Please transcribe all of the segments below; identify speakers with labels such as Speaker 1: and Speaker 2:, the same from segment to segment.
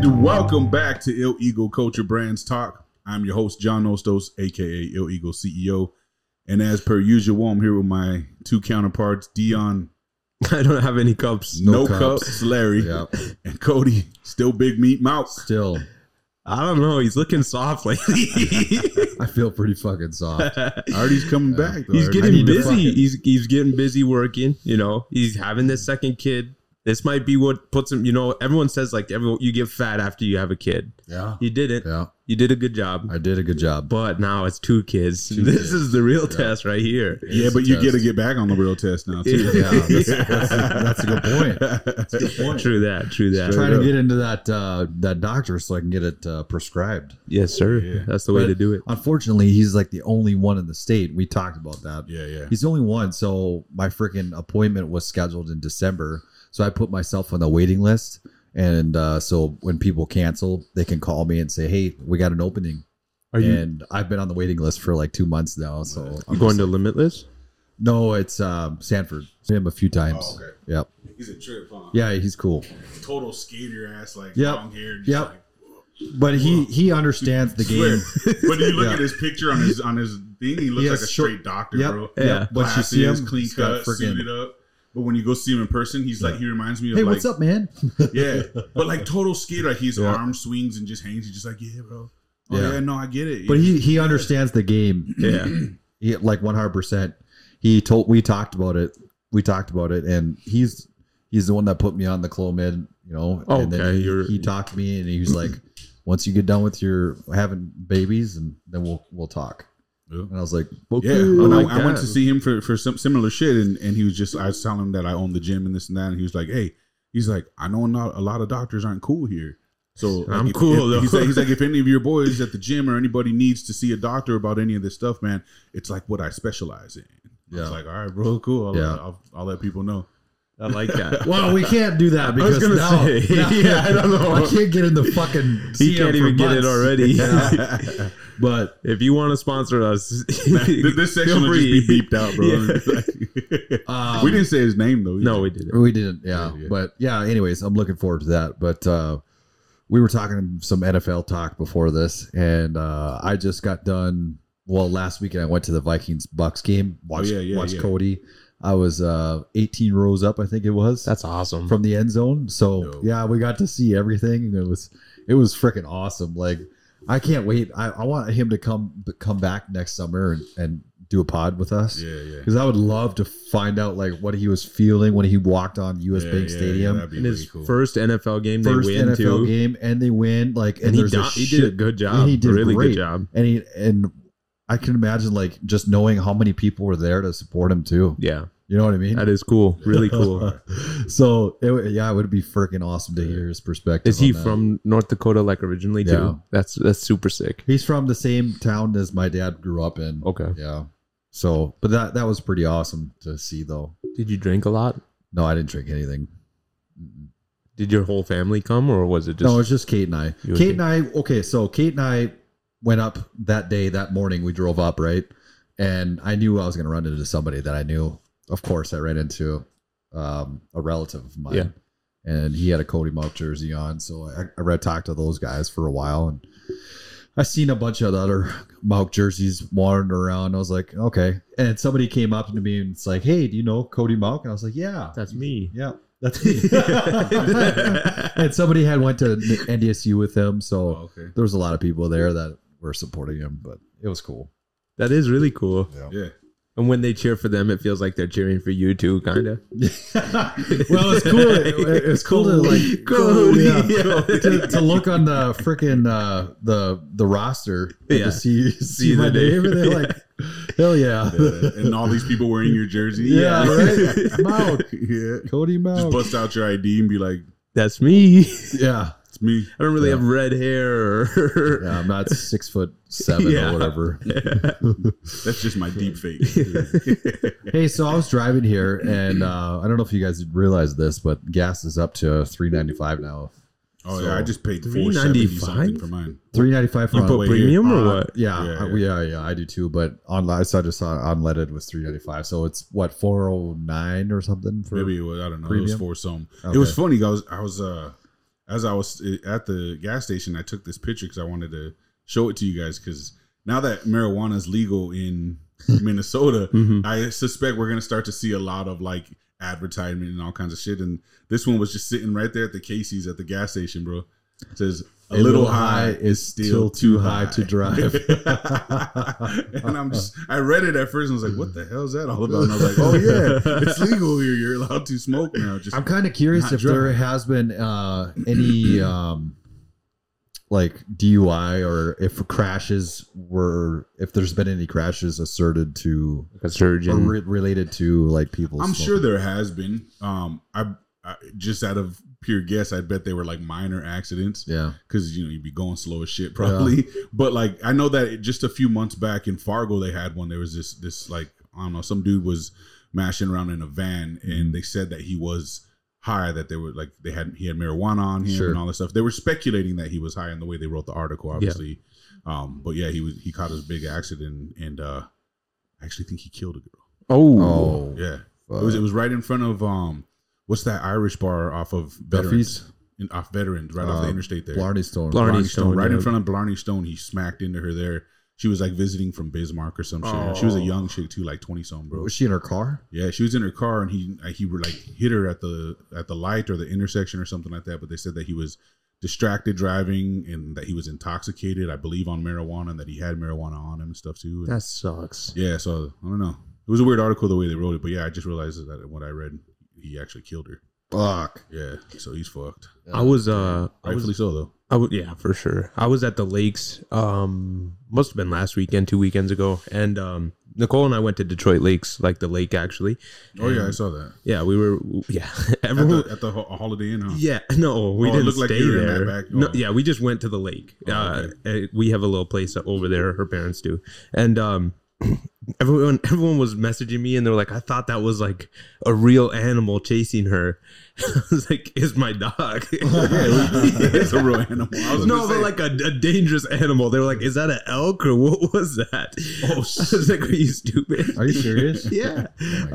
Speaker 1: Welcome back to Ill Eagle Culture Brands Talk. I'm your host, John Ostos, aka Ill Eagle CEO. And as per usual, I'm here with my two counterparts, Dion,
Speaker 2: I don't have any cups.
Speaker 1: No, Cups, Larry,
Speaker 3: Yep.
Speaker 1: and Cody, still Big Meat Mouth.
Speaker 3: Still,
Speaker 2: I don't know. He's looking soft lately.
Speaker 3: I feel pretty fucking soft.
Speaker 1: Artie's coming
Speaker 3: Yeah.
Speaker 1: back. though.
Speaker 2: he's
Speaker 1: Artie.
Speaker 3: I
Speaker 2: getting
Speaker 3: need to
Speaker 2: busy.
Speaker 3: fucking-
Speaker 2: He's he's getting busy working. You know, he's having this second kid. This might be what puts him. You know, everyone says like everyone you get fat after you have a kid.
Speaker 3: Yeah.
Speaker 2: You didn't.
Speaker 3: Yeah.
Speaker 2: You did a good job.
Speaker 3: I did a good job.
Speaker 2: but now it's two kids.
Speaker 3: Two
Speaker 2: this
Speaker 3: kids.
Speaker 2: is the real
Speaker 3: Yeah.
Speaker 2: test right here.
Speaker 1: Yeah,
Speaker 3: It's
Speaker 1: but
Speaker 3: a
Speaker 1: you get to
Speaker 3: test.
Speaker 1: get back on the real test now, too.
Speaker 3: Yeah, that's, that's, that's a good point. Good point.
Speaker 2: True that. True that.
Speaker 3: Trying
Speaker 1: Straight up.
Speaker 3: to get into that uh, that doctor so I can get it uh, prescribed.
Speaker 2: Yes, sir.
Speaker 1: Yeah.
Speaker 2: That's the way
Speaker 3: But-
Speaker 2: to do it.
Speaker 3: Unfortunately, he's like the only one in the state. We talked about that.
Speaker 1: yeah, yeah.
Speaker 3: He's the only one. So my freaking appointment was scheduled in December. So I put myself on the waiting list. And uh, so when people cancel, they can call me and say, "Hey, we got an opening."
Speaker 2: Are you
Speaker 3: and I've been on the waiting list for like two months now. So
Speaker 2: you
Speaker 3: I'm
Speaker 2: going
Speaker 3: just-
Speaker 2: to Limitless?
Speaker 3: No, it's um, Sanford. Seen him a few times.
Speaker 1: Oh, okay.
Speaker 3: Yep.
Speaker 1: He's a trip, huh?
Speaker 3: Yeah, he's cool.
Speaker 1: Total skater ass, like
Speaker 3: Yep.
Speaker 1: long hair. just
Speaker 3: Yep.
Speaker 1: like-
Speaker 3: But he he understands the
Speaker 1: Swear.
Speaker 3: game.
Speaker 1: But you look
Speaker 3: Yeah.
Speaker 1: at his picture on his on his thing, he looks
Speaker 3: He
Speaker 1: like
Speaker 3: has
Speaker 1: a
Speaker 3: short-
Speaker 1: straight doctor,
Speaker 3: Yep.
Speaker 1: bro.
Speaker 2: Yeah.
Speaker 3: Yep. Once you see
Speaker 1: Glasses,
Speaker 3: him,
Speaker 1: clean
Speaker 3: he's
Speaker 1: cut,
Speaker 3: got freaking-
Speaker 1: suited up. But when you go see him in person, he's like he reminds me of
Speaker 3: Hey,
Speaker 1: like
Speaker 3: what's up, man?
Speaker 1: yeah, but like total skater, like his
Speaker 3: Yeah.
Speaker 1: arm swings and just hangs. He's just like yeah, bro. Oh, yeah.
Speaker 3: Yeah.
Speaker 1: no, I get it.
Speaker 3: But he he understands the game.
Speaker 2: Yeah.
Speaker 3: He, like one hundred percent. He told we talked about it. We talked about it, and he's he's the one that put me on the Clomid. You know.
Speaker 2: Oh,
Speaker 3: and
Speaker 2: okay,
Speaker 3: he,
Speaker 2: you're-
Speaker 3: he talked to me, and he was like, "Once you get done with your having babies, and then we'll we'll talk."
Speaker 1: Yeah.
Speaker 3: And I was like,
Speaker 1: Yeah,
Speaker 3: "Okay."
Speaker 1: when I,
Speaker 2: like
Speaker 1: I went to
Speaker 2: that.
Speaker 1: see him for, for some similar shit, and, and he was just I was telling him that I own the gym and this and that, and he was like, "Hey, he's like, I know not a lot of doctors aren't cool here, so like,
Speaker 2: I'm
Speaker 1: if-
Speaker 2: cool,
Speaker 1: if-
Speaker 2: though.
Speaker 1: He's like, he's like, if any of your boys at the gym or anybody needs to see a doctor about any of this stuff, man, it's like what I specialize in. Yeah. I
Speaker 3: Yeah.
Speaker 1: was like, all right, bro, cool. I'll,
Speaker 3: Yeah.
Speaker 1: I'll, I'll let people know.
Speaker 2: I like that.
Speaker 3: Well, we can't do that
Speaker 2: was
Speaker 3: because
Speaker 2: gonna
Speaker 3: now,
Speaker 2: say,
Speaker 3: now-
Speaker 2: yeah, I don't know.
Speaker 3: I can't get in the fucking.
Speaker 2: he
Speaker 3: see him
Speaker 2: can't
Speaker 3: for
Speaker 2: even get it
Speaker 3: months.
Speaker 2: already.
Speaker 3: But
Speaker 2: If you want to sponsor us,
Speaker 1: Th- this
Speaker 2: feel
Speaker 1: section will
Speaker 2: free.
Speaker 1: just be beeped out, bro.
Speaker 3: um,
Speaker 1: we didn't say his name though.
Speaker 2: No, we didn't.
Speaker 3: We didn't. Yeah.
Speaker 1: Yeah, yeah.
Speaker 3: But yeah. Anyways, I'm looking forward to that. But uh, we were talking some NFL talk before this, and uh, I just got done. Well, last weekend I went to the Vikings Bucks game. Watched,
Speaker 1: Oh, yeah, yeah,
Speaker 3: watched
Speaker 1: yeah.
Speaker 3: Cody. I was uh, 18 rows up, I think it was.
Speaker 2: That's awesome.
Speaker 3: from the end zone. So
Speaker 1: Dope.
Speaker 3: yeah, we got to see everything. and It was it was freaking awesome. Like I can't wait. I, I want him to come come back next summer and, and do a pod with us
Speaker 1: Yeah, yeah.
Speaker 3: because I would love to find out like what he was feeling when he walked on U.S.
Speaker 1: yeah,
Speaker 3: Bank
Speaker 1: yeah, yeah,
Speaker 3: Stadium.
Speaker 1: that'd be
Speaker 2: in his
Speaker 1: pretty cool.
Speaker 2: first NFL game, they
Speaker 3: First
Speaker 2: win
Speaker 3: NFL
Speaker 2: too,
Speaker 3: game, and they win. Like, and,
Speaker 2: and he,
Speaker 3: there's a
Speaker 2: do- he
Speaker 3: shit-
Speaker 2: did a good job.
Speaker 3: he did
Speaker 2: really
Speaker 3: great.
Speaker 2: good job.
Speaker 3: and he and I can imagine like just knowing how many people were there to support him too.
Speaker 2: Yeah,
Speaker 3: You know what I mean?
Speaker 2: that is cool. Really cool.
Speaker 3: so it, would- yeah, it would be freaking awesome to hear his perspective.
Speaker 2: is he
Speaker 3: on that.
Speaker 2: from North Dakota, like originally too?
Speaker 3: Yeah.
Speaker 2: That's that's super sick.
Speaker 3: He's from the same town as my dad grew up in.
Speaker 2: Okay.
Speaker 3: Yeah. So, but that that was pretty awesome to see, though.
Speaker 2: Did you drink a lot?
Speaker 3: No, I didn't drink anything.
Speaker 2: Did your whole family come, or was it just?
Speaker 3: no, it's just Kate and I.
Speaker 2: You and
Speaker 3: Kate and I. Okay, so Kate and I went up that day, that morning. We drove up, right? And I knew I was going to run into somebody that I knew. Of course, I ran into um, a relative of mine,
Speaker 2: Yeah.
Speaker 3: and he had a Cody Mount jersey on. So I, I read talked to those guys for a while, and I seen a bunch of the other Mount jerseys wandering around. I was like, okay. And somebody came up to me and it's like, hey, do you know Cody Mount? And I was like, yeah,
Speaker 2: that's me.
Speaker 3: yeah, that's me. and somebody had went to NDSU with him, so
Speaker 1: Oh, okay.
Speaker 3: there was a lot of people there that were supporting him, but it was cool.
Speaker 2: that is really cool.
Speaker 1: Yeah.
Speaker 2: And when they cheer for them, it feels like they're cheering for you too, kind of.
Speaker 3: well, it's cool. It, it was cool to like
Speaker 2: Cody,
Speaker 3: yeah,
Speaker 2: yeah.
Speaker 3: to, to look on the freaking uh, the the roster and
Speaker 2: Yeah.
Speaker 3: to see see my
Speaker 2: the
Speaker 3: name, and
Speaker 2: name.
Speaker 3: they're like, hell yeah,
Speaker 1: Yeah, and all these people wearing your jersey.
Speaker 3: yeah, right, Oh,
Speaker 1: yeah.
Speaker 3: Mauk, Cody
Speaker 1: Just
Speaker 3: Mauk,
Speaker 1: bust out your ID and be like,
Speaker 2: That's me.
Speaker 3: yeah,
Speaker 1: it's me.
Speaker 2: I don't really
Speaker 3: Yeah.
Speaker 2: have red hair. Or
Speaker 3: yeah, I'm not six foot seven
Speaker 2: Yeah.
Speaker 3: or whatever.
Speaker 1: That's just my deep fake.
Speaker 3: Hey, so I was driving here, and uh, I don't know if you guys realize this, but gas is up to three ninety five now.
Speaker 1: Oh
Speaker 3: So,
Speaker 1: yeah, I just paid four seventy
Speaker 2: 395?
Speaker 1: something for mine.
Speaker 3: Three ninety five for
Speaker 2: you put
Speaker 1: wait,
Speaker 2: premium or
Speaker 3: uh,
Speaker 2: what?
Speaker 3: yeah,
Speaker 1: Yeah,
Speaker 3: yeah, yeah, yeah, I do too. But online, so I just saw unleaded was three ninety five. So it's what four oh nine or something for
Speaker 1: Maybe it was, I don't know. It was
Speaker 3: Premium?
Speaker 1: for some. It
Speaker 3: Okay.
Speaker 1: was funny. I was I was uh as I was uh, at the gas station, I took this picture because I wanted to show it to you guys. Because now that marijuana is legal in Minnesota,
Speaker 2: Mhm.
Speaker 1: I suspect we're gonna start to see a lot of like advertisement and all kinds of shit. And this one was just sitting right there at the Casey's at the gas station, bro. It says a, little, high is still too high
Speaker 3: to drive.
Speaker 1: and I'm just, I read it at first and was like, what the hell is that all about? And I was like, oh yeah, it's legal here. You're allowed to smoke now. Just
Speaker 3: I'm kind of curious
Speaker 1: Not
Speaker 3: if
Speaker 1: drunk.
Speaker 3: there has been uh, any um, like DUI or if crashes were if there's been any crashes asserted to
Speaker 2: a
Speaker 3: or
Speaker 2: surgeon.
Speaker 3: re- related to like people.
Speaker 1: I'm
Speaker 3: smoking.
Speaker 1: sure there has been. Um, I, I just out of pure guess, I bet they were like minor accidents
Speaker 3: Yeah.
Speaker 1: because you know you'd be going slow as shit probably. But like I know that it- just a few months back in Fargo, they had one. There was this this like I don't know, some dude was mashing around in a van, and they said that he was high, that they were like they had he had marijuana on him
Speaker 3: Sure.
Speaker 1: and all this stuff. They were speculating that he was high in the way they wrote the article, obviously. Um, but yeah, he was he caught his big accident, and uh, I actually think he killed a girl.
Speaker 2: oh,
Speaker 3: Oh.
Speaker 1: Yeah.
Speaker 3: fuck.
Speaker 1: It was it was right in front of um what's that Irish bar off of veterans
Speaker 3: Duffy's?
Speaker 1: in, off veterans right off the
Speaker 3: Uh,
Speaker 1: interstate there.
Speaker 3: Blarney Stone.
Speaker 2: Blarney
Speaker 1: Blarney
Speaker 2: Stone,
Speaker 1: Stone, right in
Speaker 2: yeah.
Speaker 1: front of Blarney Stone, he smacked into her there. She was like visiting from Bismarck or some shit. She was a
Speaker 2: Oh.
Speaker 1: young chick too, like twenty something, bro.
Speaker 3: Was she in her car?
Speaker 1: Yeah, she was in her car and he uh, he were like hit her at the at the light or the intersection or something like that. But they said that he was distracted driving and that he was intoxicated, I believe, on marijuana and that he had marijuana on him and stuff too. And-
Speaker 2: that sucks.
Speaker 1: yeah, so I don't know. It was a weird article the way they wrote it, but yeah, I just realized that what I read, he actually killed her.
Speaker 3: Fuck.
Speaker 1: Yeah, so he's fucked.
Speaker 2: I was uh, I was
Speaker 1: Rightfully so, though.
Speaker 2: I would, yeah, for sure. I was at the lakes. Um, must have been last weekend, two weekends ago, and um, Nicole and I went to Detroit Lakes, like the lake actually.
Speaker 1: Oh yeah, I
Speaker 2: And-
Speaker 1: saw that
Speaker 2: yeah, we were, yeah,
Speaker 1: at the,
Speaker 2: everyone.
Speaker 1: at the ho- Holiday Inn. Huh?
Speaker 2: Yeah, no, we
Speaker 1: Oh, it
Speaker 2: didn't
Speaker 1: looked like
Speaker 2: stay
Speaker 1: you were in that
Speaker 2: there.
Speaker 1: back-
Speaker 2: No,
Speaker 1: oh.
Speaker 2: yeah, we just went to the lake.
Speaker 1: Oh,
Speaker 2: uh, uh, we have a little place over there. Her parents do, and um, everyone, everyone was messaging me, and they were like, "I thought that was like a real animal chasing her." I was like, "It's my dog."
Speaker 1: yeah, it was- it's a real animal. I was
Speaker 2: No,
Speaker 1: no,
Speaker 2: but
Speaker 1: like,
Speaker 2: like a, a dangerous animal. They were like, "Is that an elk or what was that?" Oh, I was like, "Are you stupid?"
Speaker 3: Are you serious?
Speaker 2: yeah.
Speaker 3: my God.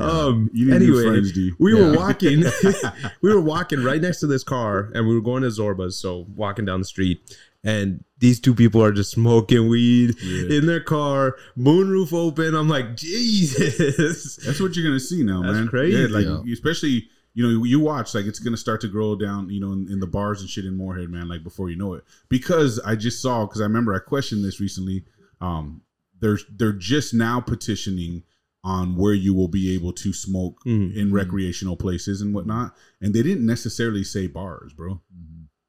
Speaker 1: Oh
Speaker 2: um.
Speaker 1: You need new
Speaker 2: anyway,
Speaker 1: friends, D.
Speaker 2: we
Speaker 3: Yeah.
Speaker 2: were walking. we were walking right next to this car, and we were going to Zorba's. So walking down the street, and these two people are just smoking weed
Speaker 1: Yeah.
Speaker 2: in their car, moonroof open. I'm like, Jesus.
Speaker 1: that's what you're gonna see now,
Speaker 2: That's
Speaker 1: man.
Speaker 2: crazy.
Speaker 1: Yeah, like
Speaker 3: Yeah.
Speaker 1: especially you know you watch like it's gonna start to grow down you know in, in the bars and shit in Moorhead, man. Like before you know it, because I just saw because I remember I questioned this recently. Um, they're they're just now petitioning on where you will be able to smoke
Speaker 2: Mm.
Speaker 1: in recreational places and whatnot, and they didn't necessarily say bars, bro.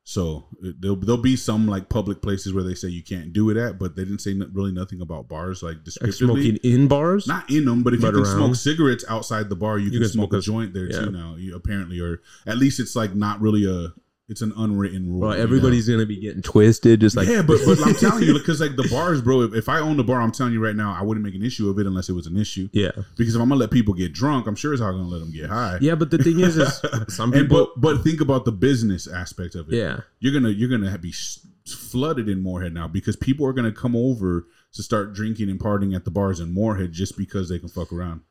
Speaker 1: So it- there'll there'll be some like public places where they say you can't do it at, but they didn't say n- really nothing about bars like
Speaker 2: Like
Speaker 1: descriptively.
Speaker 2: smoking in bars.
Speaker 1: Not in them, but if
Speaker 2: But
Speaker 1: you can
Speaker 2: around.
Speaker 1: smoke cigarettes outside the bar, you, can, smoke, a joint there
Speaker 2: yeah.
Speaker 1: too now. You, apparently, or at least it's like not really a. It's an unwritten rule.
Speaker 2: Well,
Speaker 1: you know?
Speaker 2: everybody's gonna be getting twisted, just like
Speaker 1: yeah, but but I'm telling you, because like the bars, bro. If, if I owned a bar, I'm telling you right now, I wouldn't make an issue of it unless it was an issue.
Speaker 2: yeah.
Speaker 1: Because if I'm gonna let people get drunk, I'm sure as hell gonna let them get high.
Speaker 2: Yeah, but the thing is, is some
Speaker 1: And
Speaker 2: people.
Speaker 1: but but think about the business aspect of it.
Speaker 2: yeah,
Speaker 1: you're gonna you're gonna be s- flooded in Moorhead now because people are gonna come over to start drinking and partying at the bars in Moorhead just because they can fuck around.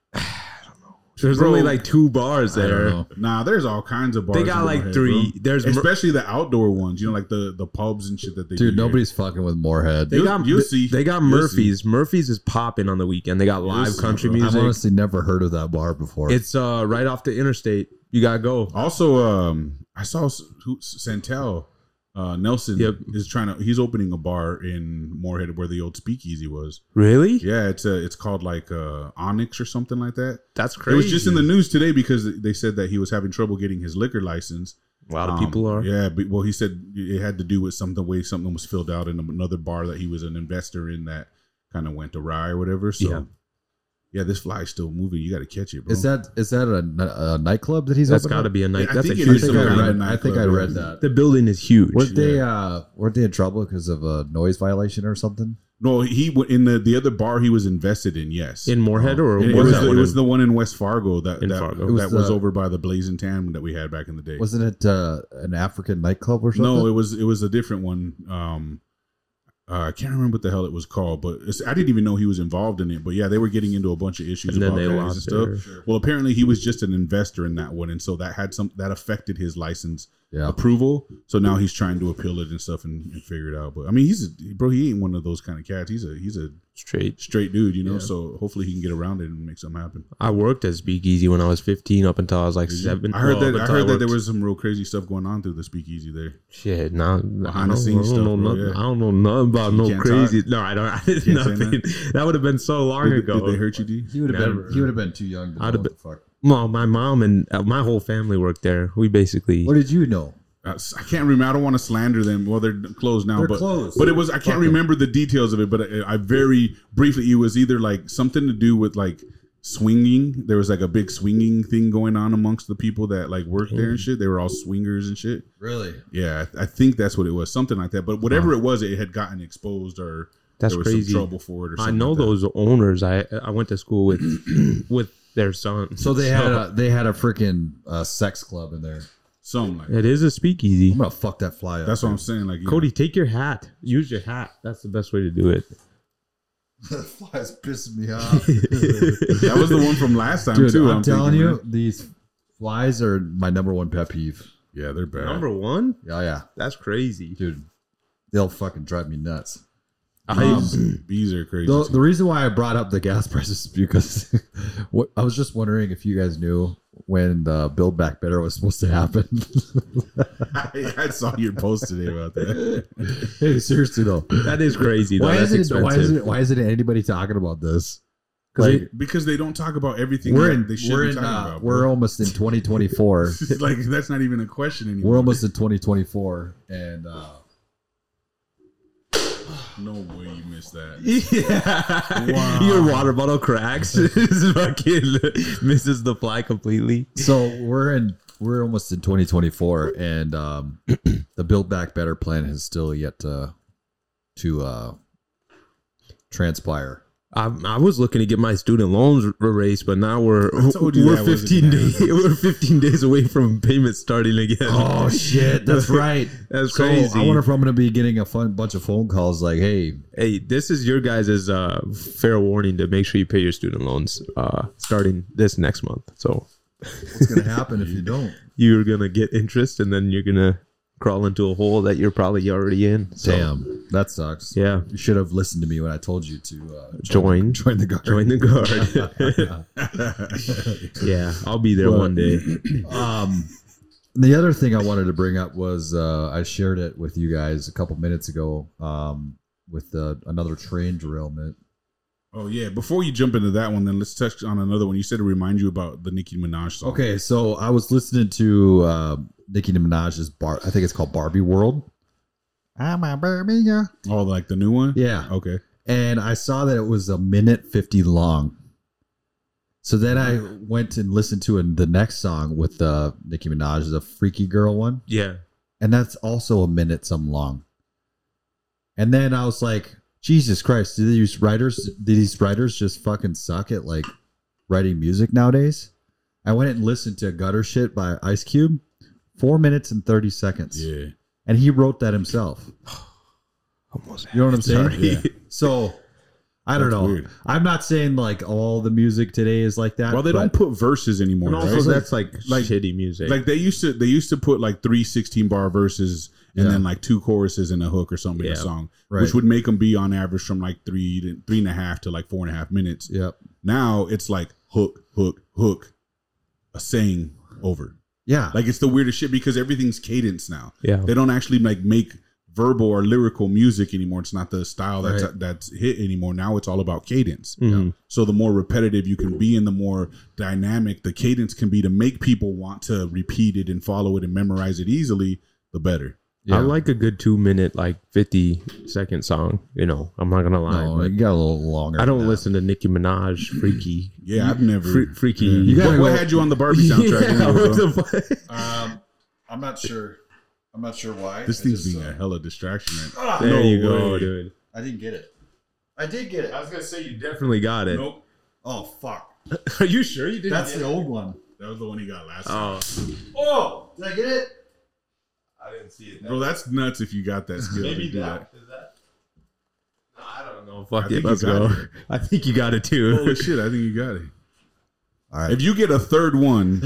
Speaker 2: there's
Speaker 1: Bro,
Speaker 2: only like two bars
Speaker 3: I don't
Speaker 2: there.
Speaker 3: know.
Speaker 1: Nah, there's all kinds of bars.
Speaker 2: They got
Speaker 1: in
Speaker 2: like
Speaker 1: Moorhead,
Speaker 2: three.
Speaker 1: bro.
Speaker 2: There's Mer-
Speaker 1: especially the outdoor ones. You know, like the the pubs and shit that they do
Speaker 3: Dude,
Speaker 1: here.
Speaker 3: nobody's fucking with Moorhead.
Speaker 2: they
Speaker 1: you'll-
Speaker 2: got
Speaker 1: you'll see.
Speaker 2: they got
Speaker 1: You'll
Speaker 2: Murphy's. Murphy's is popping on the weekend. They got live
Speaker 1: see,
Speaker 2: country
Speaker 1: bro.
Speaker 3: I've
Speaker 2: music.
Speaker 3: honestly never heard of that bar before.
Speaker 2: It's uh right off the interstate. You gotta go.
Speaker 1: Also, um, I saw s- who Santel. Uh, Nelson
Speaker 2: Yep.
Speaker 1: is trying to. He's opening a bar in Moorhead where the old Speakeasy was.
Speaker 2: Really?
Speaker 1: Yeah, it's a. It's called like uh, Onyx or something like that.
Speaker 2: That's crazy.
Speaker 1: It was just in the news today because they said that he was having trouble getting his liquor license.
Speaker 2: A lot of
Speaker 1: Um,
Speaker 2: people are.
Speaker 1: Yeah, but, well, he said it had to do with some the way something was filled out in another bar that he was an investor in that kind of went awry or whatever. So, yeah,
Speaker 2: Yeah.
Speaker 1: this fly's still moving. You got to catch it, bro.
Speaker 3: is that is that a, a nightclub that he's?
Speaker 2: That's
Speaker 3: opening?
Speaker 2: got to be a night.
Speaker 1: Yeah, I
Speaker 2: that's a
Speaker 1: think it
Speaker 3: I
Speaker 2: huge.
Speaker 1: is
Speaker 3: think
Speaker 1: some
Speaker 3: I
Speaker 1: kind of
Speaker 3: read, I think I
Speaker 1: nightclub,
Speaker 3: read
Speaker 1: yeah.
Speaker 3: that.
Speaker 2: The building is huge.
Speaker 3: Weren't they uh weren't they in trouble because of a noise violation or something?
Speaker 1: no? He went in the the other bar he was invested in. Yes,
Speaker 2: in Moorhead or
Speaker 1: It- Oh. it,
Speaker 2: where
Speaker 1: was,
Speaker 2: that
Speaker 1: the, it
Speaker 2: one
Speaker 1: was
Speaker 2: in-
Speaker 1: the one in West Fargo that
Speaker 2: In
Speaker 1: that,
Speaker 2: Fargo.
Speaker 1: that
Speaker 3: It
Speaker 1: was,
Speaker 3: was the-
Speaker 1: over by the Blazing Tam that we had back in the day.
Speaker 3: Wasn't it uh, an African nightclub or something?
Speaker 1: no, it was it was a different one. Um, Uh, I can't remember what the hell it was called, but it's, I didn't even know he was involved in it. But yeah, they were getting into a bunch of issues
Speaker 2: And then
Speaker 1: about
Speaker 2: they
Speaker 1: that and
Speaker 2: lost
Speaker 1: stuff.
Speaker 2: it or-
Speaker 1: Well, apparently he was just an investor in that one, and so that had some that affected his license
Speaker 3: Yeah.
Speaker 1: approval. So now he's trying to appeal it and stuff and, and figure it out. But I mean, he's a, bro. He ain't one of those kind of cats. He's a he's a
Speaker 2: Straight.
Speaker 1: straight dude, you know.
Speaker 3: Yeah.
Speaker 1: So hopefully he can get around it and make something happen.
Speaker 2: I worked at Speakeasy when I was 15 up until I was like seven.
Speaker 1: I heard
Speaker 2: Well,
Speaker 1: that.
Speaker 2: up
Speaker 1: I
Speaker 2: until
Speaker 1: heard that there
Speaker 2: worked-
Speaker 1: was some real crazy stuff going on through the speakeasy there.
Speaker 2: Shit, nah, I
Speaker 1: Behind the
Speaker 2: don't, I don't
Speaker 1: scenes
Speaker 2: know
Speaker 1: stuff, bro,
Speaker 2: nothing.
Speaker 1: yeah.
Speaker 2: I don't know nothing about
Speaker 1: You
Speaker 2: no
Speaker 1: can't
Speaker 2: crazy. No, I don't. I did
Speaker 1: You can't say
Speaker 2: nothing. That would have been so long
Speaker 1: Did,
Speaker 2: ago.
Speaker 1: did they hurt you, D?
Speaker 3: He would have
Speaker 2: Never.
Speaker 3: been. He would have been too young. To
Speaker 2: I'd have
Speaker 3: know what the fuck.
Speaker 2: Well, my mom and uh, my whole family worked there. We basically
Speaker 3: What did you know?
Speaker 1: I s- Uh, I can't remember. I don't want to slander them. Well, they're closed now,
Speaker 3: They're
Speaker 1: but
Speaker 3: closed.
Speaker 1: but it was. I
Speaker 3: Fuck
Speaker 1: can't
Speaker 3: 'em.
Speaker 1: remember the details of it, but I, I very briefly. It was either like something to do with like swinging. There was like a big swinging thing going on amongst the people that like worked there and shit. They were all swingers and shit.
Speaker 3: Really?
Speaker 1: Yeah, I, I think that's what it was. Something like that. But whatever it was, it had gotten exposed or
Speaker 2: That's
Speaker 1: there was
Speaker 2: crazy.
Speaker 1: some trouble for it. Or
Speaker 2: I
Speaker 1: something
Speaker 2: know
Speaker 1: like that.
Speaker 2: those owners. I I went to school with with their son.
Speaker 3: So they had a they had a freaking uh, sex club in there.
Speaker 1: Something like that.
Speaker 2: it is a speakeasy.
Speaker 3: I'm gonna fuck that fly up.
Speaker 1: That's what I'm saying. Like you know.
Speaker 2: Cody, take your hat. Use your hat. That's the best way to do it.
Speaker 3: the fly's pissing me off.
Speaker 1: that was the one from last time
Speaker 3: Dude,
Speaker 1: too.
Speaker 3: I'm, telling
Speaker 1: thinking,
Speaker 3: you,
Speaker 1: right?
Speaker 3: these flies are my number one pet peeve.
Speaker 1: Yeah, they're bad.
Speaker 2: Number one.
Speaker 3: Yeah, yeah,
Speaker 2: That's crazy.
Speaker 3: dude, they'll fucking drive me nuts.
Speaker 1: Bees, bees are crazy.
Speaker 3: The,
Speaker 1: too.
Speaker 3: the reason why I brought up the gas prices is because what, I was just wondering if you guys knew when the Build Back Better was supposed to happen.
Speaker 1: I, I saw your post today about that.
Speaker 3: hey, seriously though,
Speaker 2: That is crazy. Though.
Speaker 3: why
Speaker 2: That's
Speaker 3: isn't
Speaker 2: expensive.
Speaker 3: it, why isn't it, why isn't anybody talking about this?
Speaker 2: 'Cause
Speaker 3: Like,
Speaker 2: it-
Speaker 1: Because they don't talk about everything
Speaker 3: we're
Speaker 1: that
Speaker 3: in
Speaker 1: they should
Speaker 3: we're
Speaker 1: be
Speaker 3: in
Speaker 1: talking
Speaker 3: uh,
Speaker 1: about.
Speaker 3: we're
Speaker 1: bro.
Speaker 3: almost in 2024.
Speaker 1: like that's not even a question anymore.
Speaker 3: we're almost in 2024, and uh,
Speaker 1: no way you missed that.
Speaker 2: yeah,
Speaker 1: Wow.
Speaker 2: your water bottle cracks. This fucking misses the fly completely.
Speaker 3: so we're in we're almost in 2024 and um the build back better plan has still yet to to uh transpire
Speaker 2: I, I was looking to get my student loans r- erased, but now we're
Speaker 1: I told you
Speaker 2: we're
Speaker 1: that wasn't
Speaker 2: 15
Speaker 1: gonna
Speaker 2: days we're 15 days away from payment starting again.
Speaker 3: Oh, shit that's right
Speaker 2: That's
Speaker 3: so
Speaker 2: crazy.
Speaker 3: i wonder if i'm gonna be getting a fun bunch of phone calls like hey
Speaker 2: hey, this is your guys' uh, fair warning to make sure you pay your student loans uh, starting this next month. So
Speaker 3: what's gonna happen if you don't
Speaker 2: you're gonna get interest, and then you're gonna crawl into a hole that you're probably already in. So,
Speaker 3: damn that sucks
Speaker 2: Yeah,
Speaker 3: you should have listened to me when i told you to uh
Speaker 2: join
Speaker 3: join the guard
Speaker 2: join the guard. yeah, I'll be there
Speaker 3: Well,
Speaker 2: one day.
Speaker 3: Um, the other thing I wanted to bring up was uh, I shared it with you guys a couple minutes ago um, with uh, another train derailment.
Speaker 1: Oh yeah. Before you jump into that one, then let's touch on another one. You said to remind you about the Nicki Minaj song.
Speaker 3: Okay, so I was listening to uh, Nicki Minaj's bar. I think it's called Barbie World. I'm a Barbie. Yeah.
Speaker 1: Oh, like the new one.
Speaker 3: Yeah.
Speaker 1: Okay.
Speaker 3: and I saw that it was a minute 50 long. So then I went and listened to an- the next song with uh, Nicki Minaj, the Freaky Girl one.
Speaker 2: Yeah,
Speaker 3: and that's also a minute some long. And then I was like, Jesus Christ, do these writers do these writers just fucking suck at like writing music nowadays? I went and listened to Gutter Shit by Ice Cube, four minutes and thirty seconds.
Speaker 1: Yeah.
Speaker 3: And he wrote that himself.
Speaker 2: almost.
Speaker 3: You know what I'm saying?
Speaker 2: Sorry.
Speaker 1: Yeah.
Speaker 3: So I don't
Speaker 1: That's
Speaker 3: know.
Speaker 1: weird.
Speaker 3: I'm not saying like all the music today is like that.
Speaker 1: Well, they don't
Speaker 3: but-
Speaker 1: put verses anymore.
Speaker 2: And also,
Speaker 1: right?
Speaker 2: that's like,
Speaker 1: like-
Speaker 2: shitty music.
Speaker 1: like they used to they used to put like three 16 bar verses and
Speaker 3: Yeah.
Speaker 1: then like two choruses and a hook or something in a
Speaker 2: Yeah.
Speaker 1: song
Speaker 3: Right.
Speaker 1: which would make them be on average from like three to three and a half to like four and a half minutes
Speaker 3: Yep.
Speaker 1: now it's like hook hook hook a saying over
Speaker 3: Yeah.
Speaker 1: like it's the weirdest shit because everything's cadence now
Speaker 2: yeah,
Speaker 1: they don't actually like make verbal or lyrical music anymore it's not the style that's
Speaker 3: Right.
Speaker 1: that's hit anymore now it's all about cadence
Speaker 2: Mhm.
Speaker 1: so the more repetitive you can be and the more dynamic the cadence can be to make people want to repeat it and follow it and memorize it easily, the better.
Speaker 3: yeah.
Speaker 2: I like a good two minute, like fifty second song. You know, I'm not gonna lie.
Speaker 3: no,
Speaker 2: but
Speaker 3: it got a little longer.
Speaker 2: I
Speaker 3: than
Speaker 2: don't
Speaker 3: that.
Speaker 2: listen to Nicki Minaj, Freaky,
Speaker 1: Yeah, I've never
Speaker 2: Mm-hmm. Fre- freaky.
Speaker 1: Yeah.
Speaker 2: You
Speaker 3: gotta
Speaker 1: what, what
Speaker 3: go-
Speaker 1: had Mm. you on the Barbie soundtrack?
Speaker 2: Yeah,
Speaker 1: anyway,
Speaker 2: what
Speaker 1: bro?
Speaker 2: the fuck?
Speaker 3: Um, I'm not sure. I'm not sure why. uh,
Speaker 1: this thing's being a hella distraction. Right?
Speaker 3: Ah,
Speaker 2: There
Speaker 1: No
Speaker 2: you go,
Speaker 1: way.
Speaker 2: dude.
Speaker 3: I didn't get it. I did get it.
Speaker 1: was gonna say you
Speaker 2: Definitely got it.
Speaker 1: Nope,
Speaker 3: Oh fuck!
Speaker 2: Are you sure you didn't?
Speaker 3: That's the old one.
Speaker 1: that was the one he got last time,
Speaker 2: oh,
Speaker 3: Oh, did I get it?
Speaker 1: bro. That's nuts if you got that skill. Maybe that.
Speaker 2: no, fuck
Speaker 1: I think
Speaker 2: it.
Speaker 1: you
Speaker 2: Let's
Speaker 1: got
Speaker 2: go. I think you got it too.
Speaker 1: Holy shit! I think you got it.
Speaker 3: All right.
Speaker 1: If you get a third one,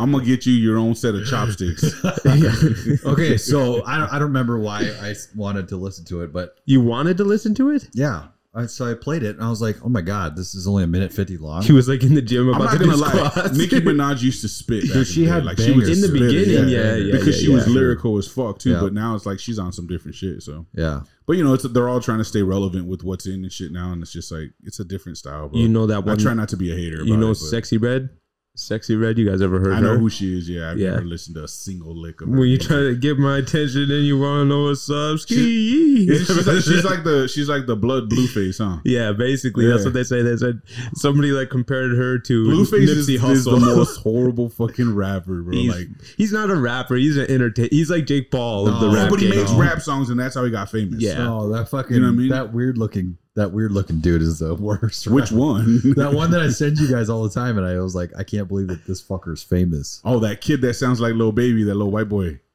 Speaker 1: I'm gonna get you your own set of chopsticks.
Speaker 3: okay, so I don't, I don't remember why I s- wanted to listen to it, but
Speaker 2: You wanted to listen to it?
Speaker 3: yeah. I, so I played it and I was like, oh my God, this is only a minute 50 long.
Speaker 2: He was like in the gym
Speaker 1: I'm
Speaker 2: about
Speaker 1: not
Speaker 2: to do
Speaker 1: gonna lie.
Speaker 2: squats.
Speaker 1: Nicki Minaj used to spit. back
Speaker 3: Dude, she
Speaker 1: in the day.
Speaker 3: had
Speaker 2: in
Speaker 3: bangers
Speaker 2: the
Speaker 3: to it.
Speaker 2: beginning,
Speaker 1: Yeah.
Speaker 2: yeah, yeah,
Speaker 1: because
Speaker 2: yeah,
Speaker 1: she
Speaker 2: yeah.
Speaker 1: was lyrical as fuck too.
Speaker 3: Yeah.
Speaker 1: But now it's like she's on some different shit. So,
Speaker 3: yeah.
Speaker 1: but you know, it's they're all trying to stay relevant with what's in and shit now, and it's just like it's a different style. Bro.
Speaker 2: You know that
Speaker 1: I
Speaker 2: one.
Speaker 1: try not to be a hater.
Speaker 2: you
Speaker 1: about
Speaker 2: know,
Speaker 1: it, but
Speaker 2: sexy red, sexy red. You guys ever heard?
Speaker 1: I know
Speaker 2: her?
Speaker 1: who she is. Yeah, I've
Speaker 2: Yeah.
Speaker 1: never listened to a single lick of. her
Speaker 2: When you
Speaker 1: music.
Speaker 2: try to get my attention and you want to know what's up, ski.
Speaker 1: Is it- she's, like, she's like the she's like the blood blue face, huh?
Speaker 2: yeah, basically that's
Speaker 1: Yeah.
Speaker 2: what they say. They said somebody like compared her to
Speaker 1: Blueface is,
Speaker 2: Nipsey
Speaker 1: is the
Speaker 2: Hussle.
Speaker 1: most horrible fucking rapper, bro.
Speaker 2: he's,
Speaker 1: like,
Speaker 2: he's not a rapper. He's an entertainer. He's like Jake Paul of the
Speaker 3: No,
Speaker 2: rap
Speaker 1: Oh, nobody
Speaker 2: game.
Speaker 1: makes rap songs, and that's how he got famous.
Speaker 2: Yeah.
Speaker 3: Oh, that fucking,
Speaker 1: You know what I mean?
Speaker 3: that weird looking, that weird looking dude is the worst.
Speaker 1: Which one?
Speaker 3: that one that I send you guys all the time, and I was like, I can't believe that this fucker's famous.
Speaker 1: oh, that kid that sounds like Lil Baby, that little white boy.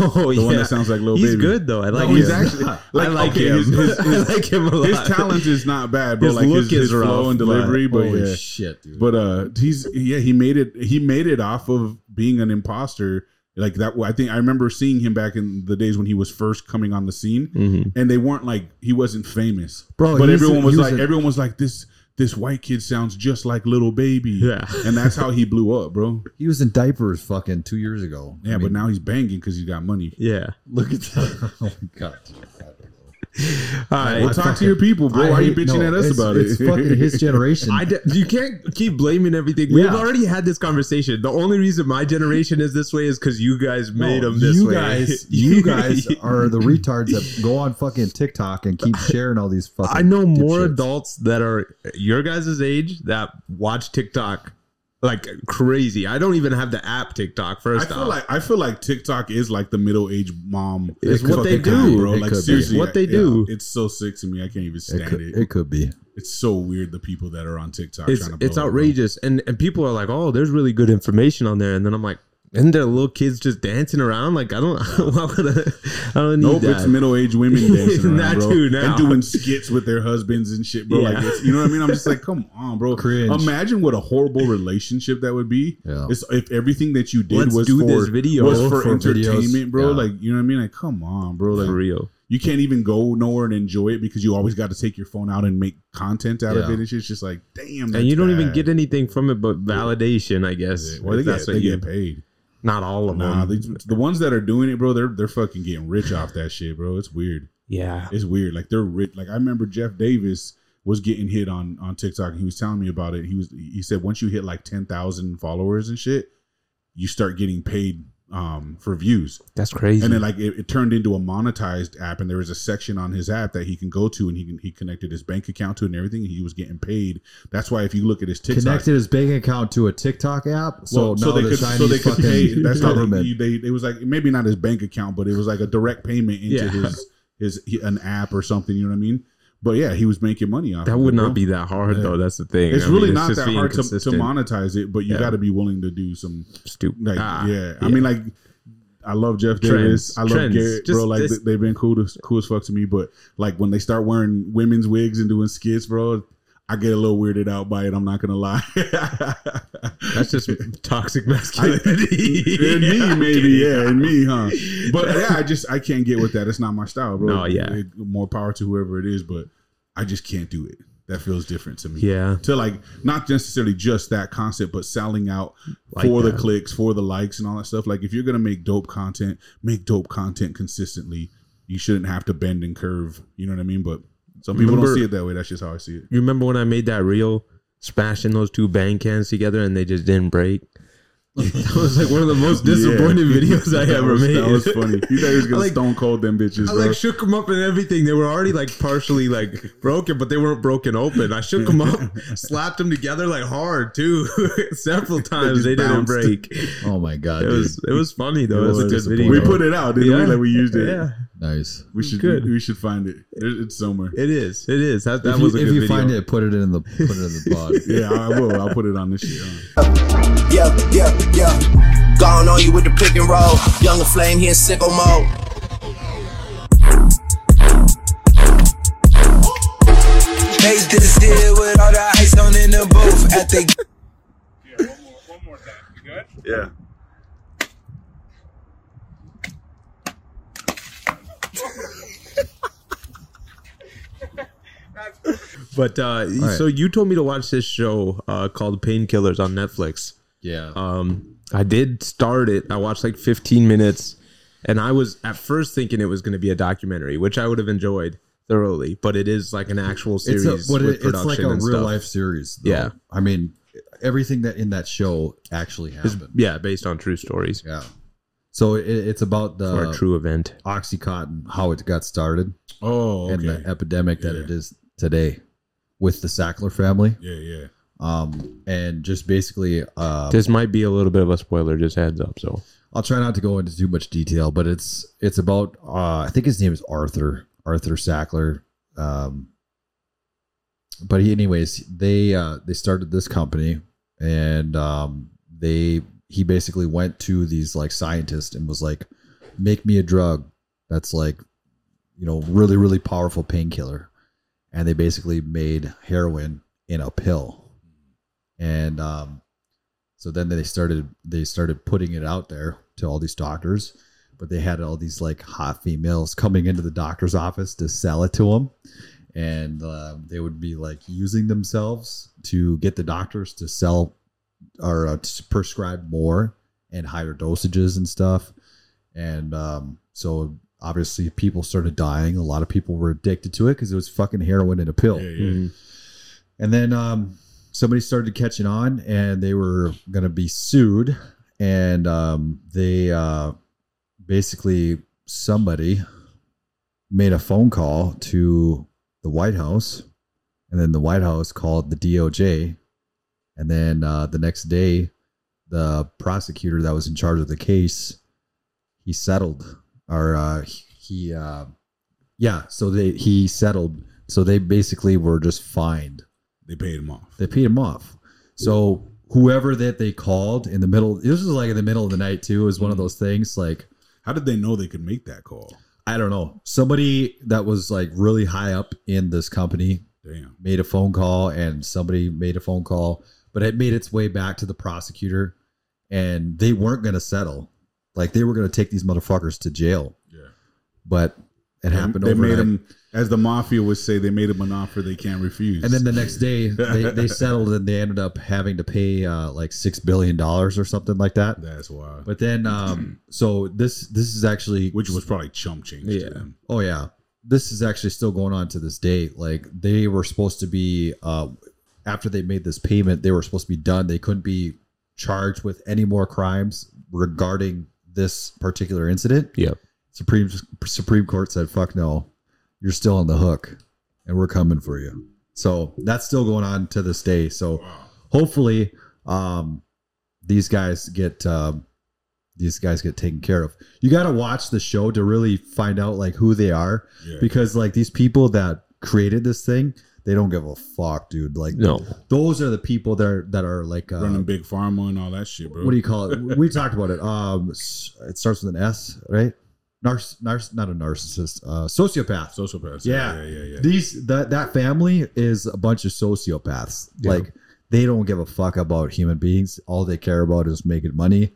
Speaker 2: Oh
Speaker 1: The
Speaker 2: yeah,
Speaker 1: one that sounds like Lil
Speaker 2: he's
Speaker 1: Baby.
Speaker 2: good though. I like
Speaker 1: No, he's
Speaker 2: him.
Speaker 1: actually like,
Speaker 2: I like
Speaker 1: okay,
Speaker 2: him.
Speaker 1: His, his, his,
Speaker 2: I like him a lot.
Speaker 1: his talent is not bad, bro.
Speaker 2: His
Speaker 1: like
Speaker 2: look
Speaker 1: his, his
Speaker 2: is rough,
Speaker 1: flow and
Speaker 2: but-
Speaker 1: delivery, but,
Speaker 3: Holy
Speaker 1: yeah.
Speaker 3: shit, dude!
Speaker 1: But uh, he's yeah, he made it. He made it off of being an imposter. Like that, I think I remember seeing him back in the days when he was first coming on the scene,
Speaker 2: Mhm.
Speaker 1: and they weren't like he wasn't famous,
Speaker 3: Bro,
Speaker 1: But
Speaker 3: Oh, he's-
Speaker 1: everyone was,
Speaker 3: he was
Speaker 1: like,
Speaker 3: a-
Speaker 1: everyone was like, this this white kid sounds just like little baby,
Speaker 2: Yeah.
Speaker 1: and that's how he blew up, bro.
Speaker 3: he was in diapers fucking two years ago.
Speaker 1: Yeah,
Speaker 3: I
Speaker 1: but
Speaker 3: mean,
Speaker 1: now he's banging because he's got money.
Speaker 2: Yeah.
Speaker 3: look at that. oh my god.
Speaker 2: All right.
Speaker 1: Well,
Speaker 3: I
Speaker 1: talk to
Speaker 3: fucking-
Speaker 1: your people, bro.
Speaker 3: I
Speaker 1: Why are you
Speaker 3: hate-
Speaker 1: bitching
Speaker 3: no,
Speaker 1: at us
Speaker 3: it's-
Speaker 1: about it?
Speaker 3: It's fucking his generation.
Speaker 2: I de- you can't keep blaming everything. We've
Speaker 3: Yeah.
Speaker 2: already had this conversation. The only reason my generation is this way is because you guys made
Speaker 3: No,
Speaker 2: them this
Speaker 3: you
Speaker 2: way.
Speaker 3: guys, you guys are the retards that go on fucking TikTok and keep sharing all these fucking.
Speaker 2: I know more
Speaker 3: dipshits.
Speaker 2: adults that are your guys' age that watch TikTok like crazy. I don't even have the app TikTok.
Speaker 1: I
Speaker 2: First
Speaker 1: feel
Speaker 2: off,
Speaker 1: like I feel like TikTok is like the middle aged mom.
Speaker 2: It's
Speaker 1: fucking
Speaker 2: what they
Speaker 1: app,
Speaker 2: do.
Speaker 1: bro.
Speaker 3: It
Speaker 1: like
Speaker 3: could be.
Speaker 1: seriously,
Speaker 2: What they
Speaker 1: yeah,
Speaker 2: do.
Speaker 1: It's so sick to me. I can't even stand
Speaker 3: It
Speaker 1: it.
Speaker 3: could, it could be.
Speaker 1: It's so weird the people that are on TikTok.
Speaker 2: it's
Speaker 1: trying to
Speaker 2: it's
Speaker 1: blow up, bro.
Speaker 2: outrageous, and and people are like, oh, there's really good information on there, and then I'm like. And there little kids just dancing around like I don't. why would I, I don't need
Speaker 1: Nope,
Speaker 2: that.
Speaker 1: it's middle aged women dancing around,
Speaker 2: That
Speaker 1: bro,
Speaker 2: too, now.
Speaker 1: and doing skits with their husbands and shit, bro. Like,
Speaker 2: Yeah.
Speaker 1: it's, you know what I mean? I'm just like, come on, bro.
Speaker 3: Cringe.
Speaker 1: Imagine what a horrible relationship that would be.
Speaker 3: Yeah.
Speaker 1: It's- if everything that you did
Speaker 2: Let's
Speaker 1: was
Speaker 2: do
Speaker 1: for
Speaker 2: this video.
Speaker 1: was for,
Speaker 3: For videos.
Speaker 1: entertainment, bro.
Speaker 3: Yeah.
Speaker 1: Like, you know what I mean? Like, come on, bro. Like,
Speaker 2: for real.
Speaker 1: you can't even go nowhere and enjoy it because you always got to take your phone out and make content out of
Speaker 3: Yeah.
Speaker 1: it. It's just like, damn,
Speaker 2: and you don't even get anything from it but validation, I guess.
Speaker 1: Well, they
Speaker 2: if
Speaker 1: get,
Speaker 2: that's
Speaker 1: they
Speaker 2: what you,
Speaker 1: get paid.
Speaker 2: not all of
Speaker 1: Nah,
Speaker 2: them.
Speaker 1: these- the ones that are doing it, bro, they're they're fucking getting rich off that shit, bro. It's weird.
Speaker 2: yeah.
Speaker 1: It's weird. Like they're rich. Like I remember Jeff Davis was getting hit on on TikTok, and he was telling me about it. He was he said once you hit like ten thousand followers and shit, you start getting paid um for views.
Speaker 2: That's crazy.
Speaker 1: And then like it, it turned into a monetized app, and there was a section on his app that he can go to, and he can, he connected his bank account to it and everything, and he was getting paid. That's why if you look at his TikTok,
Speaker 3: Connected his bank account to a TikTok app,
Speaker 1: well,
Speaker 3: so now the Chinese fucking
Speaker 1: That's how
Speaker 3: government.
Speaker 1: they, they it was like maybe not his bank account, but it was like a direct payment into
Speaker 2: Yeah.
Speaker 1: his his he- an app or something. You know what I mean? But yeah, he was making money off.
Speaker 2: that
Speaker 1: of it,
Speaker 2: would
Speaker 1: bro.
Speaker 2: not be that hard
Speaker 1: Yeah.
Speaker 2: though. That's the thing.
Speaker 1: It's
Speaker 2: I mean,
Speaker 1: really not
Speaker 2: just
Speaker 1: that
Speaker 2: being
Speaker 1: hard to, to
Speaker 2: consistent.
Speaker 1: monetize it, but you
Speaker 2: Yeah.
Speaker 1: got to be willing to do some
Speaker 2: Stupid.
Speaker 1: like
Speaker 2: Ah,
Speaker 1: yeah. I mean like I love Jeff
Speaker 2: Trends.
Speaker 1: Davis. I love
Speaker 2: Trends.
Speaker 1: Garrett,
Speaker 2: Just
Speaker 1: bro. Like
Speaker 2: this-
Speaker 1: they- they've been cool to, cool as fuck to me, but like when they start wearing women's wigs and doing skits, bro, I get a little weirded out by it. I'm not gonna lie.
Speaker 2: that's just toxic
Speaker 1: in
Speaker 2: masculinity.
Speaker 1: me, maybe, yeah, in me, huh? But yeah, I just I can't get with that. It's not my style, bro.
Speaker 2: No, yeah.
Speaker 1: It- more power to whoever it is, but I just can't do it. That feels different to me.
Speaker 2: Yeah.
Speaker 1: To like not necessarily just that concept, but selling out
Speaker 2: Like
Speaker 1: for the
Speaker 2: that.
Speaker 1: clicks, for the likes, and all that stuff. Like if you're gonna make dope content, make dope content consistently. You shouldn't have to bend and curve. You know what I mean? But some people
Speaker 2: Remember-
Speaker 1: don't see it that way. That's just how I see it.
Speaker 2: You remember when I made that reel smashing those two bang cans together and they just didn't break? that was like one of the most disappointing
Speaker 1: Yeah.
Speaker 2: videos I
Speaker 1: That
Speaker 2: ever
Speaker 1: was-
Speaker 2: made.
Speaker 1: That was funny. You thought he was
Speaker 2: I
Speaker 1: gonna
Speaker 2: like-
Speaker 1: stone cold them bitches,
Speaker 2: I
Speaker 1: bro.
Speaker 2: like shook them up and everything. They were already like partially like broken, but they weren't broken open. I shook them up, slapped them together like hard too, several times.
Speaker 1: just
Speaker 2: They,
Speaker 1: bounced.
Speaker 2: didn't break.
Speaker 3: oh my god,
Speaker 2: It
Speaker 3: dude.
Speaker 2: was it was funny though. It was,
Speaker 3: was
Speaker 2: a good video.
Speaker 1: we put it out, didn't
Speaker 2: Yeah.
Speaker 1: we? Like we used it.
Speaker 2: Yeah,
Speaker 3: nice.
Speaker 1: We should
Speaker 2: Good.
Speaker 1: We, we should find it. There- It's somewhere.
Speaker 2: it is. It is. That, that
Speaker 3: if you,
Speaker 2: was a
Speaker 3: if
Speaker 2: good
Speaker 3: you
Speaker 2: video.
Speaker 3: find it, put it in the put it in the pod.
Speaker 1: Yeah, I will. I'll put it on this shit. huh?
Speaker 4: Yeah, yeah, yeah. Gone on you with the pick and roll. Younger flame here in sickle mode. shit with all the ice on in the booth. At the
Speaker 5: Yeah, one more, one more time. You good?
Speaker 2: Yeah.
Speaker 5: That's
Speaker 2: But uh,
Speaker 3: right.
Speaker 2: so you told me to watch this show uh, called Painkillers on Netflix.
Speaker 3: Yeah.
Speaker 2: Um, I did start it. I watched like 15 minutes, and I was at first thinking it was going to be a documentary, which I would have enjoyed thoroughly. But it is like an actual series
Speaker 3: It's, a, what
Speaker 2: with
Speaker 3: it, it's
Speaker 2: production
Speaker 3: like a real
Speaker 2: and stuff.
Speaker 3: life series. Though.
Speaker 2: Yeah.
Speaker 3: I mean, everything that in that show actually happened.
Speaker 2: Yeah, based on true stories
Speaker 3: yeah. So it, it's about
Speaker 2: or a
Speaker 3: the
Speaker 2: true event.
Speaker 3: OxyContin, how it got started,
Speaker 1: Oh,
Speaker 3: and
Speaker 1: okay.
Speaker 3: the epidemic that
Speaker 1: Yeah.
Speaker 3: it is today with the Sackler family.
Speaker 1: Yeah, yeah.
Speaker 3: Um, and just basically, uh,
Speaker 2: This might be a little bit of a spoiler. Just heads up. So
Speaker 3: I'll try not to go into too much detail, but it's it's about uh, I think his name is Arthur Arthur Sackler. Um, but he, anyways, they uh, they started this company, and um, they he basically went to these like scientists and was like, "Make me a drug that's like, you know, really really powerful painkiller," and they basically made heroin in a pill, and um, so then they started they started putting it out there to all these doctors, but they had all these like hot females coming into the doctor's office to sell it to them, and uh, they would be like using themselves to get the doctors to sell or uh, to prescribe more and higher dosages and stuff, and um, so obviously people started dying. A lot of people were addicted to it because it was fucking heroin in a pill.
Speaker 1: Yeah, yeah.
Speaker 3: And then um, somebody started catching on, and they were going to be sued. And um, they uh, basically somebody made a phone call to the White House, and then the White House called the DOJ, and then uh, the next day, the prosecutor that was in charge of the case, he settled, or uh, he, uh, yeah, so they he settled. So they basically were just fined
Speaker 1: They paid him off.
Speaker 3: they paid him off. So whoever that they called in the middle, this was like in the middle of the night too. It was
Speaker 1: Mm-hmm.
Speaker 3: one of those things like
Speaker 1: How did they know they could make that call?
Speaker 3: I don't know somebody that was like really high up in this company
Speaker 1: Damn.
Speaker 3: made a phone call and somebody made a phone call, but it made its way back to the prosecutor, and they weren't going to settle. Like they were going to take these motherfuckers to jail,
Speaker 1: Yeah.
Speaker 3: but it happened
Speaker 1: They
Speaker 3: overnight.
Speaker 1: made him, as the mafia would say, they made him an offer they can't refuse.
Speaker 3: and then the next day they, they settled and they ended up having to pay uh, like six billion dollars or something like that.
Speaker 1: that's wild.
Speaker 3: But then, um, so this this is actually
Speaker 1: Which was probably chump change
Speaker 2: Yeah.
Speaker 1: to them.
Speaker 3: oh yeah, this is actually still going on to this day. Like they were supposed to be uh, after they made this payment, they were supposed to be done. They couldn't be charged with any more crimes regarding this particular incident.
Speaker 2: Yep.
Speaker 3: Supreme Supreme Court said, "Fuck no, you're still on the hook, and we're coming for you." So that's still going on to this day. So hopefully, um, these guys get um, these guys get taken care of. You got to watch the show to really find out like who they are,
Speaker 1: Yeah.
Speaker 3: because like these people that created this thing, they don't give a fuck, dude. Like
Speaker 2: no,
Speaker 3: those are the people that are, that are like uh,
Speaker 1: Running big pharma and all that shit, bro.
Speaker 3: what do you call it? We talked about it. Um, s- it starts with an S, right? Narc, narc, not a narcissist, uh, sociopath.
Speaker 1: Sociopaths.
Speaker 3: Yeah.
Speaker 1: Yeah, yeah, yeah. yeah.
Speaker 3: These that that family is a bunch of sociopaths.
Speaker 2: Yeah.
Speaker 3: Like they don't give a fuck about human beings. All they care about is making money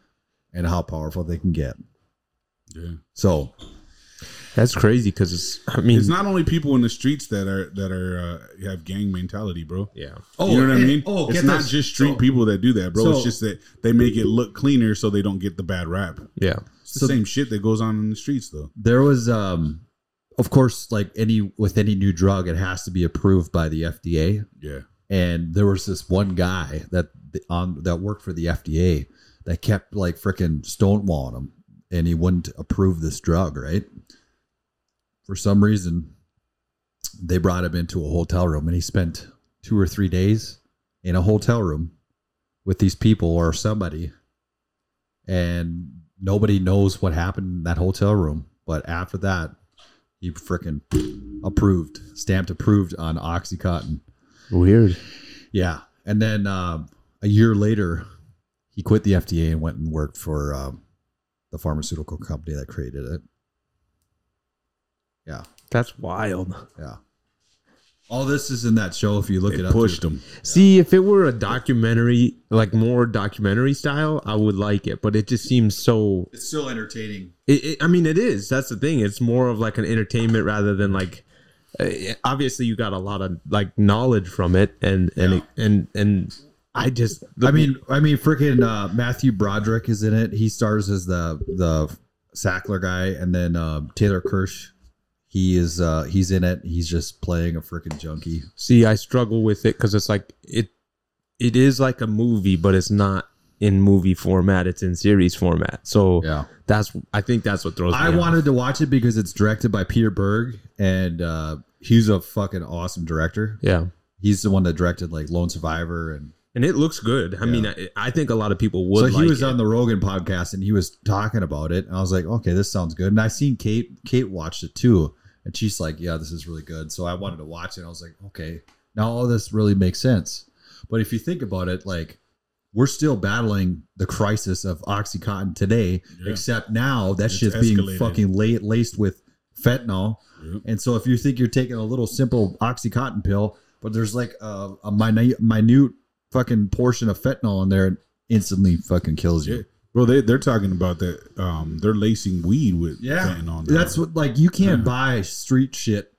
Speaker 3: and how powerful they can get.
Speaker 1: yeah.
Speaker 3: So
Speaker 2: that's crazy because it's. I mean,
Speaker 1: It's not only people in the streets that are that are uh, have gang mentality, bro.
Speaker 2: yeah,
Speaker 3: oh,
Speaker 1: you know what I
Speaker 3: and-
Speaker 1: mean?
Speaker 3: Oh,
Speaker 1: it's
Speaker 3: get
Speaker 1: not
Speaker 3: this.
Speaker 1: just street
Speaker 3: So-
Speaker 1: people that do that, bro.
Speaker 3: so-
Speaker 1: it's just that they make it look cleaner so they don't get the bad rap.
Speaker 2: yeah.
Speaker 1: It's the
Speaker 3: So-
Speaker 1: same shit that goes on in the streets, though.
Speaker 3: There was, um, of course, like any with any new drug, it has to be approved by the FDA.
Speaker 1: Yeah.
Speaker 3: and there was this one guy that on that worked for the FDA that kept like freaking stonewalling him, and he wouldn't approve this drug. Right? For some reason, they brought him into a hotel room, and he spent two or three days in a hotel room with these people or somebody, and nobody knows what happened in that hotel room. But after that, he freaking approved, stamped approved on OxyContin.
Speaker 2: Weird.
Speaker 3: Yeah, and then um, a year later, he quit the FDA and went and worked for um, the pharmaceutical company that created it. Yeah,
Speaker 2: That's wild.
Speaker 3: yeah. All this is in that show if you look it,
Speaker 1: It
Speaker 3: up.
Speaker 1: pushed
Speaker 3: dude.
Speaker 1: him.
Speaker 2: See, if it were a documentary, like more documentary style, I would like it. But it just seems so.
Speaker 3: It's still entertaining.
Speaker 2: It, it, I mean, it is. That's the thing. It's more of like an entertainment rather than like. Uh, obviously, you got a lot of like knowledge from it, and and
Speaker 3: Yeah.
Speaker 2: it, and and I just.
Speaker 3: I mean, I mean, freaking uh, Matthew Broderick is in it. He stars as the the Sackler guy, and then um, Taylor Kirsch. He is uh, he's in it. He's just playing a freaking junkie.
Speaker 2: see, I struggle with it because it's like it. It is like a movie, but it's not in movie format. It's in series format. So
Speaker 3: Yeah.
Speaker 2: that's. I think that's what throws.
Speaker 3: I
Speaker 2: me off.
Speaker 3: wanted to watch it because it's directed by Peter Berg, and uh, he's a fucking awesome director.
Speaker 2: Yeah.
Speaker 3: He's the one that directed like Lone Survivor, and
Speaker 2: And it looks good. I mean, I, I think a lot of people would.
Speaker 3: so he
Speaker 2: like
Speaker 3: was
Speaker 2: it.
Speaker 3: on the Rogan podcast and he was talking about it, and I was like, okay, this sounds good. And I seen Kate Kate watched it too, and she's like, yeah, this is really good. So I wanted to watch it. And I was like, okay, now all this really makes sense. But if you think about it, like we're still battling the crisis of OxyContin today,
Speaker 1: Yeah.
Speaker 3: except now that
Speaker 1: It's
Speaker 3: shit's being
Speaker 1: escalated.
Speaker 3: fucking la- laced with fentanyl.
Speaker 1: Yep.
Speaker 3: And so if you think you're taking a little simple OxyContin pill, but there's like a, a minute, minute fucking portion of fentanyl in there, it instantly fucking kills you.
Speaker 1: Bro, they they're talking about that. Um, they're lacing weed with fentanyl. now.
Speaker 3: that's what like you can't
Speaker 1: Yeah.
Speaker 3: buy street shit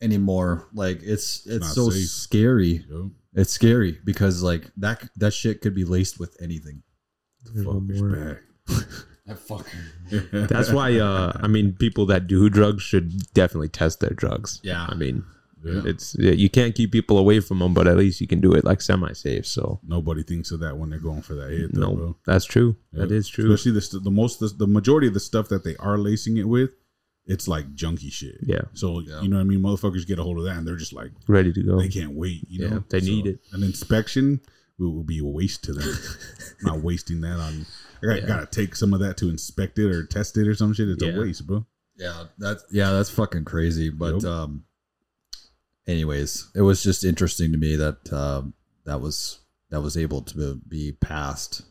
Speaker 3: anymore. Like it's it's,
Speaker 1: not
Speaker 3: so
Speaker 1: safe.
Speaker 3: scary.
Speaker 1: Yep.
Speaker 3: It's scary because like that that shit could be laced with anything.
Speaker 1: Fuckers back.
Speaker 3: That fucking
Speaker 2: That's why, uh, I mean, people that do drugs should definitely test their drugs.
Speaker 3: Yeah.
Speaker 2: I mean,
Speaker 1: Yeah.
Speaker 2: it's you can't keep people away from them, but at least you can do it like semi-safe. So
Speaker 1: Nobody thinks of that when they're going for that hit. Though,
Speaker 2: no,
Speaker 1: bro.
Speaker 2: that's true. That
Speaker 1: Yeah.
Speaker 2: is true.
Speaker 1: Especially the st- the most the, the majority of the stuff that they are lacing it with, it's like junky shit.
Speaker 2: Yeah.
Speaker 1: So
Speaker 3: Yeah.
Speaker 1: you know what I mean? Motherfuckers get a hold of that and they're just like
Speaker 2: Ready to go.
Speaker 1: they can't wait. You
Speaker 2: Yeah,
Speaker 1: know
Speaker 2: they need it.
Speaker 1: An inspection will, will be a waste to them. Not wasting that on. I got,
Speaker 2: Yeah.
Speaker 1: gotta take some of that to inspect it or test it or some shit. It's
Speaker 2: Yeah.
Speaker 1: a waste, bro.
Speaker 3: Yeah, that's yeah, that's fucking crazy. But
Speaker 1: Yep.
Speaker 3: um anyways, it was just interesting to me that um that was that was able to be passed.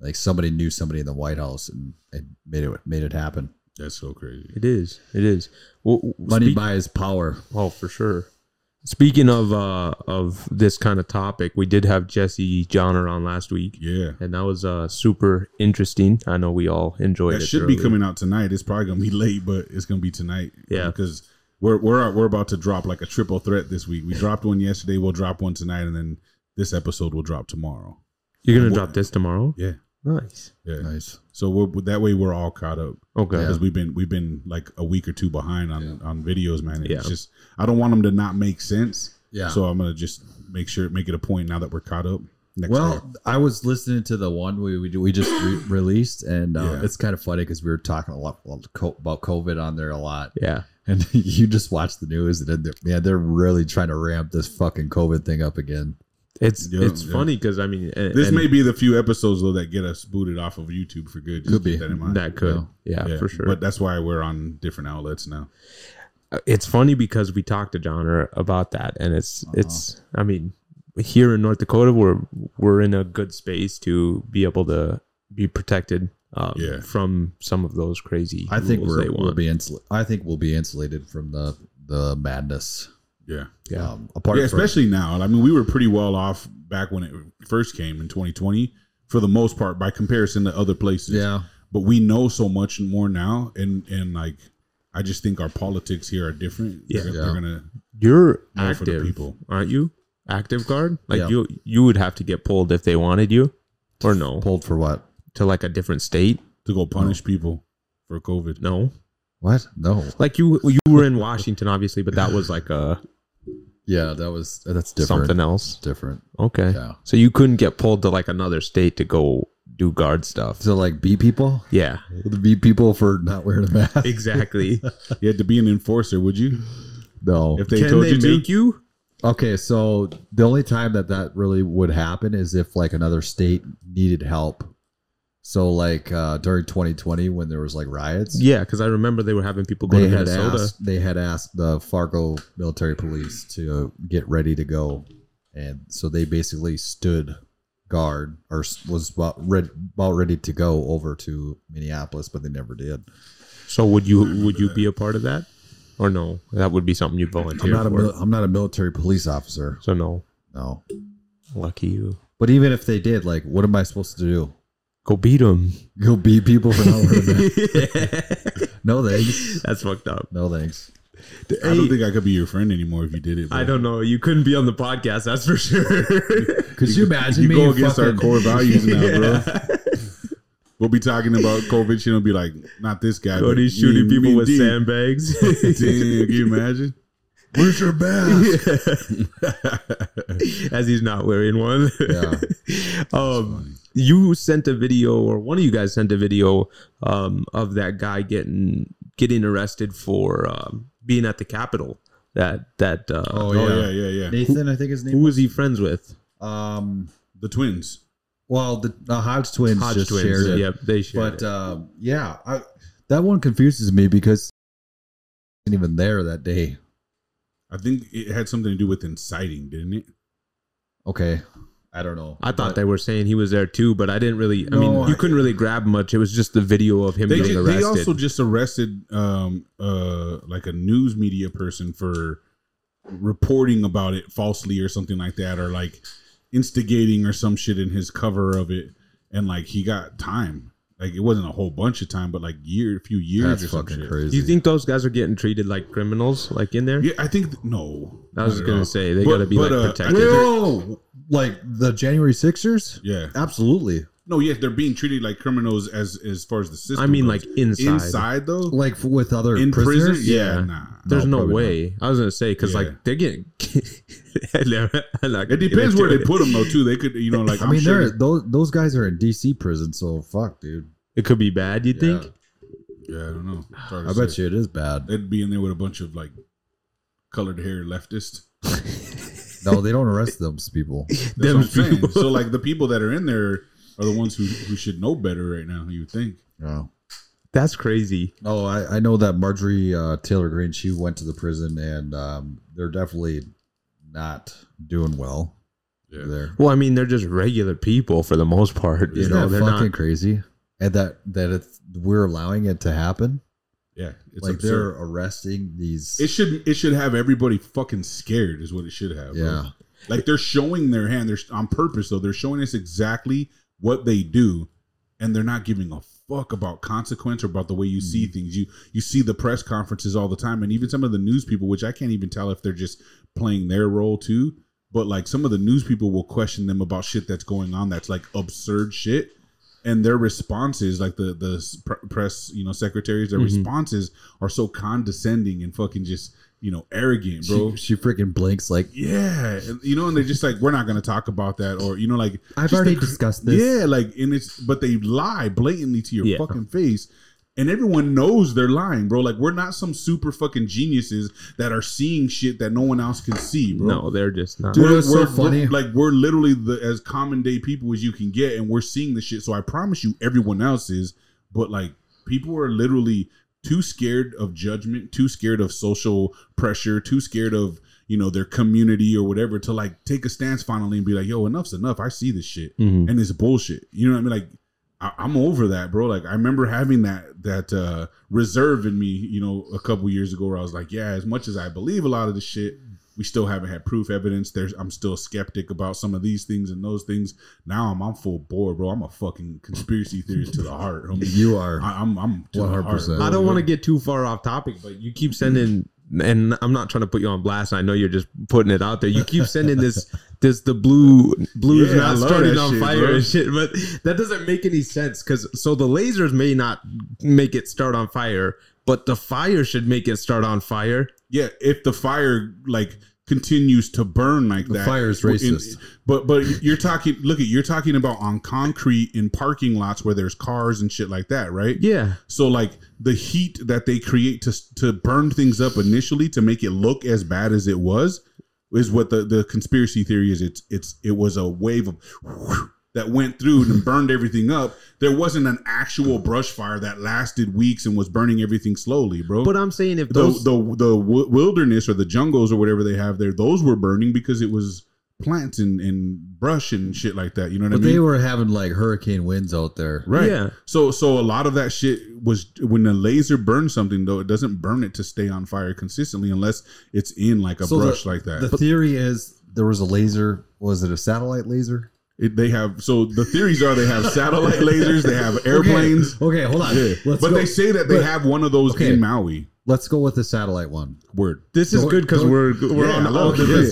Speaker 3: Like somebody knew somebody in the White House and, and made it made it happen.
Speaker 1: That's so crazy.
Speaker 2: It is. It is. Well,
Speaker 3: Money
Speaker 2: speak-
Speaker 3: buys power.
Speaker 2: Oh, for sure. Speaking of uh, of this kind of topic, we did have Jesse Johnner on last week,
Speaker 1: Yeah.
Speaker 2: and that was uh, super interesting. I know we all enjoyed it.
Speaker 1: That should be
Speaker 2: thoroughly.
Speaker 1: coming out tonight. It's probably gonna be late, but it's gonna be tonight.
Speaker 2: Yeah.
Speaker 1: because we're we're we're about to drop like a triple threat this week. We dropped one yesterday. We'll drop one tonight, and then this episode will drop tomorrow.
Speaker 2: You're gonna drop this tomorrow.
Speaker 1: Yeah,
Speaker 2: Nice.
Speaker 1: yeah.
Speaker 3: Nice.
Speaker 1: So we're that way we're all caught up
Speaker 2: Okay.
Speaker 1: because we've been we've been like a week or two behind on on videos, man. It's
Speaker 2: Yeah.
Speaker 1: just I don't want them to not make sense.
Speaker 3: Yeah.
Speaker 1: So I'm gonna just make sure make it a point now that we're caught up. Next
Speaker 3: well,
Speaker 1: time.
Speaker 3: I was listening to the one we we, we just re- released, and uh,
Speaker 1: Yeah.
Speaker 3: it's kind of funny because we were talking a lot about COVID on there a lot,
Speaker 2: Yeah.
Speaker 3: and you just watch the news, and then they're, man, they're really trying to ramp this fucking COVID thing up again.
Speaker 2: It's
Speaker 1: Yeah,
Speaker 2: it's
Speaker 1: yeah.
Speaker 2: funny 'cause funny because I mean and,
Speaker 1: this
Speaker 2: and
Speaker 1: may be the few episodes though that get us booted off of YouTube for good. Just
Speaker 3: Could
Speaker 1: keep
Speaker 3: be.
Speaker 1: that in mind.
Speaker 2: that could yeah, for sure.
Speaker 1: But that's why we're on different outlets now.
Speaker 2: it's funny because we talked to John or- about that, and it's it's I mean here in North Dakota we're we're in a good space to be able to be protected um,
Speaker 1: Yeah.
Speaker 2: from some of those crazy.
Speaker 3: I think
Speaker 2: rules
Speaker 3: we're,
Speaker 2: they
Speaker 3: we'll
Speaker 2: want.
Speaker 3: be insula- I think we'll be insulated from the the madness.
Speaker 1: Yeah.
Speaker 2: Yeah.
Speaker 3: um, apart
Speaker 1: yeah,
Speaker 3: from
Speaker 1: especially now. I mean, we were pretty well off back when it first came in 2020 for the most part by comparison to other places.
Speaker 3: yeah,
Speaker 1: But we know so much more now and and like I just think our politics here are different.
Speaker 2: Yeah.
Speaker 1: They're,
Speaker 3: Yeah.
Speaker 1: they're gonna
Speaker 2: You're
Speaker 1: More for the
Speaker 2: active,
Speaker 1: people.
Speaker 2: aren't you? Active guard, like
Speaker 3: Yeah.
Speaker 2: you you would have to get pulled if they wanted you, or no,
Speaker 3: pulled for what?
Speaker 2: to like a different state.
Speaker 1: to go punish people for COVID.
Speaker 2: No,
Speaker 3: What? No.
Speaker 2: like you you were in Washington obviously, but that was like a
Speaker 3: Yeah, that was that's different.
Speaker 2: something else.
Speaker 3: different.
Speaker 2: Okay.
Speaker 3: Yeah.
Speaker 2: So you couldn't get pulled to like another state to go do guard stuff.
Speaker 3: So like beat people,
Speaker 2: Yeah.
Speaker 3: beat people for not wearing a mask.
Speaker 2: Exactly.
Speaker 1: You had to be an enforcer, would you?
Speaker 3: No.
Speaker 1: If they
Speaker 2: Can
Speaker 1: told
Speaker 2: they
Speaker 1: you to.
Speaker 2: make you?
Speaker 3: Okay, so the only time that that really would happen is if like another state needed help. So like uh, during 2020 when there was like riots,
Speaker 2: Yeah, because I remember they were having people go
Speaker 3: they
Speaker 2: to
Speaker 3: had
Speaker 2: Minnesota.
Speaker 3: asked they had asked the Fargo military police to get ready to go, and so they basically stood guard or s- was about, red, about ready to go over to Minneapolis, but they never did.
Speaker 2: So would you would you be a part of that? Or no, that would be something you'd
Speaker 3: I'm
Speaker 2: volunteer
Speaker 3: not a
Speaker 2: for.
Speaker 3: mil- I'm not a military police officer.
Speaker 2: so no,
Speaker 3: No.
Speaker 2: lucky you.
Speaker 3: But even if they did, like, what am I supposed to do?
Speaker 2: Go beat him.
Speaker 3: Go beat people for not wearing masks? No thanks.
Speaker 2: That's fucked up.
Speaker 3: No thanks.
Speaker 1: I don't think I could be your friend anymore if you did it.
Speaker 2: I
Speaker 1: bro.
Speaker 2: don't know. You couldn't be on the podcast, that's for sure.
Speaker 3: Could you imagine
Speaker 1: You
Speaker 3: me
Speaker 1: go against our
Speaker 3: fucking-
Speaker 1: core values now, bro. We'll be talking about COVID shit and be like, not this guy. but
Speaker 2: Cody
Speaker 1: me
Speaker 2: shooting
Speaker 1: and- me
Speaker 2: people
Speaker 1: and
Speaker 2: with
Speaker 1: D.
Speaker 2: sandbags.
Speaker 1: Damn, can you imagine? Where's your mask?
Speaker 2: As he's not wearing one.
Speaker 3: Yeah.
Speaker 2: um, you sent a video, or one of you guys sent a video um, of that guy getting getting arrested for um, being at the Capitol. That that uh,
Speaker 3: Oh,
Speaker 1: Oh,
Speaker 3: yeah.
Speaker 1: yeah, yeah, yeah.
Speaker 3: Nathan, I think his
Speaker 2: who
Speaker 3: name.
Speaker 2: was he friends with?
Speaker 3: Um,
Speaker 1: The twins.
Speaker 3: well, the, the Hodge twins
Speaker 2: Hodge
Speaker 3: just
Speaker 2: twins.
Speaker 3: shared it.
Speaker 2: Yep, they shared.
Speaker 3: But um, yeah, I, that one confuses me because he wasn't even there that day.
Speaker 1: I think it had something to do with inciting, didn't it?
Speaker 3: Okay, I don't know.
Speaker 2: I
Speaker 1: uh,
Speaker 2: thought
Speaker 3: But-
Speaker 2: they were saying he was there too, but I didn't really. I
Speaker 3: No,
Speaker 2: mean, you
Speaker 3: I-
Speaker 2: couldn't really grab much. It was just the video of him
Speaker 1: They,
Speaker 2: getting
Speaker 1: ju-
Speaker 2: arrested.
Speaker 1: they also just arrested um uh like a news media person for reporting about it falsely or something like that or like instigating or some shit in his cover of it and like he got time. Like it wasn't a whole bunch of time, but like year, a few years
Speaker 3: That's
Speaker 1: or some
Speaker 3: fucking
Speaker 1: shit.
Speaker 3: crazy.
Speaker 2: Do you think those guys are getting treated like criminals, like in there?
Speaker 1: Yeah, I think th- no.
Speaker 2: I was
Speaker 1: not at
Speaker 2: gonna
Speaker 1: all.
Speaker 2: say, they
Speaker 1: But-
Speaker 2: gotta be,
Speaker 1: but,
Speaker 2: like,
Speaker 1: uh, I
Speaker 2: protected.
Speaker 1: think they're-
Speaker 3: Whoa! Like the January Sixers?
Speaker 1: Yeah.
Speaker 3: Absolutely.
Speaker 1: No, yes, they're being treated like criminals as as far as the system.
Speaker 2: I mean,
Speaker 1: goes.
Speaker 2: like inside.
Speaker 1: inside though,
Speaker 3: Like f- with other
Speaker 1: in
Speaker 3: prisoners?
Speaker 1: prison. Yeah,
Speaker 2: Yeah.
Speaker 1: nah.
Speaker 2: There's
Speaker 3: No,
Speaker 2: no,
Speaker 3: probably
Speaker 2: way. I was gonna say because
Speaker 1: Yeah.
Speaker 2: like they're getting.
Speaker 1: It depends where they put them though. Too, they could, you know, like
Speaker 3: I
Speaker 1: I'm
Speaker 3: mean,
Speaker 1: sure
Speaker 3: they're, those those guys are in DC prison, so fuck, dude.
Speaker 2: It could be bad. You
Speaker 3: Yeah.
Speaker 2: think?
Speaker 1: Yeah, I don't know. It's hard to
Speaker 3: I bet
Speaker 1: say.
Speaker 3: you it is bad.
Speaker 1: they'd be in there with a bunch of like colored hair leftists.
Speaker 3: No, they don't arrest those people.
Speaker 1: That's
Speaker 2: Them
Speaker 1: what I'm saying.
Speaker 2: people.
Speaker 1: So like the people that are in there are the ones who, who should know better right now. You would think.
Speaker 3: No.
Speaker 2: That's crazy.
Speaker 3: No, I, I know that Marjorie uh, Taylor Greene, she went to the prison, and um, they're definitely not doing well
Speaker 1: Yeah.
Speaker 3: there.
Speaker 2: Well, I mean, they're just regular people for the most part. You
Speaker 3: Isn't
Speaker 2: know,
Speaker 3: that
Speaker 2: they're
Speaker 3: fucking
Speaker 2: not.
Speaker 3: crazy? And that that it's, we're allowing it to happen.
Speaker 1: Yeah, it's
Speaker 3: like they're
Speaker 1: absurd.
Speaker 3: arresting these.
Speaker 1: It should it should have everybody fucking scared is what it should have. bro.
Speaker 3: yeah,
Speaker 1: like they're showing their hand. They're on purpose though. They're showing us exactly what they do, and they're not giving a fuck about consequence or about the way you see things. You you see the press conferences all the time, and even some of the news people, which I can't even tell if they're just playing their role too. But like some of the news people will question them about shit that's going on that's like absurd shit, and their responses, like the the s- pr- press you know secretaries, their responses are so condescending and fucking just you know arrogant, bro.
Speaker 3: she, she freaking blinks like
Speaker 1: Yeah, and, you know, and they're just like, we're not going to talk about that, or you know, like
Speaker 3: I've
Speaker 1: just
Speaker 3: already
Speaker 1: the-
Speaker 3: discussed this.
Speaker 1: Yeah, like, and it's but they lie blatantly to your
Speaker 2: Yeah.
Speaker 1: fucking face, and everyone knows they're lying, bro. Like, we're not some super fucking geniuses that are seeing shit that no one else can see, bro.
Speaker 2: No, they're just not.
Speaker 3: Dude, it was so funny.
Speaker 1: like we're literally the as common day people as you can get, and we're seeing this shit. So I promise you, everyone else is, but like people are literally too scared of judgment, too scared of social pressure, too scared of you know their community or whatever to like take a stance finally and be like, yo, enough's enough. I see this shit
Speaker 3: Mm-hmm.
Speaker 2: Mhm.
Speaker 1: and it's bullshit. You know what I mean? Like I, I'm over that, bro. Like I remember having that that uh reserve in me, you know, a couple years ago where I was like, yeah, as much as I believe a lot of this shit, we still haven't had proof evidence. There's I'm still skeptic about some of these things and those things. Now I'm I'm full bore, bro. I'm a fucking conspiracy theorist to the heart, homie.
Speaker 3: you are.
Speaker 1: I, I'm I'm to the heart,
Speaker 3: 100%.
Speaker 1: bro.
Speaker 2: I don't want to get too far off topic, but you keep sending, and I'm not trying to put you on blast. and I know you're just putting it out there. You keep sending this, this the blue blues
Speaker 1: Yeah, I
Speaker 2: not
Speaker 1: love
Speaker 2: started
Speaker 1: that
Speaker 2: on
Speaker 1: shit,
Speaker 2: fire
Speaker 1: bro.
Speaker 2: and shit, but that doesn't make any sense because so the lasers may not make it start on fire, but the fire should make it start on fire.
Speaker 1: yeah, if the fire like continues to burn like that,
Speaker 3: fire is
Speaker 1: in-
Speaker 3: racist.
Speaker 1: but but you're talking. Look at you're talking about on concrete in parking lots where there's cars and shit like that, right?
Speaker 2: Yeah,
Speaker 1: So like the heat that they create to to burn things up initially to make it look as bad as it was is what the the conspiracy theory is. It's it's it was a wave of that went through and burned everything up. There wasn't an actual brush fire that lasted weeks and was burning everything slowly, bro.
Speaker 2: but I'm saying if
Speaker 1: the
Speaker 2: those
Speaker 1: the the wi- wilderness or the jungles or whatever they have there, those were burning because it was plants and, and brush and shit like that. You know what I
Speaker 3: But
Speaker 1: mean?
Speaker 3: they were having like hurricane winds out there.
Speaker 1: Right.
Speaker 2: Yeah.
Speaker 1: So so a lot of that shit was when the laser burns something though, it doesn't burn it to stay on fire consistently unless it's in like a
Speaker 3: So the-
Speaker 1: brush like that.
Speaker 3: The theory is there was a laser. Was it a satellite laser?
Speaker 1: It- they have so the theories are they have satellite lasers, they have airplanes.
Speaker 3: Okay, okay, hold on.
Speaker 1: Yeah.
Speaker 3: Let's
Speaker 1: But
Speaker 3: go.
Speaker 1: they say that they
Speaker 3: But-
Speaker 1: have one of those
Speaker 3: Okay.
Speaker 1: in Maui.
Speaker 3: Let's go with the satellite one.
Speaker 1: Word.
Speaker 2: This is
Speaker 3: Don't-
Speaker 2: good because
Speaker 3: don't-
Speaker 2: we're we're
Speaker 1: Yeah,
Speaker 2: on
Speaker 1: I
Speaker 2: all
Speaker 1: love it.
Speaker 2: different
Speaker 1: Yeah,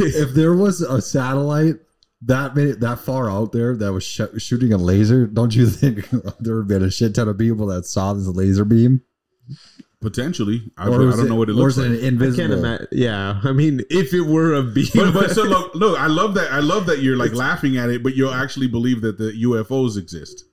Speaker 2: right?
Speaker 3: if there was a satellite that many, that far out there that was sh- shooting a laser, don't you think there would be a shit ton of people that saw this laser beam?
Speaker 1: Potentially. I, I
Speaker 3: Or is
Speaker 1: don't know what it looks
Speaker 3: or
Speaker 1: like.
Speaker 3: is it an
Speaker 2: I can't
Speaker 3: invisible?
Speaker 2: imagine. Yeah, I mean, if it were a beam,
Speaker 1: But, but so look, look, I love that. I love that you're like laughing at it, but you'll actually believe that the UFOs exist.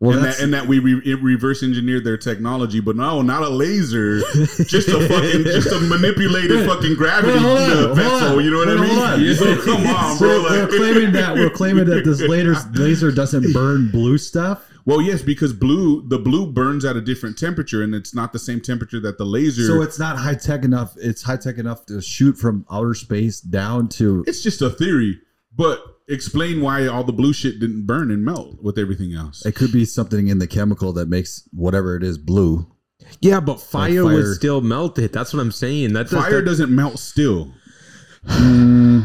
Speaker 3: well,
Speaker 1: and
Speaker 3: that's,
Speaker 1: that, and that we re- it reverse engineered their technology, but no, not a laser, just a fucking, just a manipulated fucking gravity
Speaker 3: Wait, hold on,
Speaker 1: uh,
Speaker 3: hold
Speaker 1: vessel.
Speaker 3: on,
Speaker 1: You know what I
Speaker 3: hold on.
Speaker 1: mean? So come on, bro.
Speaker 3: So we're
Speaker 1: like-
Speaker 3: claiming that we're claiming that this laser laser doesn't burn blue stuff.
Speaker 1: well, yes, because blue, the blue burns at a different temperature, and it's not the same temperature that the laser.
Speaker 3: So
Speaker 1: it's,
Speaker 3: it's not high tech enough. It's high tech enough to shoot from outer space down to
Speaker 1: just a theory, but explain why all the blue shit didn't burn and melt with everything else.
Speaker 3: It could be something in the chemical that makes whatever it is blue.
Speaker 2: yeah, but fire,
Speaker 3: fire-
Speaker 2: would still melt it. That's what I'm saying. That does-
Speaker 1: Fire
Speaker 2: that-
Speaker 1: doesn't melt still.
Speaker 3: I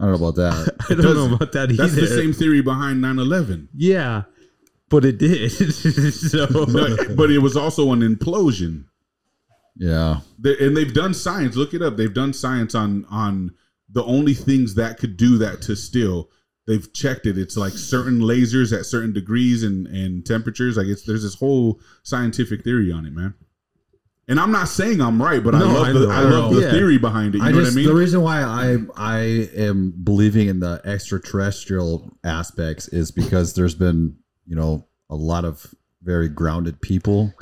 Speaker 3: don't know about that.
Speaker 2: I don't know about that either.
Speaker 1: That's the same theory behind 9-11.
Speaker 2: Yeah, but it did. so
Speaker 1: But, but it was also an implosion.
Speaker 3: Yeah.
Speaker 1: they and they've done science. Look it up. They've done science on on the only things that could do that to steel. They've checked it. It's like certain lasers at certain degrees and and temperatures. Like it's there's this whole scientific theory on it, man. And I'm not saying I'm right, but I
Speaker 2: No,
Speaker 1: love
Speaker 2: I
Speaker 1: the
Speaker 2: know,
Speaker 1: I
Speaker 2: I
Speaker 1: love
Speaker 2: know.
Speaker 1: the
Speaker 2: Yeah.
Speaker 1: theory behind it. You
Speaker 3: I
Speaker 1: know
Speaker 3: just
Speaker 1: what I mean?
Speaker 3: the reason why I I am believing in the extraterrestrial aspects is because there's been, you know, a lot of very grounded people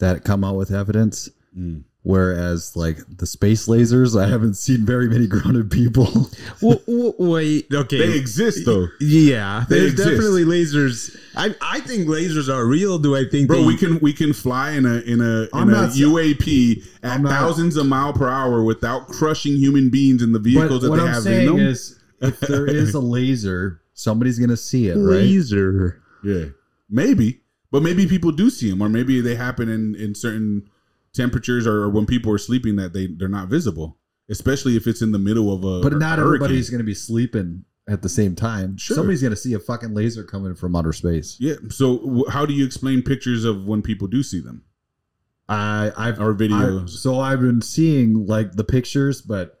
Speaker 3: that come out with evidence.
Speaker 1: Mm.
Speaker 3: Whereas like the space lasers, I haven't seen very many grounded people.
Speaker 2: W- w- wait, okay.
Speaker 1: They exist though,
Speaker 2: yeah,
Speaker 1: They
Speaker 2: there's
Speaker 1: exist.
Speaker 2: definitely lasers. I I think lasers are real. Do I think?
Speaker 1: bro.
Speaker 2: they-
Speaker 1: We can we can fly in a in a in
Speaker 3: I'm
Speaker 1: a
Speaker 3: not-
Speaker 1: UAP at
Speaker 3: I'm not-
Speaker 1: thousands of mile per hour without crushing human beings in the vehicles that
Speaker 3: what
Speaker 1: they
Speaker 3: I'm
Speaker 1: have in
Speaker 3: saying
Speaker 1: them.
Speaker 3: is if there is a laser, somebody's gonna see it, right?
Speaker 2: laser.
Speaker 1: Yeah, maybe, but maybe people do see them, or maybe they happen in in certain temperatures or when people are sleeping that they they're not visible, especially if it's in the middle of a.
Speaker 3: But not
Speaker 1: hurricane.
Speaker 3: everybody's going to be sleeping at the same time.
Speaker 1: Sure.
Speaker 3: Somebody's going to see a fucking laser coming from outer space.
Speaker 1: Yeah. So w- how do you explain pictures of when people do see them
Speaker 3: I I've
Speaker 1: or
Speaker 3: I-
Speaker 1: videos?
Speaker 3: so I've been seeing like the pictures, but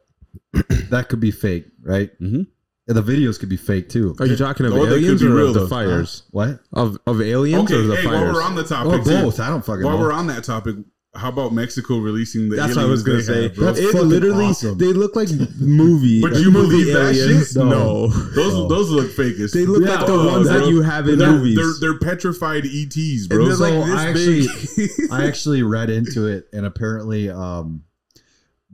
Speaker 3: that could be fake, right?
Speaker 1: Mhm.
Speaker 3: And the videos could be fake too.
Speaker 2: Are you talking of
Speaker 1: Or they could
Speaker 2: aliens
Speaker 1: be
Speaker 2: or
Speaker 1: real,
Speaker 2: of the
Speaker 1: though.
Speaker 2: fires?
Speaker 3: What?
Speaker 2: Of of aliens or
Speaker 1: okay.
Speaker 2: the
Speaker 1: Hey, while
Speaker 2: fires?
Speaker 1: we're on the
Speaker 3: Or
Speaker 1: topic, too,
Speaker 3: both? I don't fucking
Speaker 1: while
Speaker 3: know.
Speaker 1: we're on that topic, how about Mexico releasing the?
Speaker 2: That's what I was gonna
Speaker 1: aliens they
Speaker 2: say.
Speaker 1: have, bro?
Speaker 3: That's
Speaker 2: it
Speaker 3: fucking
Speaker 2: literally
Speaker 3: awesome.
Speaker 2: they look like movie.
Speaker 1: But
Speaker 2: like
Speaker 1: you
Speaker 2: movie
Speaker 1: believe that shit?
Speaker 2: No.
Speaker 1: Those
Speaker 3: Oh.
Speaker 1: those look fake as
Speaker 2: They look
Speaker 3: Yeah,
Speaker 2: like the
Speaker 1: fuck,
Speaker 2: ones that
Speaker 1: bro.
Speaker 2: you have in
Speaker 1: they're,
Speaker 2: movies.
Speaker 1: They're, they're petrified ETs,
Speaker 2: and
Speaker 1: bro.
Speaker 2: they're
Speaker 3: So
Speaker 2: like this
Speaker 3: I
Speaker 2: big.
Speaker 3: I actually read into it, and apparently, um,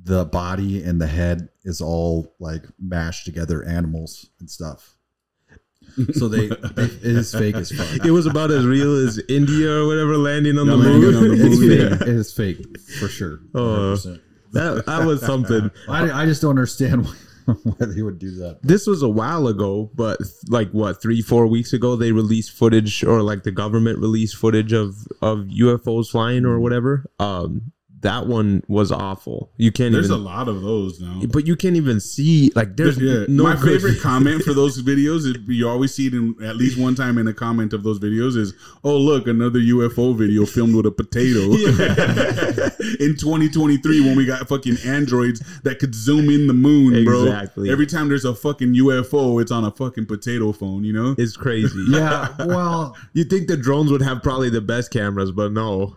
Speaker 3: the body and the head is all like mashed together animals and stuff. So they, they it is fake as fuck.
Speaker 2: it was about as real as India or whatever landing on
Speaker 1: Yeah,
Speaker 2: the
Speaker 1: landing on
Speaker 2: moon.
Speaker 1: the Uh,
Speaker 3: It's
Speaker 1: moon,
Speaker 2: Yeah.
Speaker 3: fake. It is fake for sure.
Speaker 2: Oh.
Speaker 3: 100%.
Speaker 2: that, that was something.
Speaker 3: I, I just don't understand why, why they would do that.
Speaker 2: This was a while ago, but like what three, four weeks ago, they released footage, or like the government released footage of of UFOs flying or whatever. Um, that one was awful. You can't
Speaker 1: There's a
Speaker 2: even,
Speaker 1: lot of those now.
Speaker 2: but you can't even see. Like there's
Speaker 1: Yeah.
Speaker 2: no
Speaker 1: My
Speaker 2: good-
Speaker 1: favorite comment for those videos, is, you always see it in at least one time in a comment of those videos is, "Oh look, another UFO video filmed with a potato." in 2023, when we got fucking androids that could zoom in the moon,
Speaker 2: Exactly.
Speaker 1: bro. Every time there's a fucking UFO, it's on a fucking potato phone. You know?
Speaker 2: is crazy.
Speaker 3: Yeah, well,
Speaker 2: You think the drones would have probably the best cameras, but no.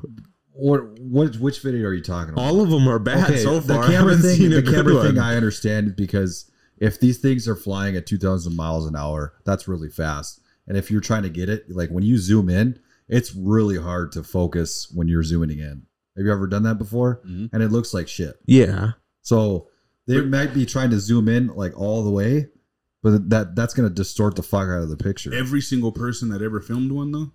Speaker 3: what, what which video are you talking about?
Speaker 2: All of them are bad Oh, so far.
Speaker 3: The
Speaker 2: I
Speaker 3: camera
Speaker 2: haven't
Speaker 3: thing,
Speaker 2: seen a
Speaker 3: the
Speaker 2: good
Speaker 3: camera thing,
Speaker 2: one.
Speaker 3: I understand because if these things are flying at two thousand miles an hour, that's really fast. And if you're trying to get it, like when you zoom in, it's really hard to focus when you're zooming in. Have you ever done that before?
Speaker 1: Mhm.
Speaker 3: And it looks like shit.
Speaker 2: yeah.
Speaker 3: So they might be trying to zoom in like all the way, but that that's gonna distort the fuck out of the picture.
Speaker 1: Every single person that ever filmed one, though,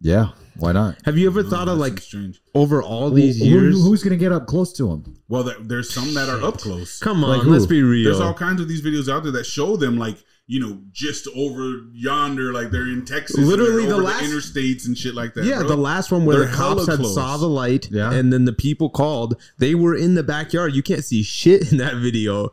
Speaker 3: Yeah, why not?
Speaker 2: Have you ever
Speaker 1: Oh,
Speaker 2: thought
Speaker 1: that
Speaker 2: of
Speaker 1: seems
Speaker 2: like
Speaker 1: strange.
Speaker 2: over all these
Speaker 3: Who- who-
Speaker 2: years?
Speaker 3: who's going to get up close to him?
Speaker 1: Well, there, there's some that are up close.
Speaker 2: Come on,
Speaker 3: Like who?
Speaker 2: let's be real.
Speaker 1: There's all kinds of these videos out there that show them like you know just over yonder, like they're in Texas, and
Speaker 2: Literally
Speaker 1: they're
Speaker 2: the
Speaker 1: over
Speaker 2: last-
Speaker 1: interstates and shit like that.
Speaker 2: yeah,
Speaker 1: bro.
Speaker 2: the last one where
Speaker 1: They're
Speaker 2: the cops
Speaker 1: hella
Speaker 2: had
Speaker 1: close.
Speaker 2: saw the light,
Speaker 3: Yeah.
Speaker 2: and then the people called. They were in the backyard. You can't see shit in that video.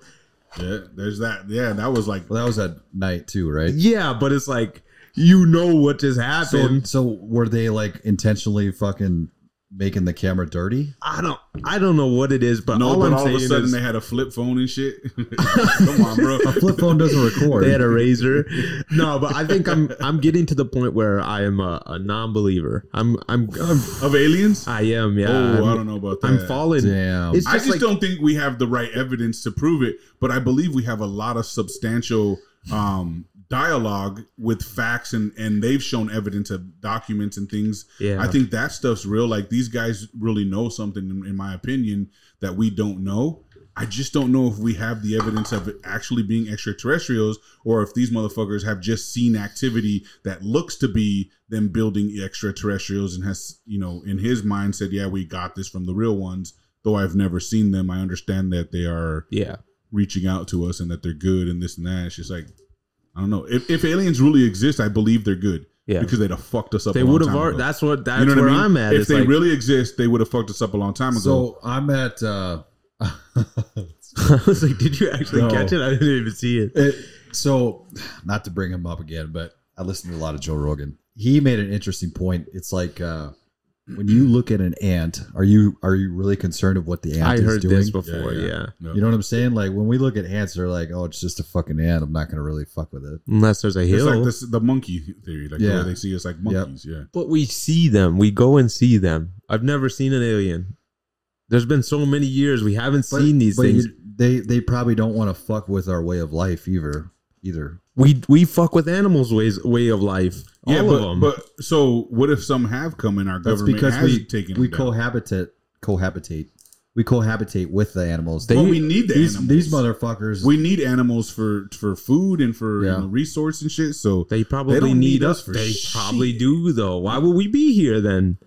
Speaker 1: yeah, there's that. Yeah, that was like
Speaker 3: Well, that was at night too, right?
Speaker 2: Yeah, but it's like you know what just
Speaker 3: So,
Speaker 2: happened.
Speaker 3: so were they like intentionally fucking making the camera dirty?
Speaker 2: I don't, I don't know what it is, but
Speaker 1: no,
Speaker 2: all
Speaker 1: but
Speaker 2: I'm
Speaker 1: all of
Speaker 2: saying
Speaker 1: a sudden
Speaker 2: is
Speaker 1: they had a flip phone and shit. Come on, bro.
Speaker 3: A flip phone doesn't record.
Speaker 2: they had a razor. no, but I think I'm, I'm getting to the point where I am a, a non-believer. I'm, I'm, I'm
Speaker 1: Of aliens?
Speaker 2: I am. Yeah,
Speaker 1: oh,
Speaker 2: I'm,
Speaker 1: I don't know about that.
Speaker 2: I'm falling.
Speaker 3: Damn.
Speaker 2: It's
Speaker 1: I just
Speaker 2: like-
Speaker 1: don't think we have the right evidence to prove it, but I believe we have a lot of substantial um, dialogue with facts, and and they've shown evidence of documents and things.
Speaker 2: Yeah.
Speaker 1: I think that stuff's real. Like these guys really know something, in, in my opinion, that we don't know. I just don't know if we have the evidence of it actually being extraterrestrials, or if these motherfuckers have just seen activity that looks to be them building extraterrestrials, and has you know in his mind said, "Yeah, we got this from the real ones." Though I've never seen them, I understand that they are
Speaker 2: Yeah.
Speaker 1: reaching out to us and that they're good and this and that. It's just like I don't know. If, if aliens really exist, I believe they're good.
Speaker 2: Yeah.
Speaker 1: Because they'd have fucked us up.
Speaker 2: They
Speaker 1: a long
Speaker 2: would have.
Speaker 1: time
Speaker 2: Ar-
Speaker 1: ago.
Speaker 2: that's what. That's
Speaker 1: you know what
Speaker 2: where
Speaker 1: I mean?
Speaker 2: I'm at.
Speaker 1: If
Speaker 2: It's
Speaker 1: they
Speaker 2: like,
Speaker 1: really exist, they would have fucked us up a long time ago.
Speaker 3: so I'm at. uh
Speaker 2: I was like, did you actually
Speaker 3: No.
Speaker 2: catch it? I didn't even see it.
Speaker 3: it, So, not to bring him up again, but I listen to a lot of Joe Rogan. He made an interesting point. It's like uh when you look at an ant, are you are you really concerned of what the ant
Speaker 2: I
Speaker 3: is
Speaker 2: heard
Speaker 3: doing?
Speaker 2: this before. Yeah,
Speaker 1: yeah. No.
Speaker 3: You know what I'm saying? Like when we look at ants, they're like, "Oh, it's just a fucking ant. I'm not gonna really fuck with it."
Speaker 2: unless there's a
Speaker 1: it's
Speaker 2: hill.
Speaker 1: like this, the monkey theory. Like
Speaker 3: Yeah.
Speaker 1: the way they see us like monkeys. Yeah.
Speaker 2: but we see them. We go and see them. I've never seen an alien. There's been so many years we haven't seen these things.
Speaker 3: you- they they probably don't want to fuck with our way of life either. Either
Speaker 2: we we fuck with animals' ways way of life. All
Speaker 1: yeah,
Speaker 2: of
Speaker 1: but,
Speaker 2: them.
Speaker 1: but so what if some have come and our
Speaker 3: that's
Speaker 1: government
Speaker 3: because
Speaker 1: has
Speaker 3: we
Speaker 1: taken
Speaker 3: we
Speaker 1: them down?
Speaker 3: cohabitate cohabitate we cohabitate with the animals.
Speaker 2: They-
Speaker 1: Well, we need the
Speaker 3: these
Speaker 1: animals.
Speaker 3: these motherfuckers.
Speaker 1: we need animals for for food and for
Speaker 3: Yeah.
Speaker 1: you know, resource and shit. So
Speaker 2: they probably
Speaker 1: don't
Speaker 2: need
Speaker 1: need
Speaker 2: us.
Speaker 1: us for
Speaker 2: they
Speaker 1: shit.
Speaker 2: probably do though. Why would we be here then?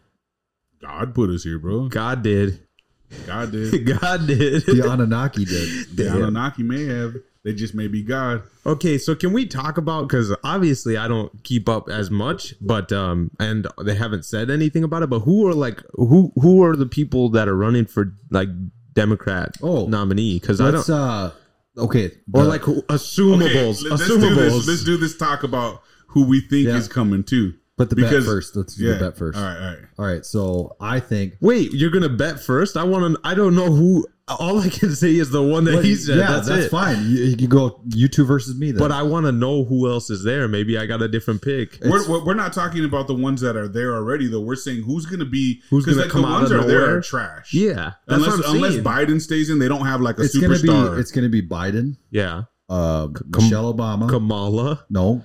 Speaker 1: God put us here, bro.
Speaker 2: God did.
Speaker 1: God did.
Speaker 2: God did.
Speaker 3: the Anunnaki did.
Speaker 1: the Anunnaki may have. They just may be God.
Speaker 2: Okay, so can we talk about because obviously I don't keep up as much, but um, and they haven't said anything about it. But who are like who who are the people that are running for like Democrat
Speaker 3: Oh.
Speaker 2: nominee? Because I
Speaker 3: Let's
Speaker 2: don't Uh,
Speaker 3: uh okay
Speaker 2: or
Speaker 3: the-
Speaker 2: like who- assumables,
Speaker 1: Okay, let's do
Speaker 2: assumables.
Speaker 1: this. Let's do this talk about who we think
Speaker 3: Yeah.
Speaker 1: is coming too.
Speaker 3: but the
Speaker 1: because-
Speaker 3: bet first. Let's do
Speaker 1: Yeah.
Speaker 3: the bet first.
Speaker 1: All right, all right.
Speaker 3: All right, so I think
Speaker 2: Wait, you're gonna bet first? I want to. I don't know who. All I can say is the one that he said.
Speaker 3: yeah,
Speaker 2: that's,
Speaker 3: that's,
Speaker 2: it.
Speaker 3: fine. You, you can go you two versus me. Then.
Speaker 2: But I want to know who else is there. Maybe I got a different pick.
Speaker 1: We're, we're, we're not talking about the ones that are there already, though. We're saying who's going to be
Speaker 2: Who's
Speaker 1: 'cause,
Speaker 2: gonna
Speaker 1: the
Speaker 2: come out
Speaker 1: ones
Speaker 2: of
Speaker 1: that are there
Speaker 2: nowhere?
Speaker 1: are trash.
Speaker 2: Yeah, that's
Speaker 1: unless
Speaker 2: what I'm
Speaker 1: unless
Speaker 2: saying.
Speaker 1: Biden stays in, they don't have like a
Speaker 3: it's gonna
Speaker 1: superstar.
Speaker 3: be it's gonna be Biden,
Speaker 2: yeah,
Speaker 3: uh,
Speaker 2: Kam-
Speaker 3: Michelle Obama.
Speaker 2: Kamala.
Speaker 3: no,
Speaker 2: No,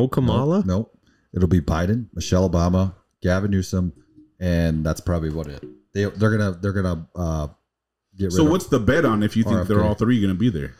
Speaker 3: Nope,
Speaker 2: Kamala.
Speaker 3: Nope. It'll be Biden, Michelle Obama, Gavin Newsom, and that's probably what it. They they're gonna they're gonna uh, get rid
Speaker 1: so
Speaker 3: of.
Speaker 1: what's the bet on if you think they're
Speaker 3: RFK.
Speaker 1: all three going to be there?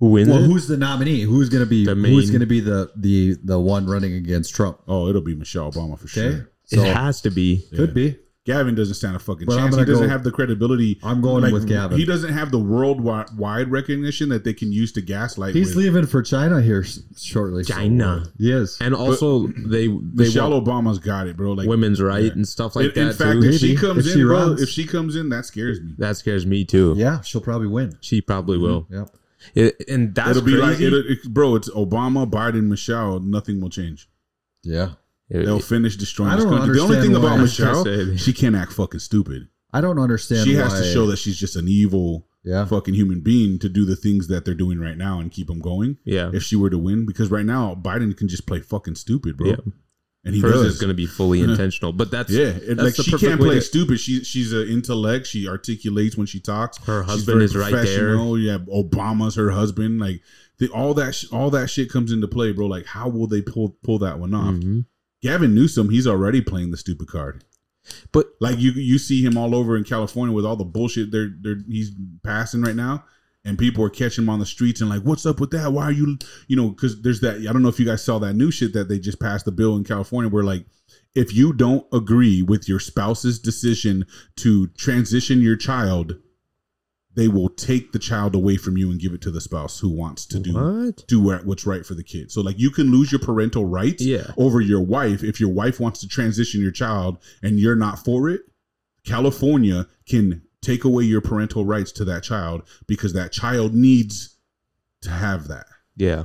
Speaker 2: Who wins?
Speaker 3: well,
Speaker 2: it?
Speaker 3: who's the nominee? Who's gonna be
Speaker 2: The
Speaker 3: who's
Speaker 2: main-
Speaker 3: gonna be the the the one running against Trump?
Speaker 1: Oh, it'll be Michelle Obama for
Speaker 3: Okay,
Speaker 1: sure.
Speaker 3: so
Speaker 2: it has to be.
Speaker 3: could be.
Speaker 1: Gavin doesn't stand a fucking
Speaker 3: But I'm
Speaker 1: chance. He
Speaker 3: gonna
Speaker 1: doesn't
Speaker 3: go-
Speaker 1: have the credibility.
Speaker 3: I'm going with Gavin.
Speaker 1: He doesn't have the worldwide wide recognition that they can use to gaslight.
Speaker 3: He's
Speaker 1: with.
Speaker 3: leaving for China here s- shortly. so, uh,
Speaker 2: China.
Speaker 3: yes.
Speaker 2: And also, they they
Speaker 1: Michelle
Speaker 2: want
Speaker 1: Obama's got it, bro. Like
Speaker 2: women's right and stuff
Speaker 1: in,
Speaker 2: like that
Speaker 1: in fact,
Speaker 2: too.
Speaker 1: if she
Speaker 3: Maybe.
Speaker 1: comes
Speaker 3: If
Speaker 1: in,
Speaker 3: she
Speaker 1: bro,
Speaker 3: runs.
Speaker 1: if she comes in, that scares me.
Speaker 2: That scares me too.
Speaker 3: yeah, she'll probably win.
Speaker 2: She probably will.
Speaker 3: Yep.
Speaker 2: It- and that's
Speaker 1: Mm-hmm. it'll be like,
Speaker 2: crazy.
Speaker 1: it'll, it, bro, it's Obama, Biden, Michelle. Nothing will change.
Speaker 3: Yeah.
Speaker 2: It-
Speaker 1: They'll
Speaker 2: it-
Speaker 1: finish destroying
Speaker 3: I
Speaker 1: this
Speaker 3: don't
Speaker 1: country. The only
Speaker 3: understand
Speaker 1: thing
Speaker 3: why-
Speaker 1: about
Speaker 3: I
Speaker 2: was gonna
Speaker 1: Michelle,
Speaker 2: say-
Speaker 1: she can't act fucking stupid.
Speaker 3: I don't understand.
Speaker 1: She has to
Speaker 3: why-
Speaker 1: show that she's just an evil
Speaker 3: Yeah.
Speaker 1: fucking human being to do the things that they're doing right now and keep them going.
Speaker 2: yeah,
Speaker 1: If she were to win, because right now Biden can just play fucking stupid, bro.
Speaker 2: Yeah.
Speaker 1: And he
Speaker 2: hers
Speaker 1: does. Mm-hmm.
Speaker 2: is going to be fully intentional. But that's
Speaker 1: Yeah, it,
Speaker 2: that's
Speaker 1: like
Speaker 2: the
Speaker 1: she
Speaker 2: perfect
Speaker 1: can't
Speaker 2: way
Speaker 1: play
Speaker 2: to-
Speaker 1: stupid. She she's an intellect. She articulates when she talks.
Speaker 2: Her
Speaker 1: She's
Speaker 2: husband
Speaker 1: very
Speaker 2: is right there.
Speaker 1: professional. Yeah, Obama's her husband. Like the, all that sh- all that shit comes into play, bro. Like how will they pull pull that one off?
Speaker 2: Mhm.
Speaker 1: Gavin Newsom, he's already playing the stupid card.
Speaker 2: But-
Speaker 1: like you you see him all over in California with all the bullshit they're they're he's passing right now. And people are catching him on the streets and like, what's up with that? Why are you, you know, because there's that. I don't know if you guys saw that new shit that they just passed the bill in California where like if you don't agree with your spouse's decision to transition your child, they will take the child away from you and give it to the spouse who wants to do
Speaker 2: What?
Speaker 1: do what- what's right for the kid. So like you can lose your parental rights
Speaker 2: Yeah.
Speaker 1: over your wife if your wife wants to transition your child and you're not for it. California can take away your parental rights to that child because that child needs to have that.
Speaker 2: Yeah.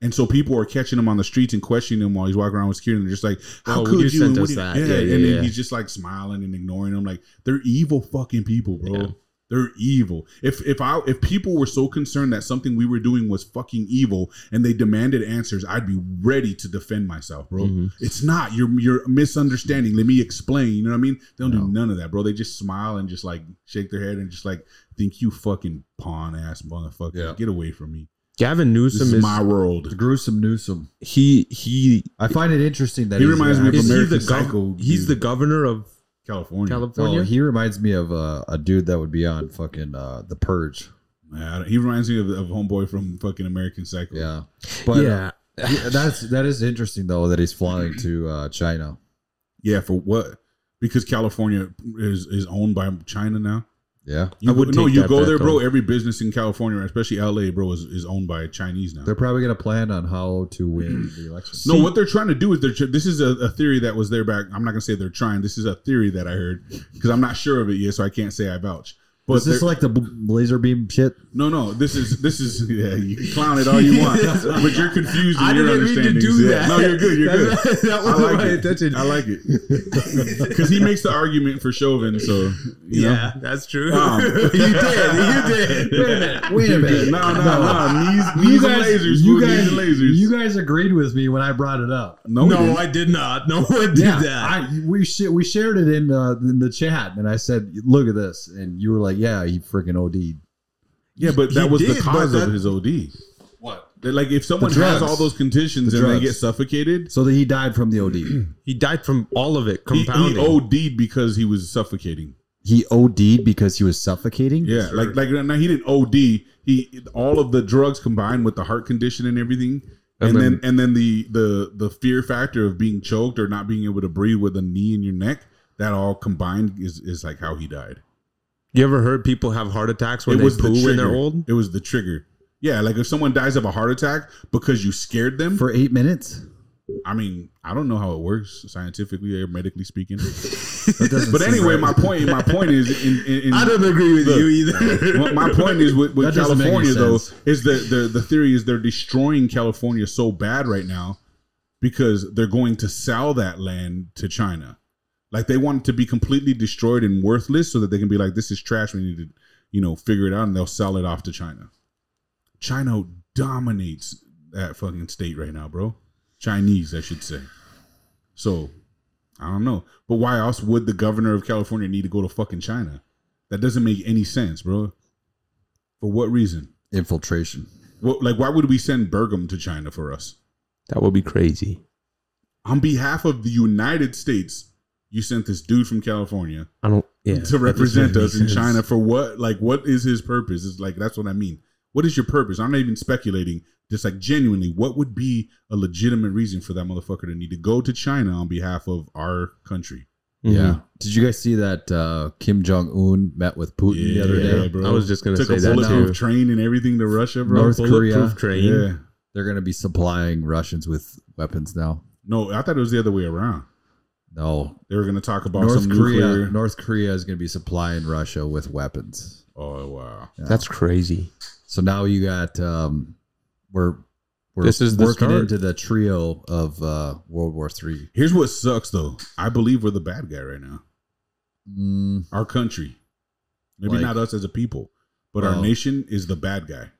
Speaker 1: And so people are catching him on the streets and questioning him while he's walking around with security. And they're just like, "How
Speaker 2: Oh,
Speaker 1: could
Speaker 2: you
Speaker 1: you?"
Speaker 2: sent
Speaker 1: and
Speaker 2: us
Speaker 1: do you-
Speaker 2: that.
Speaker 1: Yeah.
Speaker 2: Yeah, yeah,
Speaker 1: and then
Speaker 2: yeah.
Speaker 1: he's just like smiling and ignoring them. Like they're evil fucking people, bro.
Speaker 2: Yeah.
Speaker 1: They're evil. If if I if people were so concerned that something we were doing was fucking evil and they demanded answers, I'd be ready to defend myself, bro.
Speaker 2: Mhm.
Speaker 1: It's not. You're you're misunderstanding. Let me explain. You know what I mean? They don't
Speaker 3: No.
Speaker 1: do none of that, bro. They just smile and just like shake their head and just like think you fucking pawn ass motherfucker.
Speaker 3: Yeah.
Speaker 1: Get away from me.
Speaker 2: Gavin
Speaker 1: This
Speaker 2: Newsom
Speaker 1: is
Speaker 2: is
Speaker 1: my world.
Speaker 3: The gruesome Newsom.
Speaker 2: he he
Speaker 3: I find it interesting that
Speaker 1: He
Speaker 3: he's
Speaker 1: reminds me of
Speaker 3: actually-
Speaker 2: is he
Speaker 1: American
Speaker 2: the
Speaker 1: Psycho
Speaker 2: gov- he's the
Speaker 1: dude.
Speaker 2: governor of
Speaker 1: California.
Speaker 2: California.
Speaker 3: Oh, he reminds me of uh, a dude that would be on fucking uh, The Purge.
Speaker 1: Yeah, I don't- he reminds me of, of homeboy from fucking American Psycho.
Speaker 3: Yeah, but uh, yeah.
Speaker 2: yeah.
Speaker 3: that's that is interesting though that he's flying to uh, China.
Speaker 1: Yeah, for what? Because California is is owned by China now.
Speaker 3: Yeah,
Speaker 1: You,
Speaker 2: I would
Speaker 1: no,
Speaker 2: take
Speaker 1: you
Speaker 2: that
Speaker 1: go
Speaker 2: bet,
Speaker 1: there, bro.
Speaker 2: though.
Speaker 1: Every business in California, especially LA, bro, is, is owned by Chinese now.
Speaker 3: they're probably gonna plan on how to win the election.
Speaker 1: no, what they're trying to do is they're tr- this is a, a theory that was there back. I'm not gonna say they're trying. This is a theory that I heard because I'm not sure of it yet, so I can't say I vouch. But
Speaker 3: is this
Speaker 1: they're-
Speaker 3: like the b- laser beam shit?
Speaker 1: no, no, this is this is yeah. You can clown it all you want, but you're confused. in your understandings. Yeah. No, you're good. You're good.
Speaker 2: That, that
Speaker 1: I
Speaker 2: wasn't
Speaker 1: like
Speaker 2: my
Speaker 1: it.
Speaker 2: intention.
Speaker 1: I like it because he makes the argument for Chauvin. So you
Speaker 2: yeah, that's true.
Speaker 1: know. Um,
Speaker 2: you did. You did.
Speaker 3: Wait a minute.
Speaker 1: No, no, no. Knees, knees and lasers. You guys, and lasers.
Speaker 3: you guys agreed with me when I brought it up.
Speaker 1: no,
Speaker 2: no,
Speaker 1: no
Speaker 2: I did not. No one did that.
Speaker 3: I, we sh- we shared it in uh, in the chat, and I said, "Look at this," and you were like, "Yeah, he freaking OD'd."
Speaker 1: yeah, but
Speaker 2: He
Speaker 1: that was the
Speaker 2: did, but
Speaker 1: cause
Speaker 2: that-
Speaker 1: of his OD. What? Like, if someone
Speaker 3: The
Speaker 1: has
Speaker 3: drugs.
Speaker 1: all those conditions
Speaker 3: The
Speaker 1: and they
Speaker 3: drugs.
Speaker 1: get suffocated,
Speaker 3: So that he died from the OD.
Speaker 2: he died from all of it
Speaker 1: he,
Speaker 2: compounding.
Speaker 1: he OD'd because he was suffocating.
Speaker 3: he OD'd because he was suffocating.
Speaker 1: Yeah, like like now he didn't OD. He all of the drugs combined with the heart condition and everything, and,
Speaker 2: And
Speaker 1: then, and then the the the fear factor of being choked or not being able to breathe with a knee in your neck. That all combined is is like how he died.
Speaker 2: you ever heard people have heart attacks when
Speaker 1: it
Speaker 2: they
Speaker 1: was the
Speaker 2: poo
Speaker 1: trigger.
Speaker 2: when they're old?
Speaker 1: It was the trigger. Yeah, like if someone dies of a heart attack because you scared them.
Speaker 3: for eight minutes.
Speaker 1: I mean, I don't know how it works scientifically or medically speaking.
Speaker 3: That doesn't
Speaker 1: But
Speaker 3: seem
Speaker 1: anyway,
Speaker 3: right.
Speaker 1: my point my point is in, in, in
Speaker 2: I don't agree with
Speaker 1: Look,
Speaker 2: you either.
Speaker 1: Well, my point is with, with
Speaker 3: That doesn't make
Speaker 1: California
Speaker 3: any
Speaker 1: though
Speaker 3: sense.
Speaker 1: is that the the theory is they're destroying California so bad right now because they're going to sell that land to China. Like they want it to be completely destroyed and worthless so that they can be like, this is trash. We need to, you know, figure it out, and they'll sell it off to China. China dominates that fucking state right now, bro. Chinese, I should say. So, I don't know. But why else would the governor of California need to go to fucking China? That doesn't make any sense, bro. For what reason?
Speaker 3: infiltration.
Speaker 1: What, like, why would we send Bergam to China for us?
Speaker 2: that would be crazy.
Speaker 1: On behalf of the United States, you sent this dude from California
Speaker 2: I don't. Yeah.
Speaker 1: to represent us in
Speaker 2: sense.
Speaker 1: China for what? Like, what is his purpose? It's like, that's what I mean. What is your purpose? I'm not even speculating. Just like genuinely, what would be a legitimate reason for that motherfucker to need to go to China on behalf of our country?
Speaker 2: Mhm.
Speaker 3: Yeah. Did you guys see that uh, Kim Jong Un met with Putin the other day?
Speaker 1: bro.
Speaker 2: I was just gonna
Speaker 1: Took
Speaker 2: say
Speaker 1: a
Speaker 2: that
Speaker 1: bulletproof
Speaker 2: too.
Speaker 1: train and everything to Russia, bro.
Speaker 3: North
Speaker 2: Bulletproof
Speaker 3: Korea.
Speaker 2: train.
Speaker 1: yeah.
Speaker 3: They're going to be supplying Russians with weapons now.
Speaker 1: No, I thought it was the other way around.
Speaker 3: No,
Speaker 1: They were going to talk about
Speaker 3: North
Speaker 1: some
Speaker 3: Korea.
Speaker 1: nuclear.
Speaker 3: North Korea is going to be supplying Russia with weapons.
Speaker 1: oh wow!
Speaker 2: That's crazy.
Speaker 3: So now you got um, we're we're
Speaker 2: This is the
Speaker 3: working
Speaker 2: start.
Speaker 3: into the trio of uh, World War Three.
Speaker 1: Here's what sucks though. I believe we're the bad guy right now.
Speaker 3: Mm,
Speaker 1: Our country, maybe
Speaker 3: Like-
Speaker 1: not us as a people, but our
Speaker 3: Well-
Speaker 1: nation is the bad guy.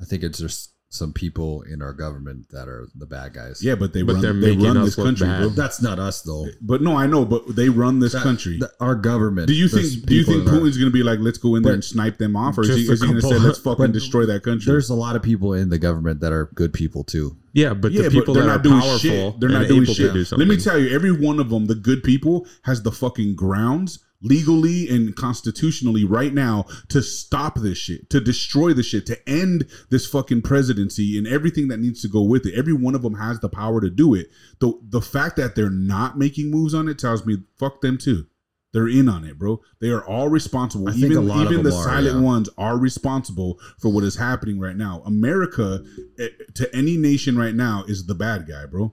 Speaker 3: I think it's just some people in our government that are the bad guys.
Speaker 1: Yeah, but they
Speaker 2: But they're
Speaker 1: run. They
Speaker 2: making
Speaker 1: run
Speaker 2: us
Speaker 1: this
Speaker 2: look
Speaker 1: country,
Speaker 2: bad.
Speaker 1: bro.
Speaker 3: that's not us though.
Speaker 1: But no, I know. But they run this
Speaker 3: That-
Speaker 1: country.
Speaker 3: that- our government.
Speaker 1: do you
Speaker 3: there's
Speaker 1: think? Do you
Speaker 3: people
Speaker 1: think
Speaker 3: in our-
Speaker 1: Putin's going to be like, "Let's go in there
Speaker 3: But-
Speaker 1: and snipe them off," or is
Speaker 2: Just
Speaker 1: he,
Speaker 2: a
Speaker 1: is he going to say,
Speaker 2: couple-
Speaker 1: "Let's fucking
Speaker 3: but
Speaker 1: destroy that country"?
Speaker 3: There's a lot of people in the government that are good people too.
Speaker 2: Yeah, but
Speaker 1: yeah,
Speaker 2: the people
Speaker 1: but they're
Speaker 2: that
Speaker 1: not
Speaker 2: are
Speaker 1: doing
Speaker 2: powerful,
Speaker 1: shit. They're
Speaker 2: and
Speaker 1: not doing
Speaker 2: able to
Speaker 1: shit. Let
Speaker 2: do
Speaker 1: me
Speaker 2: something.
Speaker 1: tell you, every one of them, the good people, has the fucking grounds legally and constitutionally right now to stop this shit, to destroy this shit, to end this fucking presidency and everything that needs to go with it. Every one of them has the power to do it. The the fact that they're not making moves on it tells me fuck them too. They're in on it, bro. They are all responsible.
Speaker 3: I think
Speaker 1: even
Speaker 3: a lot of
Speaker 1: even the
Speaker 3: them are,
Speaker 1: silent
Speaker 3: yeah.
Speaker 1: ones are responsible for what is happening right now. America, eh, to any nation right now, is the bad guy, bro.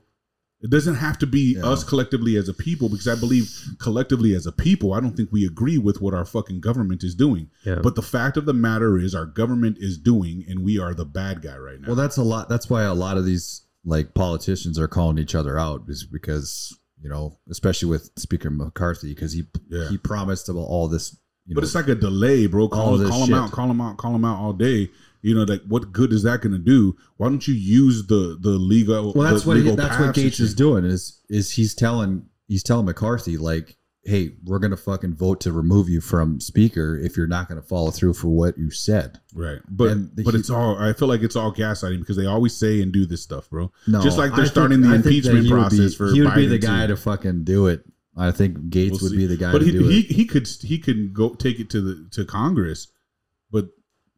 Speaker 1: It doesn't have to be
Speaker 3: Yeah.
Speaker 1: us collectively as a people, because I believe collectively as a people, I don't think we agree with what our fucking government is doing.
Speaker 2: Yeah.
Speaker 1: But the fact of the matter is, our government is doing, and we are the bad guy right now.
Speaker 3: Well, that's a lot. That's why a lot of these like politicians are calling each other out is because you know, especially with Speaker McCarthy, because he
Speaker 1: Yeah.
Speaker 3: he promised about all this. You
Speaker 1: but
Speaker 3: know,
Speaker 1: it's like a delay, bro.
Speaker 3: all
Speaker 1: Call,
Speaker 3: this
Speaker 1: call them
Speaker 3: shit.
Speaker 1: out, call them out, call them out all day. You know, like what good is that going to do? Why don't you use the the legal?
Speaker 3: well, that's
Speaker 1: the
Speaker 3: what he,
Speaker 1: legal
Speaker 3: that's
Speaker 1: paths
Speaker 3: what
Speaker 1: and
Speaker 3: Gates is
Speaker 1: shit?
Speaker 3: doing is is he's telling he's telling McCarthy like, hey, we're gonna fucking vote to remove you from Speaker if you're not gonna follow through for what you said.
Speaker 1: Right, but
Speaker 3: And the-
Speaker 1: but it's all. I feel like it's all gaslighting because they always say and do this stuff, bro.
Speaker 3: No,
Speaker 1: Just like they're
Speaker 3: I think-
Speaker 1: starting the
Speaker 3: I think that
Speaker 1: impeachment
Speaker 3: he would be-
Speaker 1: process for
Speaker 3: he would be
Speaker 1: Biden,
Speaker 3: the guy
Speaker 1: too.
Speaker 3: to fucking do it. I think Gates
Speaker 1: We'll
Speaker 3: would
Speaker 1: see.
Speaker 3: be the guy
Speaker 1: But
Speaker 3: to
Speaker 1: he,
Speaker 3: do
Speaker 1: he
Speaker 3: it.
Speaker 1: he could he could go take it to the to Congress, but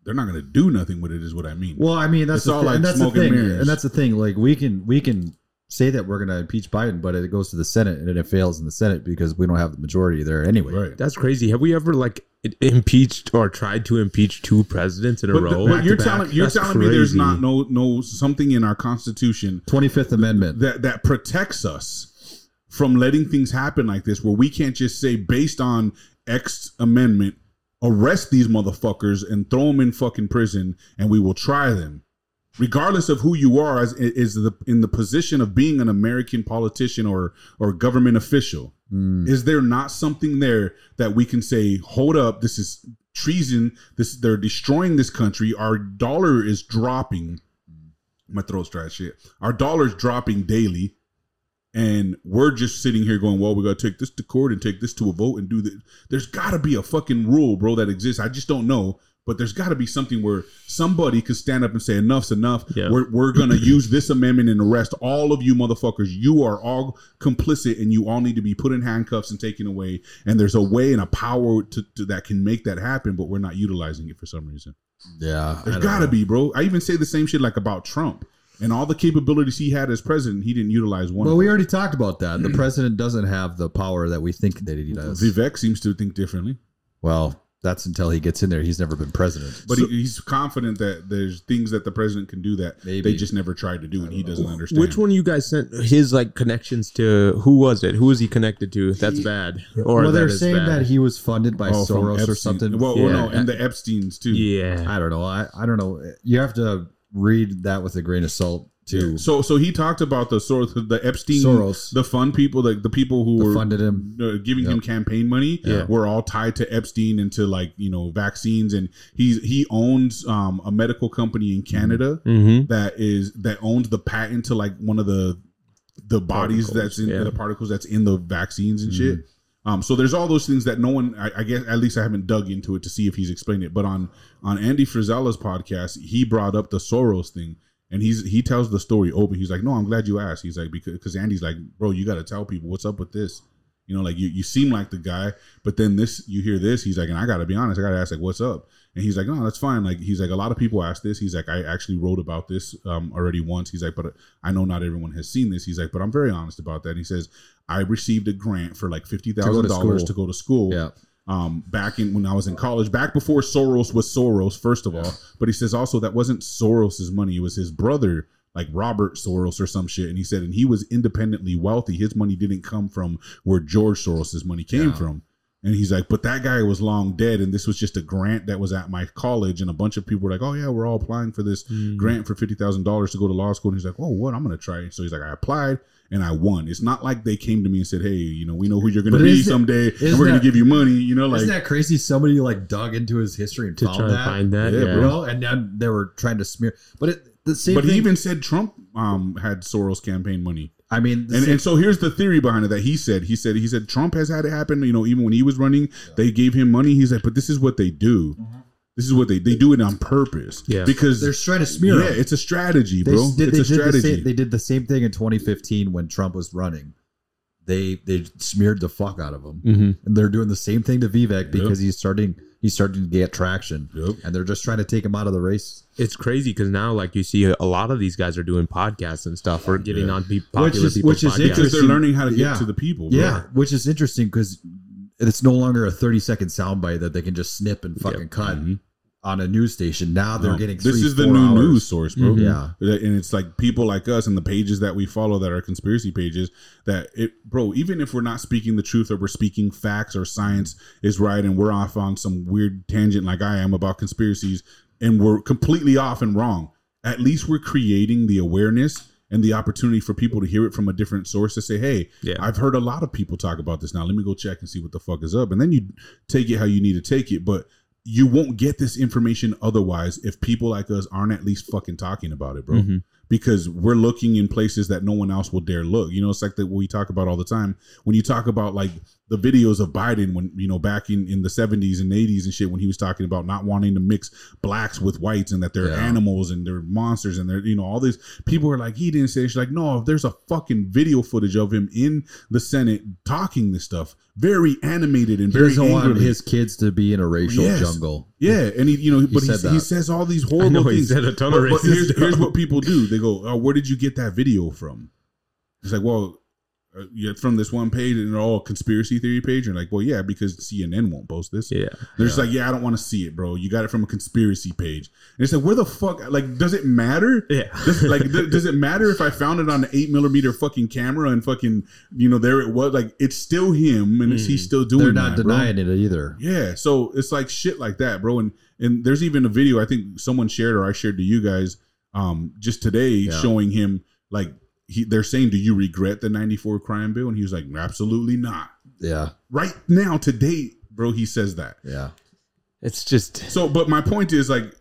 Speaker 1: they're not going to do nothing with it. Is what I mean.
Speaker 3: Well, I mean that's
Speaker 1: It's
Speaker 3: the
Speaker 1: all
Speaker 3: thi-
Speaker 1: like
Speaker 3: and that's the
Speaker 1: smoke and
Speaker 3: thing,
Speaker 1: mirrors.
Speaker 3: and that's the thing. Like we can we can say that we're gonna impeach Biden, but it goes to the Senate and then it fails in the Senate because we don't have the majority there anyway.
Speaker 1: right.
Speaker 2: That's crazy. Have we ever like i- impeached or tried to impeach two presidents in a
Speaker 1: But,
Speaker 2: row?
Speaker 1: but
Speaker 2: back
Speaker 1: you're
Speaker 2: to back?
Speaker 1: telling you're
Speaker 2: That's
Speaker 1: telling me there's
Speaker 2: crazy.
Speaker 1: not no no something in our Constitution
Speaker 3: Twenty fifth Amendment.
Speaker 1: that that protects us from letting things happen like this where we can't just say based on x amendment arrest these motherfuckers and throw them in fucking prison and we will try them regardless of who you are as is the in the position of being an american politician or or government official
Speaker 3: Mm.
Speaker 1: is there not something there that we can say hold up this is treason this they're destroying this country our dollar is dropping my throat's dry as shit our dollar's dropping daily and we're just sitting here going well we gotta take this to court and take this to a vote and do this there's gotta be a fucking rule bro that exists i just don't know but there's got to be something where somebody could stand up and say enough's enough
Speaker 2: Yeah.
Speaker 1: we're, we're gonna use this amendment and arrest all of you motherfuckers you are all complicit and you all need to be put in handcuffs and taken away and there's a way and a power to, to that can make that happen but we're not utilizing it for some reason
Speaker 3: Yeah,
Speaker 1: there's
Speaker 3: I don't
Speaker 1: got to
Speaker 3: know.
Speaker 1: be, bro. I even say the same shit like about Trump and all the capabilities he had as president. He didn't utilize one.
Speaker 3: Well,
Speaker 1: of
Speaker 3: we
Speaker 1: them.
Speaker 3: already talked about that. The president doesn't have the power that we think that he does.
Speaker 1: Vivek seems to think differently,
Speaker 3: Well, that's until he gets in there. He's never been president.
Speaker 1: but he, he's confident that there's things that the president can do that
Speaker 3: Maybe.
Speaker 1: they just never tried to do, and he doesn't understand.
Speaker 2: Which one you guys sent his like connections to? Who was it? Who was he connected to? That's bad. Or
Speaker 3: well, they're
Speaker 2: that is
Speaker 3: saying
Speaker 2: bad.
Speaker 3: that he was funded by
Speaker 1: Oh, from
Speaker 3: Soros or
Speaker 1: Epstein.
Speaker 3: something.
Speaker 1: Well, well, no,
Speaker 2: Yeah.
Speaker 1: and the Epstein's too.
Speaker 2: Yeah.
Speaker 3: I don't know. I, I don't know. You have to read that with a grain of salt too.
Speaker 1: So, so he talked about the Soros, the Epstein,
Speaker 3: Soros.
Speaker 1: the fun people, like the people who
Speaker 3: That
Speaker 1: were
Speaker 3: funded him.
Speaker 1: uh, giving him
Speaker 3: Yep.
Speaker 1: campaign money
Speaker 2: Yeah.
Speaker 1: were all tied to Epstein and to like you know vaccines, and he's he owns um, a medical company in Canada.
Speaker 2: Mm-hmm.
Speaker 1: that is that owns the patent to like one of the the bodies
Speaker 2: Particles,
Speaker 1: that's in
Speaker 2: yeah. Mm-hmm.
Speaker 1: the particles that's in the vaccines and shit. Um, so there's all those things that no one, I, I guess, at least I haven't dug into it to see if he's explained it. But on on Andy Frizzella's podcast, he brought up the Soros thing, and he's he tells the story open. He's like, "No, I'm glad you asked." He's like, "Because because Andy's like, bro, you got to tell people what's up with this." You know, like you, you seem like the guy, but then this you hear this, he's like, and I gotta be honest, I gotta ask like what's up? And he's like, No, that's fine. Like he's like, a lot of people ask this. He's like, I actually wrote about this um already once. He's like, but I know not everyone has seen this. He's like, but I'm very honest about that. And he says, I received a grant for like fifty thousand dollars
Speaker 3: school.
Speaker 1: to go to school
Speaker 3: Yeah.
Speaker 1: um, back in when I was in college, back before Soros was Soros, first of all. But he says also that wasn't Soros's money; it was his brother, like Robert Soros or some shit. And he said, and he was independently wealthy. His money didn't come from where George Soros's money came
Speaker 3: Yeah.
Speaker 1: from. And he's like, but that guy was long dead, and this was just a grant that was at my college, and a bunch of people were like, oh yeah, we're all applying for this
Speaker 3: Mm.
Speaker 1: grant for fifty thousand dollars to go to law school. And he's like, oh what? I'm gonna try. it." So he's like, I applied. And I won. It's not like they came to me and said, "Hey, you know, we know who you're going to
Speaker 3: But
Speaker 1: be
Speaker 3: isn't it-
Speaker 1: someday, and
Speaker 3: isn't
Speaker 1: we're going
Speaker 3: that-
Speaker 1: to give you money." You know, like
Speaker 3: Isn't that crazy? Somebody like dug into his history and
Speaker 2: To
Speaker 3: found
Speaker 2: try
Speaker 3: that.
Speaker 2: and find that.
Speaker 1: Yeah,
Speaker 2: Yeah,
Speaker 3: You know, and then they were trying to smear. But it, the same
Speaker 1: but
Speaker 3: thing.
Speaker 1: he even said Trump um, had Soros campaign money,
Speaker 3: I mean, the
Speaker 1: and
Speaker 3: same-
Speaker 1: and so here's the theory behind it that he said he said he said Trump has had it happen. You know, even when he was running, they gave him money. He's like, but this is what they do. This is what they they do it on purpose.
Speaker 2: Yeah.
Speaker 1: because
Speaker 3: Mm-hmm. they're trying to
Speaker 1: yeah,
Speaker 3: smear him.
Speaker 1: it's a strategy,
Speaker 3: They
Speaker 1: bro.
Speaker 3: s- did-
Speaker 1: it's
Speaker 3: they
Speaker 1: a
Speaker 3: did the
Speaker 1: strategy.
Speaker 3: same- they did the same thing in 2015 when Trump was running. they they smeared the fuck out of him.
Speaker 2: Mm-hmm.
Speaker 3: And they're doing the same thing to Vivek
Speaker 1: Yep.
Speaker 3: because he's starting he's starting to get traction.
Speaker 1: Yep.
Speaker 3: And they're just trying to take him out of the race.
Speaker 2: It's crazy because now, like you see, a lot of these guys are doing podcasts and stuff, or getting
Speaker 1: Yeah.
Speaker 2: on pe- popular
Speaker 3: is-
Speaker 2: people's
Speaker 3: which is
Speaker 2: podcasts.
Speaker 1: because they're
Speaker 3: Interesting.
Speaker 1: learning how to get
Speaker 3: Yeah.
Speaker 1: to the people. bro.
Speaker 3: Yeah, which is interesting because it's no longer a 30 second soundbite that they can just snip and fucking cut
Speaker 1: Mhm.
Speaker 3: on a news station. Now they're
Speaker 1: No.
Speaker 3: getting
Speaker 1: this
Speaker 3: three,
Speaker 1: is the
Speaker 3: four
Speaker 1: new
Speaker 3: hours. Mm-hmm.
Speaker 1: news source, bro.
Speaker 2: Mhm.
Speaker 3: Yeah.
Speaker 1: and it's like people like us and the pages that we follow that are conspiracy pages. That it, bro. Even if we're not speaking the truth or we're speaking facts or science is right, and we're off on some weird tangent like I am about conspiracies, and we're completely off and wrong. At least we're creating the awareness and the opportunity for people to hear it from a different source to say, "Hey,
Speaker 2: Yeah.
Speaker 1: I've heard a lot of people talk about this now. Let me go check and see what the fuck is up. And then you take it how you need to take it. But you won't get this information otherwise if people like us aren't at least fucking talking about it, bro.
Speaker 3: Mm-hmm.
Speaker 2: Mhm.
Speaker 1: Because we're looking in places that no one else will dare look. You know, it's like that we talk about all the time. When you talk about like the videos of Biden when, you know, back in, in the 70s and 80s and shit, when he was talking about not wanting to mix blacks with whites and that they're
Speaker 3: Yeah.
Speaker 1: animals and they're monsters and they're, you know, all these people are like, he didn't say, she's like, no, if there's a fucking video footage of him in the Senate talking this stuff, very animated and
Speaker 3: He
Speaker 1: very
Speaker 3: doesn't want
Speaker 1: angrily.
Speaker 3: his kids to be in a racial
Speaker 1: Yes.
Speaker 3: jungle.
Speaker 1: Yeah, and he, you know, but he,
Speaker 3: said
Speaker 1: he,
Speaker 3: that.
Speaker 1: says all these
Speaker 2: I
Speaker 1: horrible
Speaker 2: know he
Speaker 1: things.
Speaker 2: said a ton of
Speaker 1: but, but
Speaker 2: racist
Speaker 1: here's, here's
Speaker 2: stuff.
Speaker 1: what people do: they go, oh, "Where did you get that video from?" It's like, well, uh, yeah, from this one page and they're all conspiracy theory page, and like, well, yeah, because CNN won't post this.
Speaker 2: Yeah,
Speaker 1: They're just like, yeah, I don't want to see it, bro. You got it from a conspiracy page, and it's like, where the fuck? Like, does it matter?
Speaker 2: yeah.
Speaker 1: Does, like, th- does it matter if I found it on an eight millimeter fucking camera and fucking, you know, there it was? Like, it's still him, and it's, he's still doing.
Speaker 3: They're not
Speaker 1: that, bro.
Speaker 3: denying it either.
Speaker 1: Yeah, so it's like shit like that, bro. And and there's even a video I think someone shared or I shared to you guys um just today
Speaker 3: Yeah.
Speaker 1: showing him like he they're saying, "Do you regret the '94 crime bill?" And he was like, "Absolutely not."
Speaker 3: Yeah,
Speaker 1: Right now, today, bro, he says that.
Speaker 3: yeah.
Speaker 2: It's just
Speaker 1: So, but my point is like.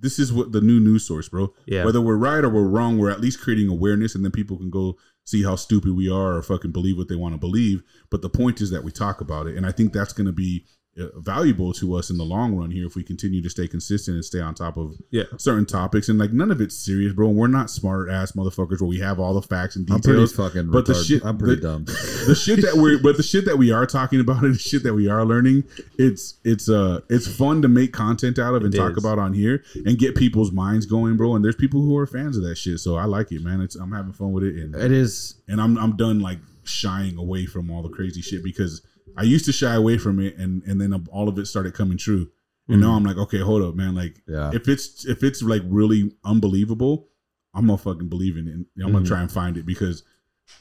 Speaker 1: This is what the new news source, bro.
Speaker 2: Yeah.
Speaker 1: Whether we're right or we're wrong, we're at least creating awareness, and then people can go see how stupid we are or fucking believe what they want to believe. But the point is that we talk about it, and I think that's going to be uh, valuable to us in the long run here if we continue to stay consistent and stay on top of
Speaker 2: yeah.
Speaker 1: certain topics. And like none of it's serious, bro. And we're not smart ass motherfuckers where we have all the facts and
Speaker 3: I'm pretty
Speaker 1: details.
Speaker 3: fucking.
Speaker 1: but the
Speaker 3: retarded.
Speaker 1: shit-
Speaker 3: I'm
Speaker 1: the-
Speaker 3: pretty dumb.
Speaker 1: the shit that we're but the shit that we are talking about and the shit that we are learning it's it's uh it's fun to make content out of and
Speaker 2: It
Speaker 1: talk
Speaker 2: is.
Speaker 1: about on here and get people's minds going bro and there's people who are fans of that shit so i like it man it's i'm having fun with it and
Speaker 3: It is.
Speaker 1: and i'm i'm done like shying away from all the crazy shit because i used to shy away from it and and then all of it started coming true and
Speaker 2: Mm.
Speaker 1: now i'm like okay hold up man like
Speaker 3: Yeah.
Speaker 1: if it's if it's like really unbelievable, I'm gonna fucking believe in it. And I'm gonna
Speaker 2: Mhm.
Speaker 1: try and find it because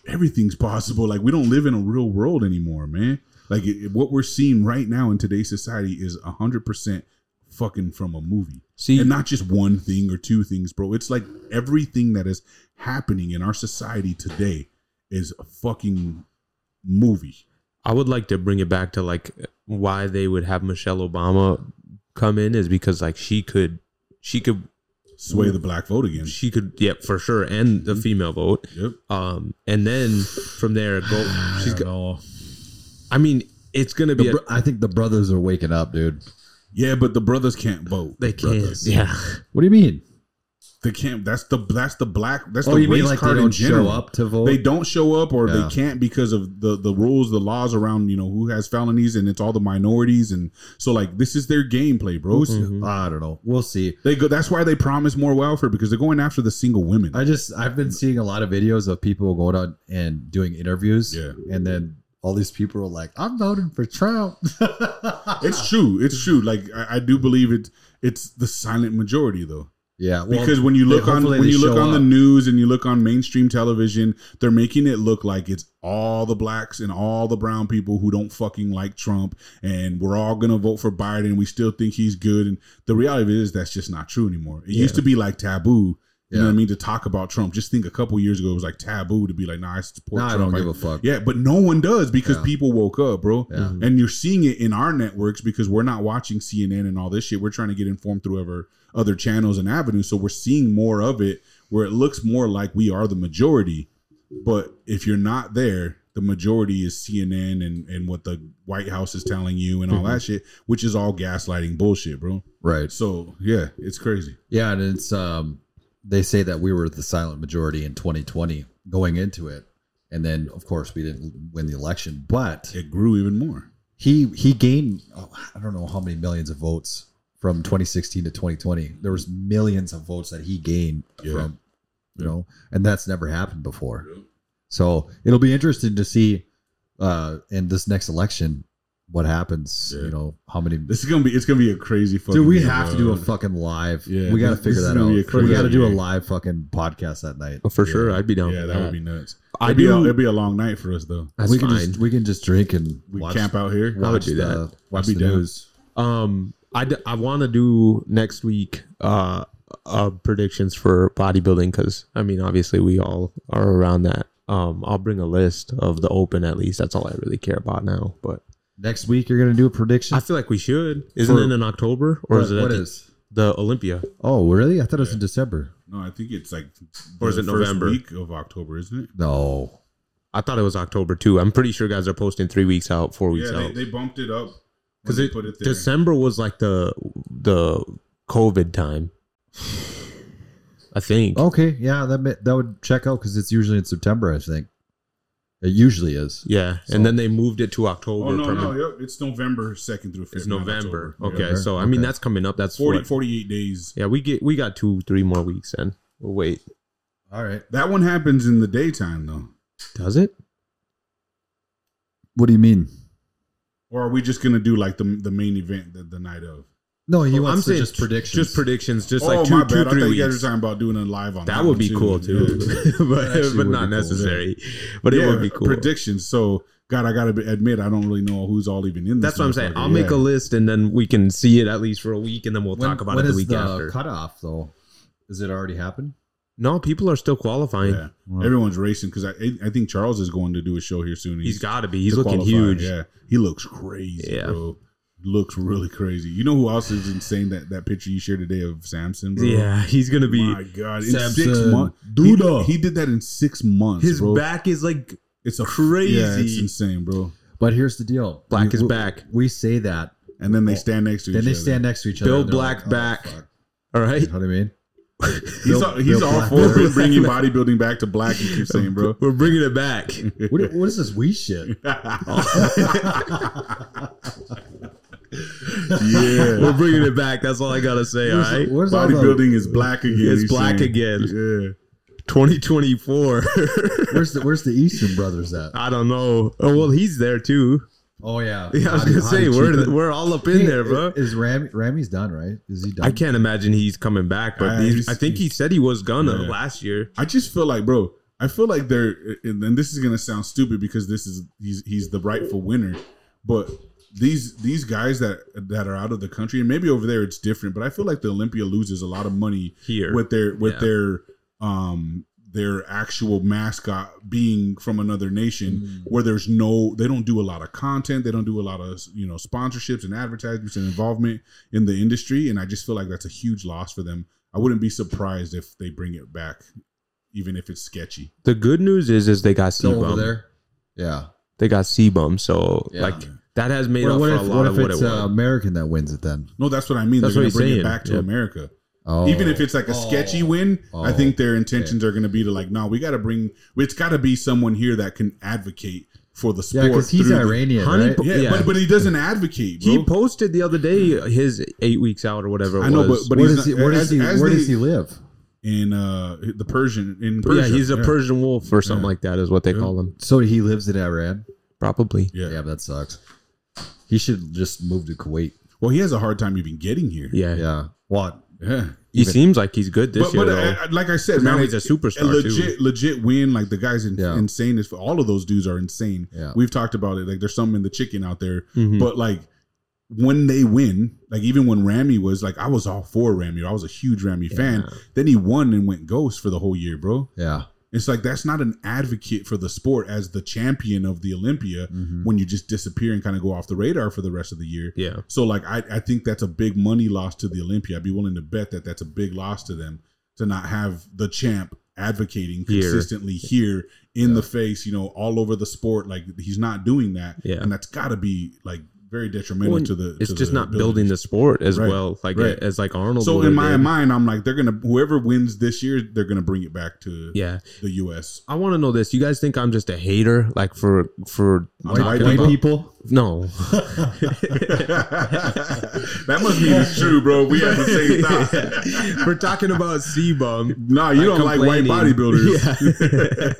Speaker 1: everything's possible. Like we don't live in a real world anymore, man. Like it, it- what we're seeing right now in today's society is hundred percent fucking from a movie,
Speaker 2: See,
Speaker 1: and not just one thing or two things, bro. It's like everything that is happening in our society today is a fucking movie.
Speaker 2: I would like to bring it back to like why they would have Michelle Obama come in is because like she could, she could,
Speaker 1: Sway the black vote again.
Speaker 2: she could, yeah, for sure, and the female vote.
Speaker 1: Yep.
Speaker 2: Um, and then from there, go. She's.
Speaker 3: I
Speaker 2: go-
Speaker 3: don't know.
Speaker 2: I mean, it's gonna
Speaker 3: The
Speaker 2: be. A,
Speaker 3: bro- I think the brothers are waking up, dude.
Speaker 1: Yeah, but the brothers can't vote.
Speaker 2: they can't.
Speaker 1: Brothers.
Speaker 2: Yeah.
Speaker 3: What do you mean?
Speaker 1: They can't. That's the that's the black. That's
Speaker 3: Oh,
Speaker 1: the
Speaker 3: you
Speaker 1: race
Speaker 3: mean like they
Speaker 1: card in
Speaker 3: don't
Speaker 1: general.
Speaker 3: show up to vote?
Speaker 1: They don't show up, or
Speaker 3: Yeah.
Speaker 1: they can't because of the the rules, the laws around you know who has felonies, and it's all the minorities, and so like this is their gameplay, bro. It's-
Speaker 3: I don't know. We'll see.
Speaker 1: They go. That's why they promise more welfare because they're going after the single women.
Speaker 3: I just I've been seeing a lot of videos of people going out and doing interviews.
Speaker 1: Yeah.
Speaker 3: And then all these people are like, "I'm voting for Trump."
Speaker 1: it's true. It's true. Like I, I do believe it. It's the silent majority though.
Speaker 3: yeah. Well,
Speaker 1: because when you
Speaker 3: they-
Speaker 1: look on
Speaker 3: hopefully
Speaker 1: when
Speaker 3: they
Speaker 1: you look
Speaker 3: show
Speaker 1: on the
Speaker 3: up.
Speaker 1: news and you look on mainstream television, they're making it look like it's all the blacks and all the brown people who don't fucking like Trump, and we're all gonna vote for Biden. We still think he's good, and the reality of it is that's just not true anymore. It used to be like taboo. You know what I
Speaker 3: Yeah.
Speaker 1: mean? To talk about Trump. Just think a couple years ago, it was like taboo to be like, nah, I support
Speaker 3: nah, I
Speaker 1: Trump.
Speaker 3: don't
Speaker 1: Like,
Speaker 3: give a fuck.
Speaker 1: yeah, but no one does because
Speaker 3: Yeah.
Speaker 1: people woke up, bro.
Speaker 3: Yeah. Mm-hmm.
Speaker 1: And you're seeing it in our networks because we're not watching CNN and all this shit. We're trying to get informed through other other channels and avenues, so we're seeing more of it where it looks more like we are the majority. But if you're not there, the majority is CNN and and what the White House is telling you and all
Speaker 3: Mm-hmm.
Speaker 1: that shit, which is all gaslighting bullshit, bro.
Speaker 3: Right.
Speaker 1: So yeah, it's crazy.
Speaker 3: Yeah, and it's um they say that we were the silent majority in 2020 going into it. And then, of course, we didn't win the election, but
Speaker 1: It grew even more.
Speaker 3: he he gained oh, I don't know how many millions of votes from 2016 to 2020. There was millions of votes that he gained
Speaker 1: Yeah.
Speaker 3: from, you know, and that's never happened before. So it'll be interesting to see uh, in this next election what happens.
Speaker 1: Yeah.
Speaker 3: You know, how many.
Speaker 1: This is gonna be it's gonna be a crazy fucking.
Speaker 3: Dude, we
Speaker 1: year,
Speaker 3: have to do a
Speaker 1: bro.
Speaker 3: fucking live.
Speaker 1: Yeah,
Speaker 3: we got to
Speaker 1: this- this
Speaker 3: figure
Speaker 1: is
Speaker 3: that
Speaker 1: gonna
Speaker 3: out.
Speaker 1: be a crazy
Speaker 3: We got to do a
Speaker 1: year.
Speaker 3: live fucking podcast that night.
Speaker 2: Well, for sure, I'd be down.
Speaker 1: Yeah,
Speaker 2: for
Speaker 1: that would be nuts.
Speaker 2: I
Speaker 1: it'd be a,
Speaker 2: do.
Speaker 1: it'd be a long night for us though.
Speaker 2: that's
Speaker 3: we
Speaker 2: fine.
Speaker 3: can just we can just drink and
Speaker 1: We
Speaker 3: watch,
Speaker 1: camp out here.
Speaker 2: I would
Speaker 3: watch
Speaker 2: do
Speaker 3: the,
Speaker 2: that.
Speaker 3: Watch
Speaker 1: I'd be
Speaker 3: the
Speaker 1: down.
Speaker 3: news.
Speaker 2: Um, I, d- I want to do next week uh, uh predictions for bodybuilding because I mean obviously we all are around that. Um, I'll bring a list of the open at least. That's all I really care about now. But
Speaker 3: Next week you're gonna do a prediction.
Speaker 2: I feel like we should. Isn't
Speaker 3: For-
Speaker 2: it in October or is it
Speaker 3: What-
Speaker 2: at
Speaker 3: what
Speaker 2: the,
Speaker 3: is?
Speaker 2: the Olympia?
Speaker 3: Oh, really? I thought it was in December.
Speaker 1: No, I think it's like
Speaker 2: Or is
Speaker 1: the
Speaker 2: it
Speaker 1: first
Speaker 2: November?
Speaker 1: week of October, isn't it?
Speaker 3: No.
Speaker 2: I thought it was October too. I'm pretty sure guys are posting three weeks out, four weeks
Speaker 1: Yeah, they,
Speaker 2: out.
Speaker 1: they bumped it up when
Speaker 2: Because
Speaker 1: they put it there.
Speaker 2: December was like the the COVID time. I think.
Speaker 3: Okay, yeah, that may, that would check out because it's usually in September, I think. It usually is.
Speaker 2: Yeah,
Speaker 3: So-
Speaker 2: and then they moved it to October.
Speaker 1: oh no,
Speaker 2: permanent-
Speaker 1: no, yep, it's November second through fifth.
Speaker 2: It's
Speaker 1: not
Speaker 2: November.
Speaker 1: October.
Speaker 2: Okay,
Speaker 1: Yeah.
Speaker 2: so I mean
Speaker 3: Okay.
Speaker 2: that's coming up. That's
Speaker 1: 40,
Speaker 2: what-
Speaker 1: 48 days.
Speaker 2: Yeah, we get we got two, three more weeks in. We'll wait.
Speaker 3: All right.
Speaker 1: That one happens in the daytime though.
Speaker 2: Does it?
Speaker 3: What do you mean?
Speaker 1: Or are we just gonna do like the the main event the, the night of?
Speaker 3: No, he
Speaker 2: Well,
Speaker 3: wants to
Speaker 2: saying
Speaker 3: just
Speaker 2: ju-
Speaker 3: predictions.
Speaker 2: Just predictions. Just
Speaker 1: oh
Speaker 2: like
Speaker 1: my
Speaker 2: two,
Speaker 1: bad!
Speaker 2: two,
Speaker 1: I thought
Speaker 2: three
Speaker 1: you guys
Speaker 2: weeks.
Speaker 1: were talking about doing a live on
Speaker 2: That
Speaker 1: one,
Speaker 2: would be cool too,
Speaker 1: Yeah.
Speaker 2: but,
Speaker 3: actually
Speaker 2: but
Speaker 3: would
Speaker 2: not
Speaker 3: be cool, yeah.
Speaker 2: necessary. But it
Speaker 1: Yeah,
Speaker 2: would be cool.
Speaker 1: Predictions. So, God, I gotta be- admit, I don't really know who's all even in. This
Speaker 2: That's what I'm saying.
Speaker 1: motherfucker.
Speaker 2: I'll make a
Speaker 1: Yeah.
Speaker 2: list and then we can see it at least for a week, and then we'll
Speaker 3: When-
Speaker 2: talk about
Speaker 3: when
Speaker 2: it the
Speaker 3: is
Speaker 2: week after.
Speaker 3: cutoff though. Is it already happened?
Speaker 2: No, people are still qualifying.
Speaker 1: Yeah. Everyone's racing because I I think Charles is going to do a show here soon.
Speaker 2: He's got to be. He's
Speaker 1: to
Speaker 2: looking
Speaker 1: qualify.
Speaker 2: huge.
Speaker 1: Yeah, he looks crazy,
Speaker 2: Yeah.
Speaker 1: bro. Looks really crazy. You know who else is insane? That that picture you shared today of Samson, bro.
Speaker 2: Yeah, he's gonna be.
Speaker 1: My God, in
Speaker 3: Samson,
Speaker 1: six months, dude, uh,
Speaker 3: Duda.
Speaker 1: he, did that in six months.
Speaker 2: His
Speaker 1: bro.
Speaker 2: back is like
Speaker 1: it's a
Speaker 2: crazy.
Speaker 1: Yeah, it's insane, bro.
Speaker 3: But here's the deal.
Speaker 2: Black
Speaker 3: We-
Speaker 2: is
Speaker 3: we-
Speaker 2: back.
Speaker 3: We say that.
Speaker 1: And
Speaker 2: Oh.
Speaker 1: then they stand next to each
Speaker 3: Then they
Speaker 1: other.
Speaker 3: stand next to each
Speaker 2: Bill
Speaker 3: other. and they're "Oh,
Speaker 2: Black back.
Speaker 3: fuck.
Speaker 2: All right.
Speaker 3: You know what I mean?
Speaker 1: He's
Speaker 3: Bill-
Speaker 1: all, he's
Speaker 3: Bill
Speaker 1: all
Speaker 3: Black.
Speaker 1: for bringing bodybuilding back to black. You keep saying, bro.
Speaker 2: We're bringing it back.
Speaker 3: What, what is this we shit?
Speaker 2: We're bringing it back. That's all I gotta say. All
Speaker 3: Where's-
Speaker 2: right.
Speaker 3: where's all the-
Speaker 1: Bodybuilding is black again.
Speaker 2: It's
Speaker 1: he's
Speaker 2: black
Speaker 1: saying.
Speaker 2: again.
Speaker 1: Yeah.
Speaker 2: 2024.
Speaker 3: Where's the Where's the Eastern brothers at?
Speaker 2: I don't know. Oh, well, he's there too.
Speaker 3: Oh yeah.
Speaker 2: Yeah, I was
Speaker 3: Hottie-
Speaker 2: gonna say
Speaker 3: Hottie
Speaker 2: we're
Speaker 3: Cheetah.
Speaker 2: we're all up in there, bro.
Speaker 3: Is Ram Ramy's done right? Is he done?
Speaker 2: I can't imagine he's coming back, but
Speaker 1: I-
Speaker 2: he's, I think he said he was gonna
Speaker 1: Yeah.
Speaker 2: last year.
Speaker 1: I just feel like, bro. I feel like they're, and, and this is gonna sound stupid because this is he's he's the rightful winner, but these these guys that that are out of the country and maybe over there it's different, but I feel like the Olympia loses a lot of money
Speaker 2: Here,
Speaker 1: with their with
Speaker 2: Yeah.
Speaker 1: their um their actual mascot being from another nation where there's no they don't do a lot of content they don't do a lot of you know sponsorships and advertisements and involvement in the industry and i just feel like that's a huge loss for them i wouldn't be surprised if they bring it back even if it's sketchy
Speaker 2: the good news is is they got C
Speaker 3: still over
Speaker 2: bum.
Speaker 3: there. Yeah.
Speaker 2: They got C bum. So
Speaker 3: Yeah.
Speaker 2: like that has made
Speaker 3: Well,
Speaker 2: up
Speaker 3: what
Speaker 2: for
Speaker 3: if,
Speaker 2: a lot
Speaker 3: what
Speaker 2: of
Speaker 3: if
Speaker 2: what it
Speaker 3: it's
Speaker 2: was.
Speaker 3: uh, American that wins it then?
Speaker 1: no that's what i mean
Speaker 2: That's
Speaker 1: they're
Speaker 2: what
Speaker 1: gonna
Speaker 2: he's
Speaker 1: bring
Speaker 2: saying.
Speaker 1: it back to
Speaker 2: Yeah.
Speaker 1: america
Speaker 3: Oh,
Speaker 1: even if it's like a sketchy win i
Speaker 3: Oh.
Speaker 1: think their intentions are going to be to like no we got to bring it's got to be someone here that can advocate for the
Speaker 3: yeah,
Speaker 1: sport
Speaker 3: because he's
Speaker 1: through the-
Speaker 3: Iranian,
Speaker 2: Honey
Speaker 3: right?
Speaker 2: po-
Speaker 1: Yeah,
Speaker 2: Yeah.
Speaker 1: But, but he doesn't advocate. Bro.
Speaker 2: he posted the other day his eight weeks out or whatever. It
Speaker 1: I know,
Speaker 2: was.
Speaker 1: but
Speaker 3: where
Speaker 1: he's
Speaker 3: does he,
Speaker 1: not-
Speaker 3: where, does
Speaker 1: as-
Speaker 3: he,
Speaker 1: as
Speaker 3: where
Speaker 1: they-
Speaker 3: does he live?
Speaker 1: in uh the Persian in
Speaker 2: But
Speaker 1: Persia.
Speaker 2: yeah, he's a
Speaker 1: yeah.
Speaker 2: Persian wolf or something
Speaker 1: Yeah.
Speaker 2: like that is what they
Speaker 1: Yeah.
Speaker 2: call him.
Speaker 3: So he lives in Iran.
Speaker 2: Probably.
Speaker 1: Yeah.
Speaker 3: Yeah. that sucks. He should just move to Kuwait.
Speaker 1: Well, he has a hard time even getting here.
Speaker 2: Yeah.
Speaker 3: Yeah, what?
Speaker 1: Yeah.
Speaker 2: He seems like he's good this
Speaker 1: But,
Speaker 2: year
Speaker 1: but
Speaker 2: though.
Speaker 1: I, I- like I said,
Speaker 2: Now
Speaker 1: man,
Speaker 2: he's a superstar,
Speaker 1: legit, legit win. Like the guys in,
Speaker 3: Yeah.
Speaker 1: insane. As all of those dudes are insane.
Speaker 3: Yeah.
Speaker 1: We've talked about it. Like there's some in the chicken out there,
Speaker 2: Mhm.
Speaker 1: but like when they win, like even when Ramy was like, I was all for Ramy. I was a huge Ramy fan. Then he won and went ghost for the whole year, bro.
Speaker 3: Yeah,
Speaker 1: It's like that's not an advocate for the sport as the champion of the Olympia
Speaker 2: Mm-hmm.
Speaker 3: Mhm.
Speaker 1: when you just disappear and kind of go off the radar for the rest of the year.
Speaker 2: yeah.
Speaker 1: So like I, I think that's a big money loss to the Olympia. I'd be willing to bet that that's a big loss to them to not have the champ advocating
Speaker 2: Here.
Speaker 1: consistently here in the face, you know, all over the sport. Like he's not doing that,
Speaker 2: Yeah.
Speaker 1: and that's got to be like very detrimental
Speaker 2: Well,
Speaker 1: to the.
Speaker 2: it's
Speaker 1: to
Speaker 2: just
Speaker 1: the
Speaker 2: not
Speaker 1: abilities.
Speaker 2: building the sport as
Speaker 1: Right,
Speaker 2: well, like
Speaker 1: right.
Speaker 2: as like Arnold.
Speaker 1: So
Speaker 2: would
Speaker 1: in
Speaker 2: have
Speaker 1: my
Speaker 2: did.
Speaker 1: mind, I'm like, they're gonna whoever wins this year, they're gonna bring it back to
Speaker 2: yeah.
Speaker 1: the U.S.
Speaker 2: I want to know this. You guys think I'm just a hater, like for for
Speaker 1: White-
Speaker 2: talking
Speaker 1: white
Speaker 2: about-
Speaker 3: people.
Speaker 2: No,
Speaker 1: that must mean it's true, bro. We have the same thought.
Speaker 2: we're talking about Sebum.
Speaker 1: nah, you don't like white
Speaker 2: complaining.
Speaker 1: bodybuilders.
Speaker 2: Yeah.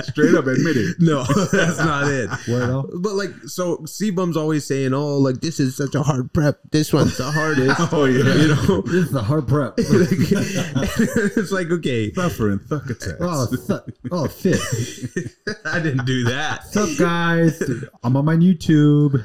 Speaker 1: Straight up admit it.
Speaker 2: No, that's not it.
Speaker 3: What else?
Speaker 2: But like, so Sebum's always saying, "Oh, like this is such a hard prep. This one's the hardest."
Speaker 1: Oh yeah,
Speaker 2: you know,
Speaker 3: This is the hard prep.
Speaker 2: it's like okay,
Speaker 1: suffering thuck attacks.
Speaker 3: oh, th- oh, fit.
Speaker 2: I didn't do that.
Speaker 3: What's up, guys? I'm on my YouTube.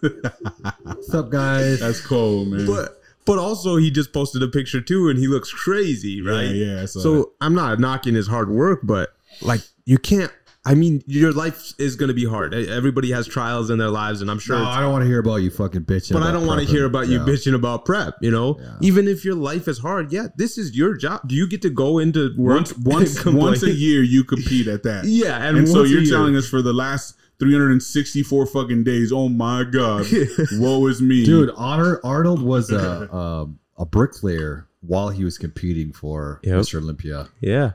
Speaker 3: What's up, guys?
Speaker 1: That's cold, man.
Speaker 2: But but also he just posted a picture too, and he looks crazy, right?
Speaker 1: yeah, I saw
Speaker 2: So
Speaker 1: that.
Speaker 2: I'm not knocking his hard work, but like you can't. I mean, your life is going to be hard. E, Everybody has trials in their lives, and I'm sure.
Speaker 3: No,
Speaker 2: it's-
Speaker 3: I don't want to hear about you fucking bitching.
Speaker 2: but I
Speaker 3: about
Speaker 2: don't want to
Speaker 3: prepping.
Speaker 2: hear about you
Speaker 3: Yeah.
Speaker 2: bitching about prep. You know,
Speaker 3: Yeah.
Speaker 2: even if your life is hard, yeah, this is your job. Do you get to go into work
Speaker 1: once once
Speaker 2: and
Speaker 1: once a
Speaker 2: complain?
Speaker 1: year you compete at that.
Speaker 2: Yeah, and,
Speaker 1: and, so
Speaker 2: once a
Speaker 1: you're
Speaker 2: year.
Speaker 1: telling us for the uh, last 364 fucking days. Oh my god, woe is me,
Speaker 3: dude. Honor Arnold was a um, a bricklayer while he was competing for
Speaker 2: Yep.
Speaker 3: Mr. Olympia.
Speaker 2: yeah.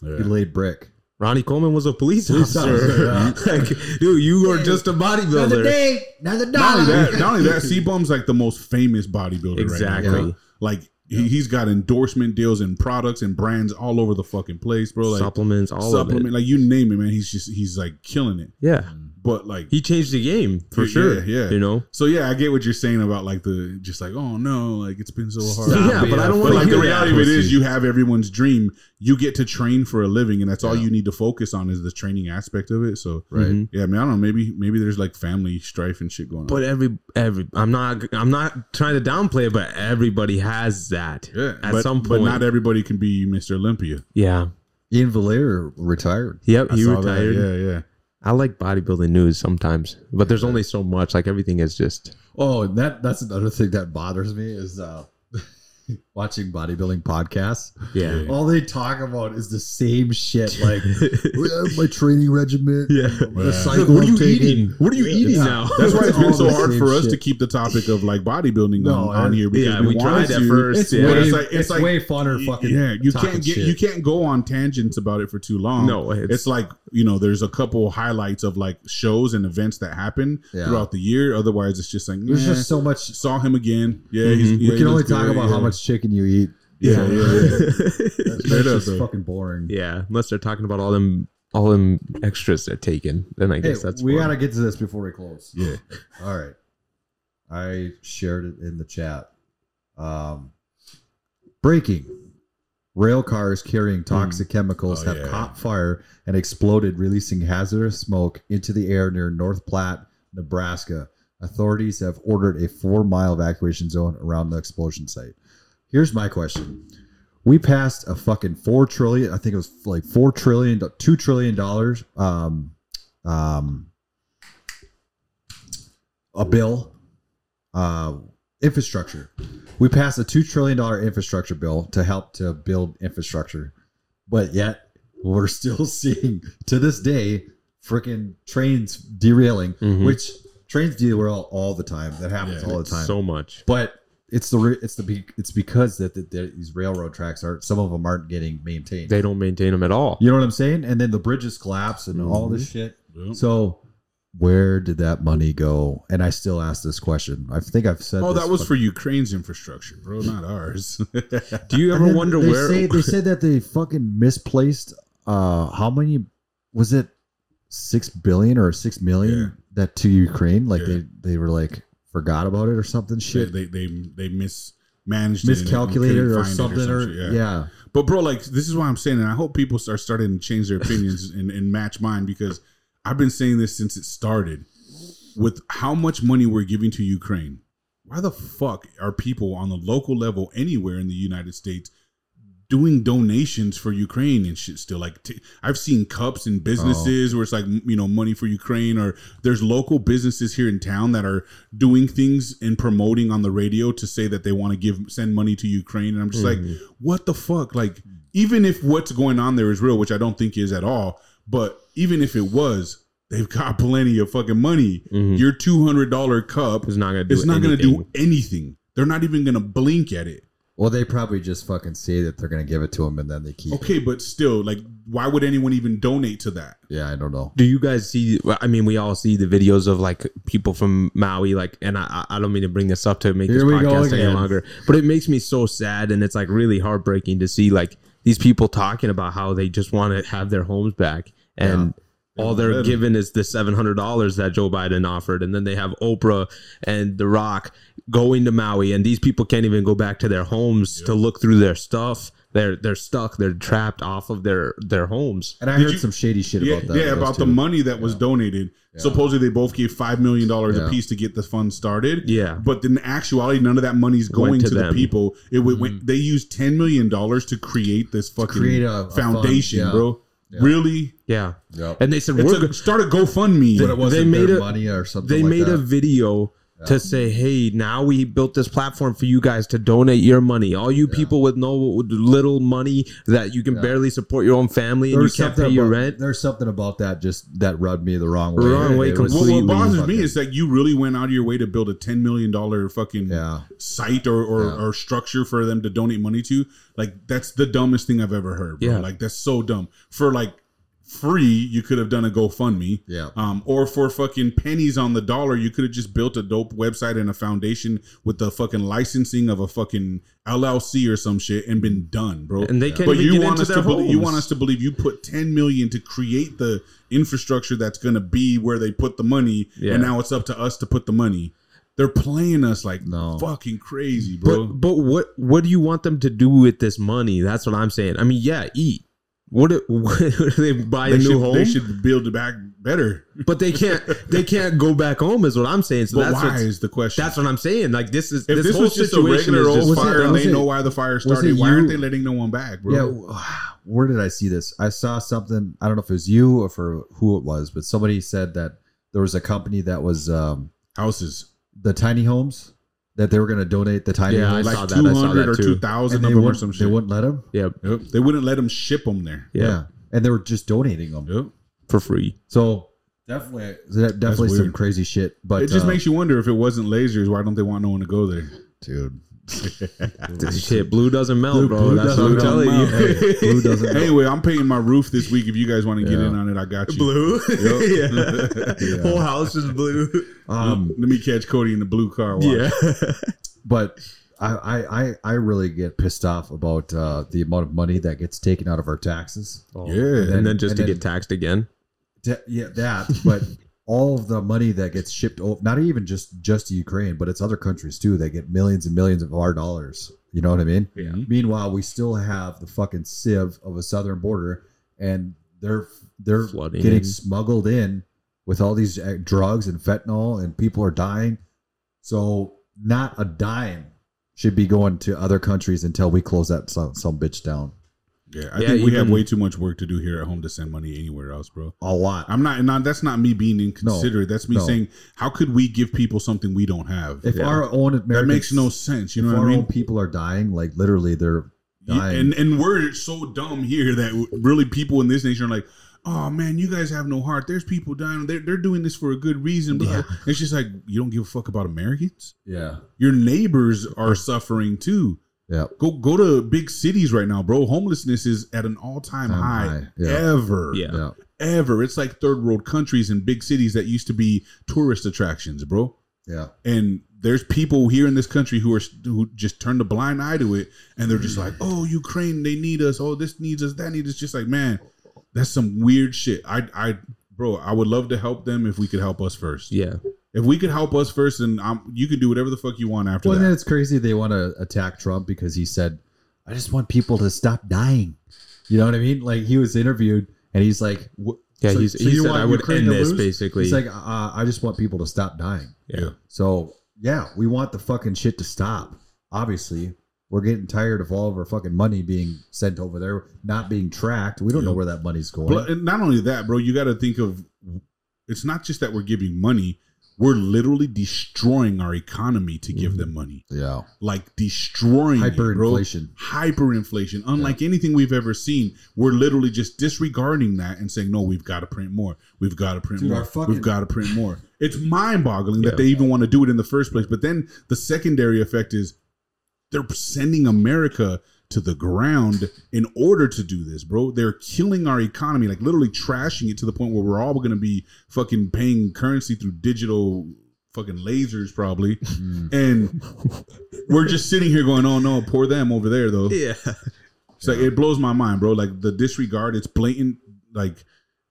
Speaker 3: He laid brick.
Speaker 2: Ronnie Coleman was a police
Speaker 3: Police
Speaker 2: officer.
Speaker 3: officer,
Speaker 2: like, dude, you are just a bodybuilder.
Speaker 3: day, another
Speaker 1: Not only that, not only that, Seabum's like the most famous bodybuilder right now.
Speaker 2: Exactly.
Speaker 1: bro. Like he, he's got endorsement deals and products and brands all over the fucking place, bro. Like
Speaker 2: Supplements, all
Speaker 1: supplement,
Speaker 2: of it.
Speaker 1: like you name it, man. He's just he's like killing it.
Speaker 2: Yeah.
Speaker 1: But like
Speaker 2: He changed the game for
Speaker 1: Yeah,
Speaker 2: sure.
Speaker 1: yeah.
Speaker 2: You know?
Speaker 1: So yeah, I get what you're saying about like the just like oh no, like it's been so hard.
Speaker 3: Stop
Speaker 2: yeah, but I don't
Speaker 1: But
Speaker 3: it.
Speaker 2: want to
Speaker 1: like the
Speaker 2: hear
Speaker 1: reality
Speaker 2: that.
Speaker 1: of it is,
Speaker 2: pussy.
Speaker 1: you have everyone's dream. You get to train for a living, and that's all
Speaker 3: Yeah.
Speaker 1: you need to focus on is the training aspect of it. So
Speaker 3: Right.
Speaker 2: Mhm.
Speaker 1: yeah, I mean, I don't know. Maybe maybe there's like family strife and shit going on.
Speaker 2: But every every I'm not I'm not trying to downplay it, but everybody has that
Speaker 1: yeah,
Speaker 2: at
Speaker 1: but,
Speaker 2: some
Speaker 1: but
Speaker 2: point.
Speaker 1: not everybody can be Mr. Olympia.
Speaker 2: yeah.
Speaker 3: Ian Valair retired.
Speaker 2: Yep.
Speaker 1: I
Speaker 2: he
Speaker 1: saw that.
Speaker 2: retired.
Speaker 1: Yeah, yeah.
Speaker 2: I like bodybuilding news sometimes, but there's only so much. Like everything is just
Speaker 3: Oh, and that that's another thing that bothers me is uh, watching bodybuilding podcasts.
Speaker 2: yeah.
Speaker 3: All they talk about is the same shit, like "Well, my training regimen.
Speaker 2: Yeah.
Speaker 3: the
Speaker 2: Look,
Speaker 3: cycle
Speaker 2: what are you
Speaker 3: I'm taking."
Speaker 2: eating? What are you eating now?
Speaker 1: That's why it's been
Speaker 3: All
Speaker 1: so
Speaker 3: the
Speaker 1: hard
Speaker 3: same
Speaker 1: for us
Speaker 3: shit.
Speaker 1: to keep the topic of like bodybuilding
Speaker 3: No,
Speaker 1: on, on
Speaker 3: I-
Speaker 1: here because
Speaker 2: yeah,
Speaker 1: we,
Speaker 2: we tried
Speaker 1: wanted
Speaker 2: at
Speaker 1: to,
Speaker 2: first.
Speaker 3: It's,
Speaker 2: yeah.
Speaker 3: way,
Speaker 1: It's
Speaker 3: it's,
Speaker 1: like- it's like-
Speaker 3: way funner fucking.
Speaker 1: yeah you
Speaker 3: talking
Speaker 1: can't get
Speaker 3: shit.
Speaker 1: you can't go on tangents about it for too long
Speaker 2: No,
Speaker 1: it's,
Speaker 2: it's-
Speaker 1: like you know there's a couple highlights of like shows and events that happen
Speaker 3: Yeah.
Speaker 1: throughout the year otherwise it's just like
Speaker 3: There's
Speaker 1: "Nah,
Speaker 3: just so much.
Speaker 1: saw him again yeah
Speaker 2: Mhm.
Speaker 1: he's,
Speaker 2: We
Speaker 1: yeah,
Speaker 3: We
Speaker 1: he
Speaker 3: can only
Speaker 1: looks
Speaker 3: talk
Speaker 1: good,
Speaker 3: about
Speaker 2: uh,
Speaker 1: yeah.
Speaker 3: how much chicken you eat.
Speaker 1: yeah
Speaker 3: So,
Speaker 1: yeah, yeah.
Speaker 3: That's,
Speaker 1: Straight
Speaker 3: that's
Speaker 1: up,
Speaker 3: just
Speaker 1: though.
Speaker 3: fucking boring.
Speaker 2: Yeah, unless they're talking about all them all them extras they're taking, then I
Speaker 3: Hey,
Speaker 2: guess that's
Speaker 3: we
Speaker 2: boring.
Speaker 3: gotta get to this before we close.
Speaker 1: Yeah.
Speaker 3: All right. I shared it in the chat. Um, breaking. Rail cars carrying toxic chemicals
Speaker 1: Oh,
Speaker 3: have
Speaker 1: yeah.
Speaker 3: caught fire and exploded, releasing hazardous smoke into the air near North Platte, Nebraska. Authorities have ordered a four mile evacuation zone around the explosion site. Here's my question. We passed a fucking four trillion, I think it was like four trillion, two trillion dollars, um, um, a bill, uh, infrastructure. We passed a two trillion dollar infrastructure bill to help to build infrastructure, but yet we're still seeing to this day freaking trains derailing,
Speaker 2: Mhm.
Speaker 3: which trains derail all the time. That happens
Speaker 1: Yeah.
Speaker 3: all the time
Speaker 2: so much.
Speaker 3: but it's the re- it's the be- it's because that, that, that these railroad tracks are some of them aren't getting maintained.
Speaker 2: They don't maintain them at all.
Speaker 3: you know what I'm saying? And then the bridges collapse and all this
Speaker 2: Mm-hmm.
Speaker 3: shit.
Speaker 1: Yeah.
Speaker 3: So where did that money go? And I still ask this question. I think I've said.
Speaker 1: oh
Speaker 3: this
Speaker 1: that was
Speaker 3: fuck-
Speaker 1: for ukraine's infrastructure bro not ours
Speaker 2: Do you
Speaker 3: And
Speaker 2: ever
Speaker 3: then
Speaker 2: wonder
Speaker 3: they
Speaker 2: where?
Speaker 3: say, they said that they fucking misplaced. Uh, how many was it? Six billion or six million
Speaker 1: Yeah.
Speaker 3: that to Ukraine? Like
Speaker 1: Yeah.
Speaker 3: they they were like forgot about it or something.
Speaker 1: they,
Speaker 3: Shit.
Speaker 1: they they they mismanaged it and
Speaker 3: Miscalculated
Speaker 1: couldn't
Speaker 3: or
Speaker 1: find it
Speaker 3: something,
Speaker 1: some
Speaker 3: or,
Speaker 1: shit,
Speaker 3: yeah.
Speaker 1: But bro, like this is why I'm saying, and I hope people start starting to change their opinions and, and match mine because I've been saying this since it started. With how much money we're giving to Ukraine, why the fuck are people on the local level anywhere in the United States doing donations for Ukraine and shit still? Like t- I've seen cups and businesses where it's like m- you know money for Ukraine, or there's local businesses here in town that are doing things and promoting on the radio to say that they want to give send money to Ukraine, and I'm just like,
Speaker 2: Mm-hmm.
Speaker 1: what the fuck? Like even if what's going on there is real, which I don't think is at all, but even if it was, They've got plenty of fucking money.
Speaker 2: Mhm.
Speaker 1: Your two hundred dollar cup
Speaker 2: It's not gonna do.
Speaker 1: is not going to
Speaker 2: anything.
Speaker 1: do anything. They're not even going to blink at it.
Speaker 3: Well, they probably just fucking say that they're gonna give it to him, and then they keep. it.
Speaker 1: Okay, but still, like, why would anyone even donate to that?
Speaker 3: Yeah, I don't know.
Speaker 2: Do you guys see? I mean, we all see the videos of like people from Maui, like, and I, I I don't mean to bring this up to make
Speaker 3: Here
Speaker 2: this
Speaker 3: we go
Speaker 2: podcast any
Speaker 3: again.
Speaker 2: longer, but it makes me so sad, and it's like really heartbreaking to see like these people talking about how they just want to have their homes back, and all they're
Speaker 1: Better.
Speaker 2: given is the seven hundred dollars that Joe Biden offered, and then they have Oprah and The Rock going to Maui, and these people can't even go back to their homes to look through their stuff. They're they're stuck. They're trapped off of their their homes.
Speaker 3: And I
Speaker 1: Did
Speaker 3: heard
Speaker 1: you-
Speaker 3: some shady shit
Speaker 1: yeah,
Speaker 3: about that.
Speaker 1: yeah,
Speaker 3: those
Speaker 1: about the
Speaker 3: two.
Speaker 1: money that was donated. Supposedly they both gave five million dollars
Speaker 3: Yeah.
Speaker 1: a piece to get the fund started.
Speaker 2: Yeah.
Speaker 1: but in actuality, none of that money's going
Speaker 2: to
Speaker 1: to,
Speaker 2: them.
Speaker 1: the people. It went, went- They used ten million dollars to create this fucking
Speaker 3: Mm-hmm. create a- a
Speaker 1: foundation,
Speaker 3: fund, yeah.
Speaker 1: bro. Really,
Speaker 2: Yeah,
Speaker 3: Yep.
Speaker 2: and they said
Speaker 1: it's
Speaker 2: we're
Speaker 1: a, start a GoFundMe.
Speaker 3: But it wasn't
Speaker 2: they made
Speaker 3: their
Speaker 2: a-
Speaker 3: money or something.
Speaker 2: they
Speaker 3: like
Speaker 2: made
Speaker 3: that.
Speaker 2: a video to say, "Hey, now we built this platform for you guys to donate your money. All you people with no little money that you can barely support your own family and you can't pay
Speaker 3: something
Speaker 2: your
Speaker 3: about,
Speaker 2: rent."
Speaker 3: There's something about that just that rubbed me the wrong way.
Speaker 2: Wrong way
Speaker 3: It was-
Speaker 1: well, what
Speaker 2: completely
Speaker 1: bothers me is that you really went out of your way to build a ten million dollar fucking
Speaker 3: Yeah.
Speaker 1: site or or,
Speaker 3: Yeah.
Speaker 1: or structure for them to donate money to. Like that's the dumbest thing I've ever heard. Bro.
Speaker 2: Yeah.
Speaker 1: like that's so dumb. For like free, you could have done a GoFundMe.
Speaker 3: Yeah.
Speaker 1: Um, or for fucking pennies on the dollar, you could have just built a dope website and a foundation with the fucking licensing of a fucking LLC or some shit and been done, bro.
Speaker 2: And they can't
Speaker 1: But
Speaker 2: even
Speaker 1: you
Speaker 2: get
Speaker 1: want
Speaker 2: into
Speaker 1: us to
Speaker 2: their
Speaker 1: believe, you
Speaker 2: homes.
Speaker 1: want us to believe you put ten million to create the infrastructure that's going to be where they put the money,
Speaker 2: Yeah.
Speaker 1: and now it's up to us to put the money. They're playing us like
Speaker 3: No.
Speaker 1: fucking crazy,
Speaker 2: But
Speaker 1: bro.
Speaker 2: but what what do you want them to do with this money? That's what I'm saying. I mean, yeah, eat. What, do- what do they buy a
Speaker 1: they
Speaker 2: new
Speaker 1: should
Speaker 2: home?
Speaker 1: they should build it back better.
Speaker 2: but they can't they can't go back home. Is what I'm saying. So
Speaker 1: But
Speaker 2: that's
Speaker 1: why
Speaker 2: what's,
Speaker 1: is the question?
Speaker 2: that's what I'm saying. Like this is
Speaker 1: if this,
Speaker 2: this, whole
Speaker 1: was just a
Speaker 2: situation
Speaker 1: regular
Speaker 2: is
Speaker 1: old
Speaker 2: just
Speaker 3: Was it-
Speaker 1: fire and
Speaker 3: was
Speaker 1: they
Speaker 3: it-
Speaker 1: know why the fire started,
Speaker 3: it
Speaker 1: why aren't
Speaker 3: you-
Speaker 1: they letting no one back, bro?
Speaker 3: Yeah, w- where did I see this? I saw something. I don't know if it was you or for who it was, but somebody said that there was a company that was um,
Speaker 1: Houses.
Speaker 3: the tiny homes that they were going to donate the tiny
Speaker 2: Yeah, I
Speaker 3: homes.
Speaker 2: saw
Speaker 1: Like
Speaker 2: that, I saw
Speaker 1: two hundred
Speaker 2: that
Speaker 1: or
Speaker 2: too.
Speaker 1: two thousand
Speaker 3: and
Speaker 1: of
Speaker 3: they
Speaker 1: them or
Speaker 3: wouldn't,
Speaker 1: some
Speaker 3: they
Speaker 1: shit.
Speaker 3: wouldn't let them.
Speaker 2: Yep.
Speaker 1: Yep. They wouldn't let them ship them there.
Speaker 2: Yeah.
Speaker 3: and they were just donating them.
Speaker 1: Yep.
Speaker 2: for free.
Speaker 3: So definitely, that- definitely some
Speaker 1: weird.
Speaker 3: crazy shit. But
Speaker 1: it just
Speaker 3: uh,
Speaker 1: makes you wonder if it wasn't lasers, why don't they want no one to go there?
Speaker 3: dude.
Speaker 2: Shit, blue doesn't melt,
Speaker 3: Blue-
Speaker 2: bro.
Speaker 3: blue
Speaker 2: That's
Speaker 3: doesn't
Speaker 2: what I'm
Speaker 3: melt.
Speaker 2: telling you.
Speaker 3: Hey, blue doesn't.
Speaker 1: Anyway, I'm painting my roof this week. If you guys want to get
Speaker 3: Yeah.
Speaker 1: in on it, I got you.
Speaker 2: Blue,
Speaker 1: Yep.
Speaker 2: yeah. Whole house is blue.
Speaker 3: Um,
Speaker 1: Let me catch Cody in the blue car. Watch.
Speaker 2: Yeah,
Speaker 3: but I, I, I, I really get pissed off about uh, the amount of money that gets taken out of our taxes.
Speaker 1: Yeah.
Speaker 2: and then just
Speaker 3: Oh,
Speaker 2: to
Speaker 3: And then-
Speaker 2: get taxed again.
Speaker 3: Te- yeah, that. But all of the money that gets shipped, over, not even just just to Ukraine, but it's other countries too. They get millions and millions of our dollars. You know what I mean?
Speaker 2: Yeah.
Speaker 3: Meanwhile, we still have the fucking sieve of a southern border, and they're they're
Speaker 2: Flooding
Speaker 3: getting
Speaker 2: in.
Speaker 3: smuggled in with all these uh, drugs and fentanyl, and people are dying. So not a dime should be going to other countries until we close that some, some bitch down.
Speaker 1: Yeah. I
Speaker 2: Yeah,
Speaker 1: think we have
Speaker 2: even-
Speaker 1: way too much work to do here at home to send money anywhere else, bro.
Speaker 3: A lot.
Speaker 1: I'm not, not that's not me being inconsiderate. that's me
Speaker 3: no.
Speaker 1: saying, how could we give people something we don't have?
Speaker 3: if our own
Speaker 1: that
Speaker 3: American
Speaker 1: makes no sense. You know
Speaker 3: if
Speaker 1: what I
Speaker 3: our own
Speaker 1: mean?
Speaker 3: people are dying, like literally, they're
Speaker 1: Yeah,
Speaker 3: dying.
Speaker 1: and and we're so dumb here that w- really people in this nation are like, oh man, you guys have no heart. There's people dying. They're they're doing this for a good reason. Blah. blah." It's just like you don't give a fuck about Americans.
Speaker 3: yeah,
Speaker 1: Your neighbors are suffering too.
Speaker 3: yeah.
Speaker 1: Go go to big cities right now, bro. Homelessness is at an all time
Speaker 3: Time
Speaker 1: high,
Speaker 3: high, yeah.
Speaker 1: ever.
Speaker 2: Yeah.
Speaker 3: Yeah.
Speaker 1: Ever. It's like third world countries and big cities that used to be tourist attractions, bro
Speaker 3: Yeah.
Speaker 1: and there's people here in this country who are who just turn the blind eye to it and they're just like oh ukraine they need us oh this needs us that needs us just like man that's some weird shit i i bro i would love to help them if we could help us first
Speaker 2: Yeah,
Speaker 1: if we could help us first and i'm you can do whatever the fuck you want after
Speaker 3: Well, and
Speaker 1: that
Speaker 3: then it's crazy they want to attack Trump because he said, "I just want people to stop dying." You know what I mean? Like he was interviewed and he's like, "Wh-
Speaker 2: yeah.
Speaker 3: so-
Speaker 2: he's,
Speaker 3: so
Speaker 2: he
Speaker 3: you
Speaker 2: said
Speaker 3: want
Speaker 2: I would
Speaker 3: Ukraine
Speaker 2: end
Speaker 3: to
Speaker 2: this
Speaker 3: lose?"
Speaker 2: basically.
Speaker 3: He's like, uh, "I just want people to stop dying."
Speaker 2: yeah,
Speaker 3: So yeah, we want the fucking shit to stop. Obviously, we're getting tired of all of our fucking money being sent over there, not being tracked. We don't know where that money's going.
Speaker 1: But and not only that, bro, you got to think of it's not just that we're giving money. We're literally destroying our economy to give them money.
Speaker 3: Yeah.
Speaker 1: Like destroying it, bro.
Speaker 3: Hyperinflation.
Speaker 1: Hyperinflation. Unlike anything we've ever seen. We're literally just disregarding that and saying, no, we've got to print more. We've got to print
Speaker 3: Dude,
Speaker 1: more.
Speaker 3: our fucking-
Speaker 1: We've got to print more. It's mind boggling
Speaker 2: Yeah.
Speaker 1: that they even want to do it in the first place. But then the secondary effect is they're sending America to the ground in order to do this, bro. They're killing our economy, like literally trashing it to the point where we're all going to be fucking paying currency through digital fucking lasers, probably. And we're just sitting here going, "Oh no, poor them over there, though."
Speaker 2: Yeah.
Speaker 1: It's like it blows my mind, bro. Like the disregard, it's blatant. Like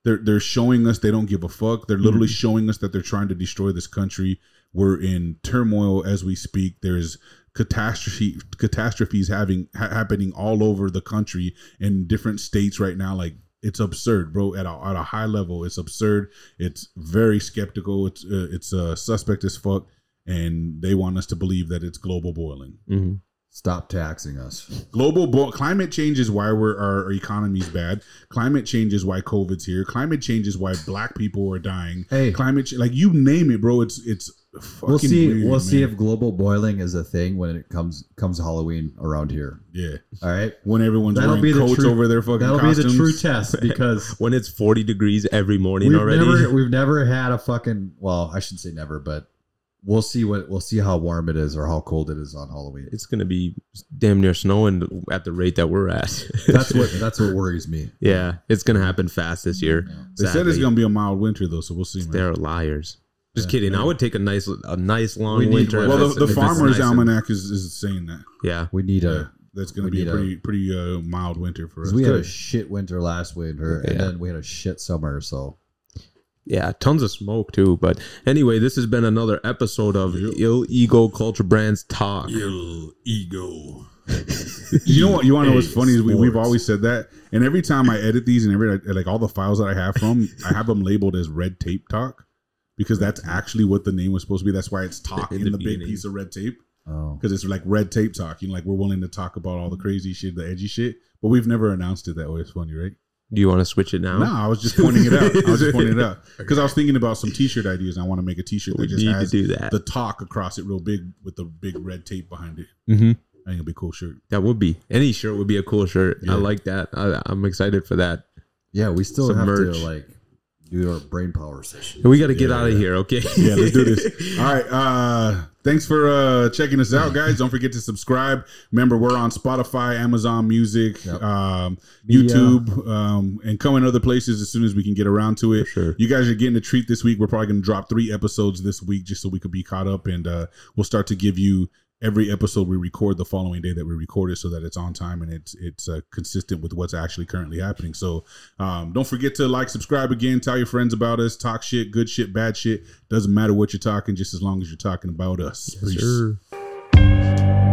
Speaker 1: they're they're showing us they don't give a fuck. They're literally showing us that they're trying to destroy this country. We're in turmoil as we speak. There's catastrophe catastrophes having ha- happening all over the country in different states right now. Like it's absurd, bro. At a, at a high level, it's absurd. It's very skeptical. It's uh, it's uh, suspect as fuck, and they want us to believe that it's global boiling.
Speaker 3: Mm-hmm.
Speaker 2: Mhm.
Speaker 3: Stop taxing us.
Speaker 1: Global bo- climate change is why we're our our economy's bad. Climate change is why COVID's here. Climate change is why Black people are dying.
Speaker 3: Hey.
Speaker 1: climate ch- like you name it, bro. It's it's fucking
Speaker 3: We'll see.
Speaker 1: weird,
Speaker 3: we'll see
Speaker 1: man.
Speaker 3: if global boiling is a thing when it comes comes Halloween around here.
Speaker 1: yeah.
Speaker 3: All right.
Speaker 1: When everyone's
Speaker 3: That'll
Speaker 1: wearing
Speaker 3: be the
Speaker 1: coats
Speaker 3: true-
Speaker 1: over their fucking
Speaker 3: That'll
Speaker 1: costumes.
Speaker 3: be the true test because
Speaker 2: When it's 40 degrees every morning
Speaker 3: we've
Speaker 2: already.
Speaker 3: never we've never had a fucking well, I shouldn't say never, but we'll see what we'll see how warm it is or how cold it is on Halloween.
Speaker 2: it's gonna be damn near snowing at the rate that we're at.
Speaker 3: That's what that's what worries me.
Speaker 2: yeah, it's gonna happen fast this year.
Speaker 1: they said it's
Speaker 2: sadly.
Speaker 1: gonna be a mild winter though, so we'll see. Man.
Speaker 2: They're liars. Just kidding. I would take a nice, a nice long
Speaker 3: We need
Speaker 2: winter.
Speaker 3: one.
Speaker 2: if
Speaker 1: Well,
Speaker 2: it's-
Speaker 1: the,
Speaker 2: if
Speaker 1: the
Speaker 2: it's
Speaker 1: farmers'
Speaker 2: nice and-
Speaker 1: almanac is, is saying that
Speaker 2: Yeah,
Speaker 3: We need a
Speaker 1: that's gonna
Speaker 3: We
Speaker 1: be
Speaker 3: need
Speaker 1: a
Speaker 3: a-
Speaker 1: pretty pretty uh, mild winter for us.
Speaker 3: we had a
Speaker 1: Good.
Speaker 3: shit winter last winter
Speaker 2: Yeah.
Speaker 3: and then we had a shit summer, so
Speaker 2: yeah, tons of smoke too. But anyway, this has been another episode of Ill Ego Culture Brands Talk.
Speaker 1: ego. you know what? You want to know what's funny is we, we've always said that, and every time I edit these and every like all the files that I have from, I have them labeled as red tape talk because that's actually what the name was supposed to be. That's why it's talk
Speaker 2: In
Speaker 1: in,
Speaker 2: the
Speaker 1: the, big
Speaker 2: beginning.
Speaker 1: piece of red tape
Speaker 3: oh
Speaker 1: because it's like red tape talk. You know, like we're willing to talk about all the crazy shit, the edgy shit, but we've never announced it that way. It's funny, right?
Speaker 2: Do you want to switch it now?
Speaker 1: No, I was just pointing it out. I was just pointing it out because I was thinking about some T-shirt ideas. and I want to make a T-shirt
Speaker 2: we
Speaker 1: that just
Speaker 2: need to
Speaker 1: has
Speaker 2: do that.
Speaker 1: the talk across it real big with the big red tape behind it.
Speaker 2: hmm
Speaker 1: I think it'll be a cool shirt.
Speaker 2: That would be any shirt would be a cool shirt.
Speaker 1: Yeah.
Speaker 2: I like that. I, I'm excited for that.
Speaker 3: yeah, we still
Speaker 2: Some
Speaker 3: have
Speaker 2: merch.
Speaker 3: to like do our brain power session.
Speaker 2: We got to get out of here. Okay.
Speaker 1: yeah, let's do this. All right. Uh, thanks for uh, checking us out, guys. Don't forget to subscribe. Remember, we're on Spotify, Amazon Music,
Speaker 3: Yep.
Speaker 1: um,
Speaker 3: Media.
Speaker 1: YouTube, um, and coming other places as soon as we can get around to it.
Speaker 2: sure.
Speaker 1: You guys are getting a treat this week. We're probably going to drop three episodes this week just so we could be caught up, and uh, we'll start to give you every episode we record the following day that we record it so that it's on time and it's it's uh, consistent with what's actually currently happening so um, don't forget to like subscribe again tell your friends about us talk shit good shit bad shit doesn't matter what you're talking just as long as you're talking about us Peace.
Speaker 2: Sure.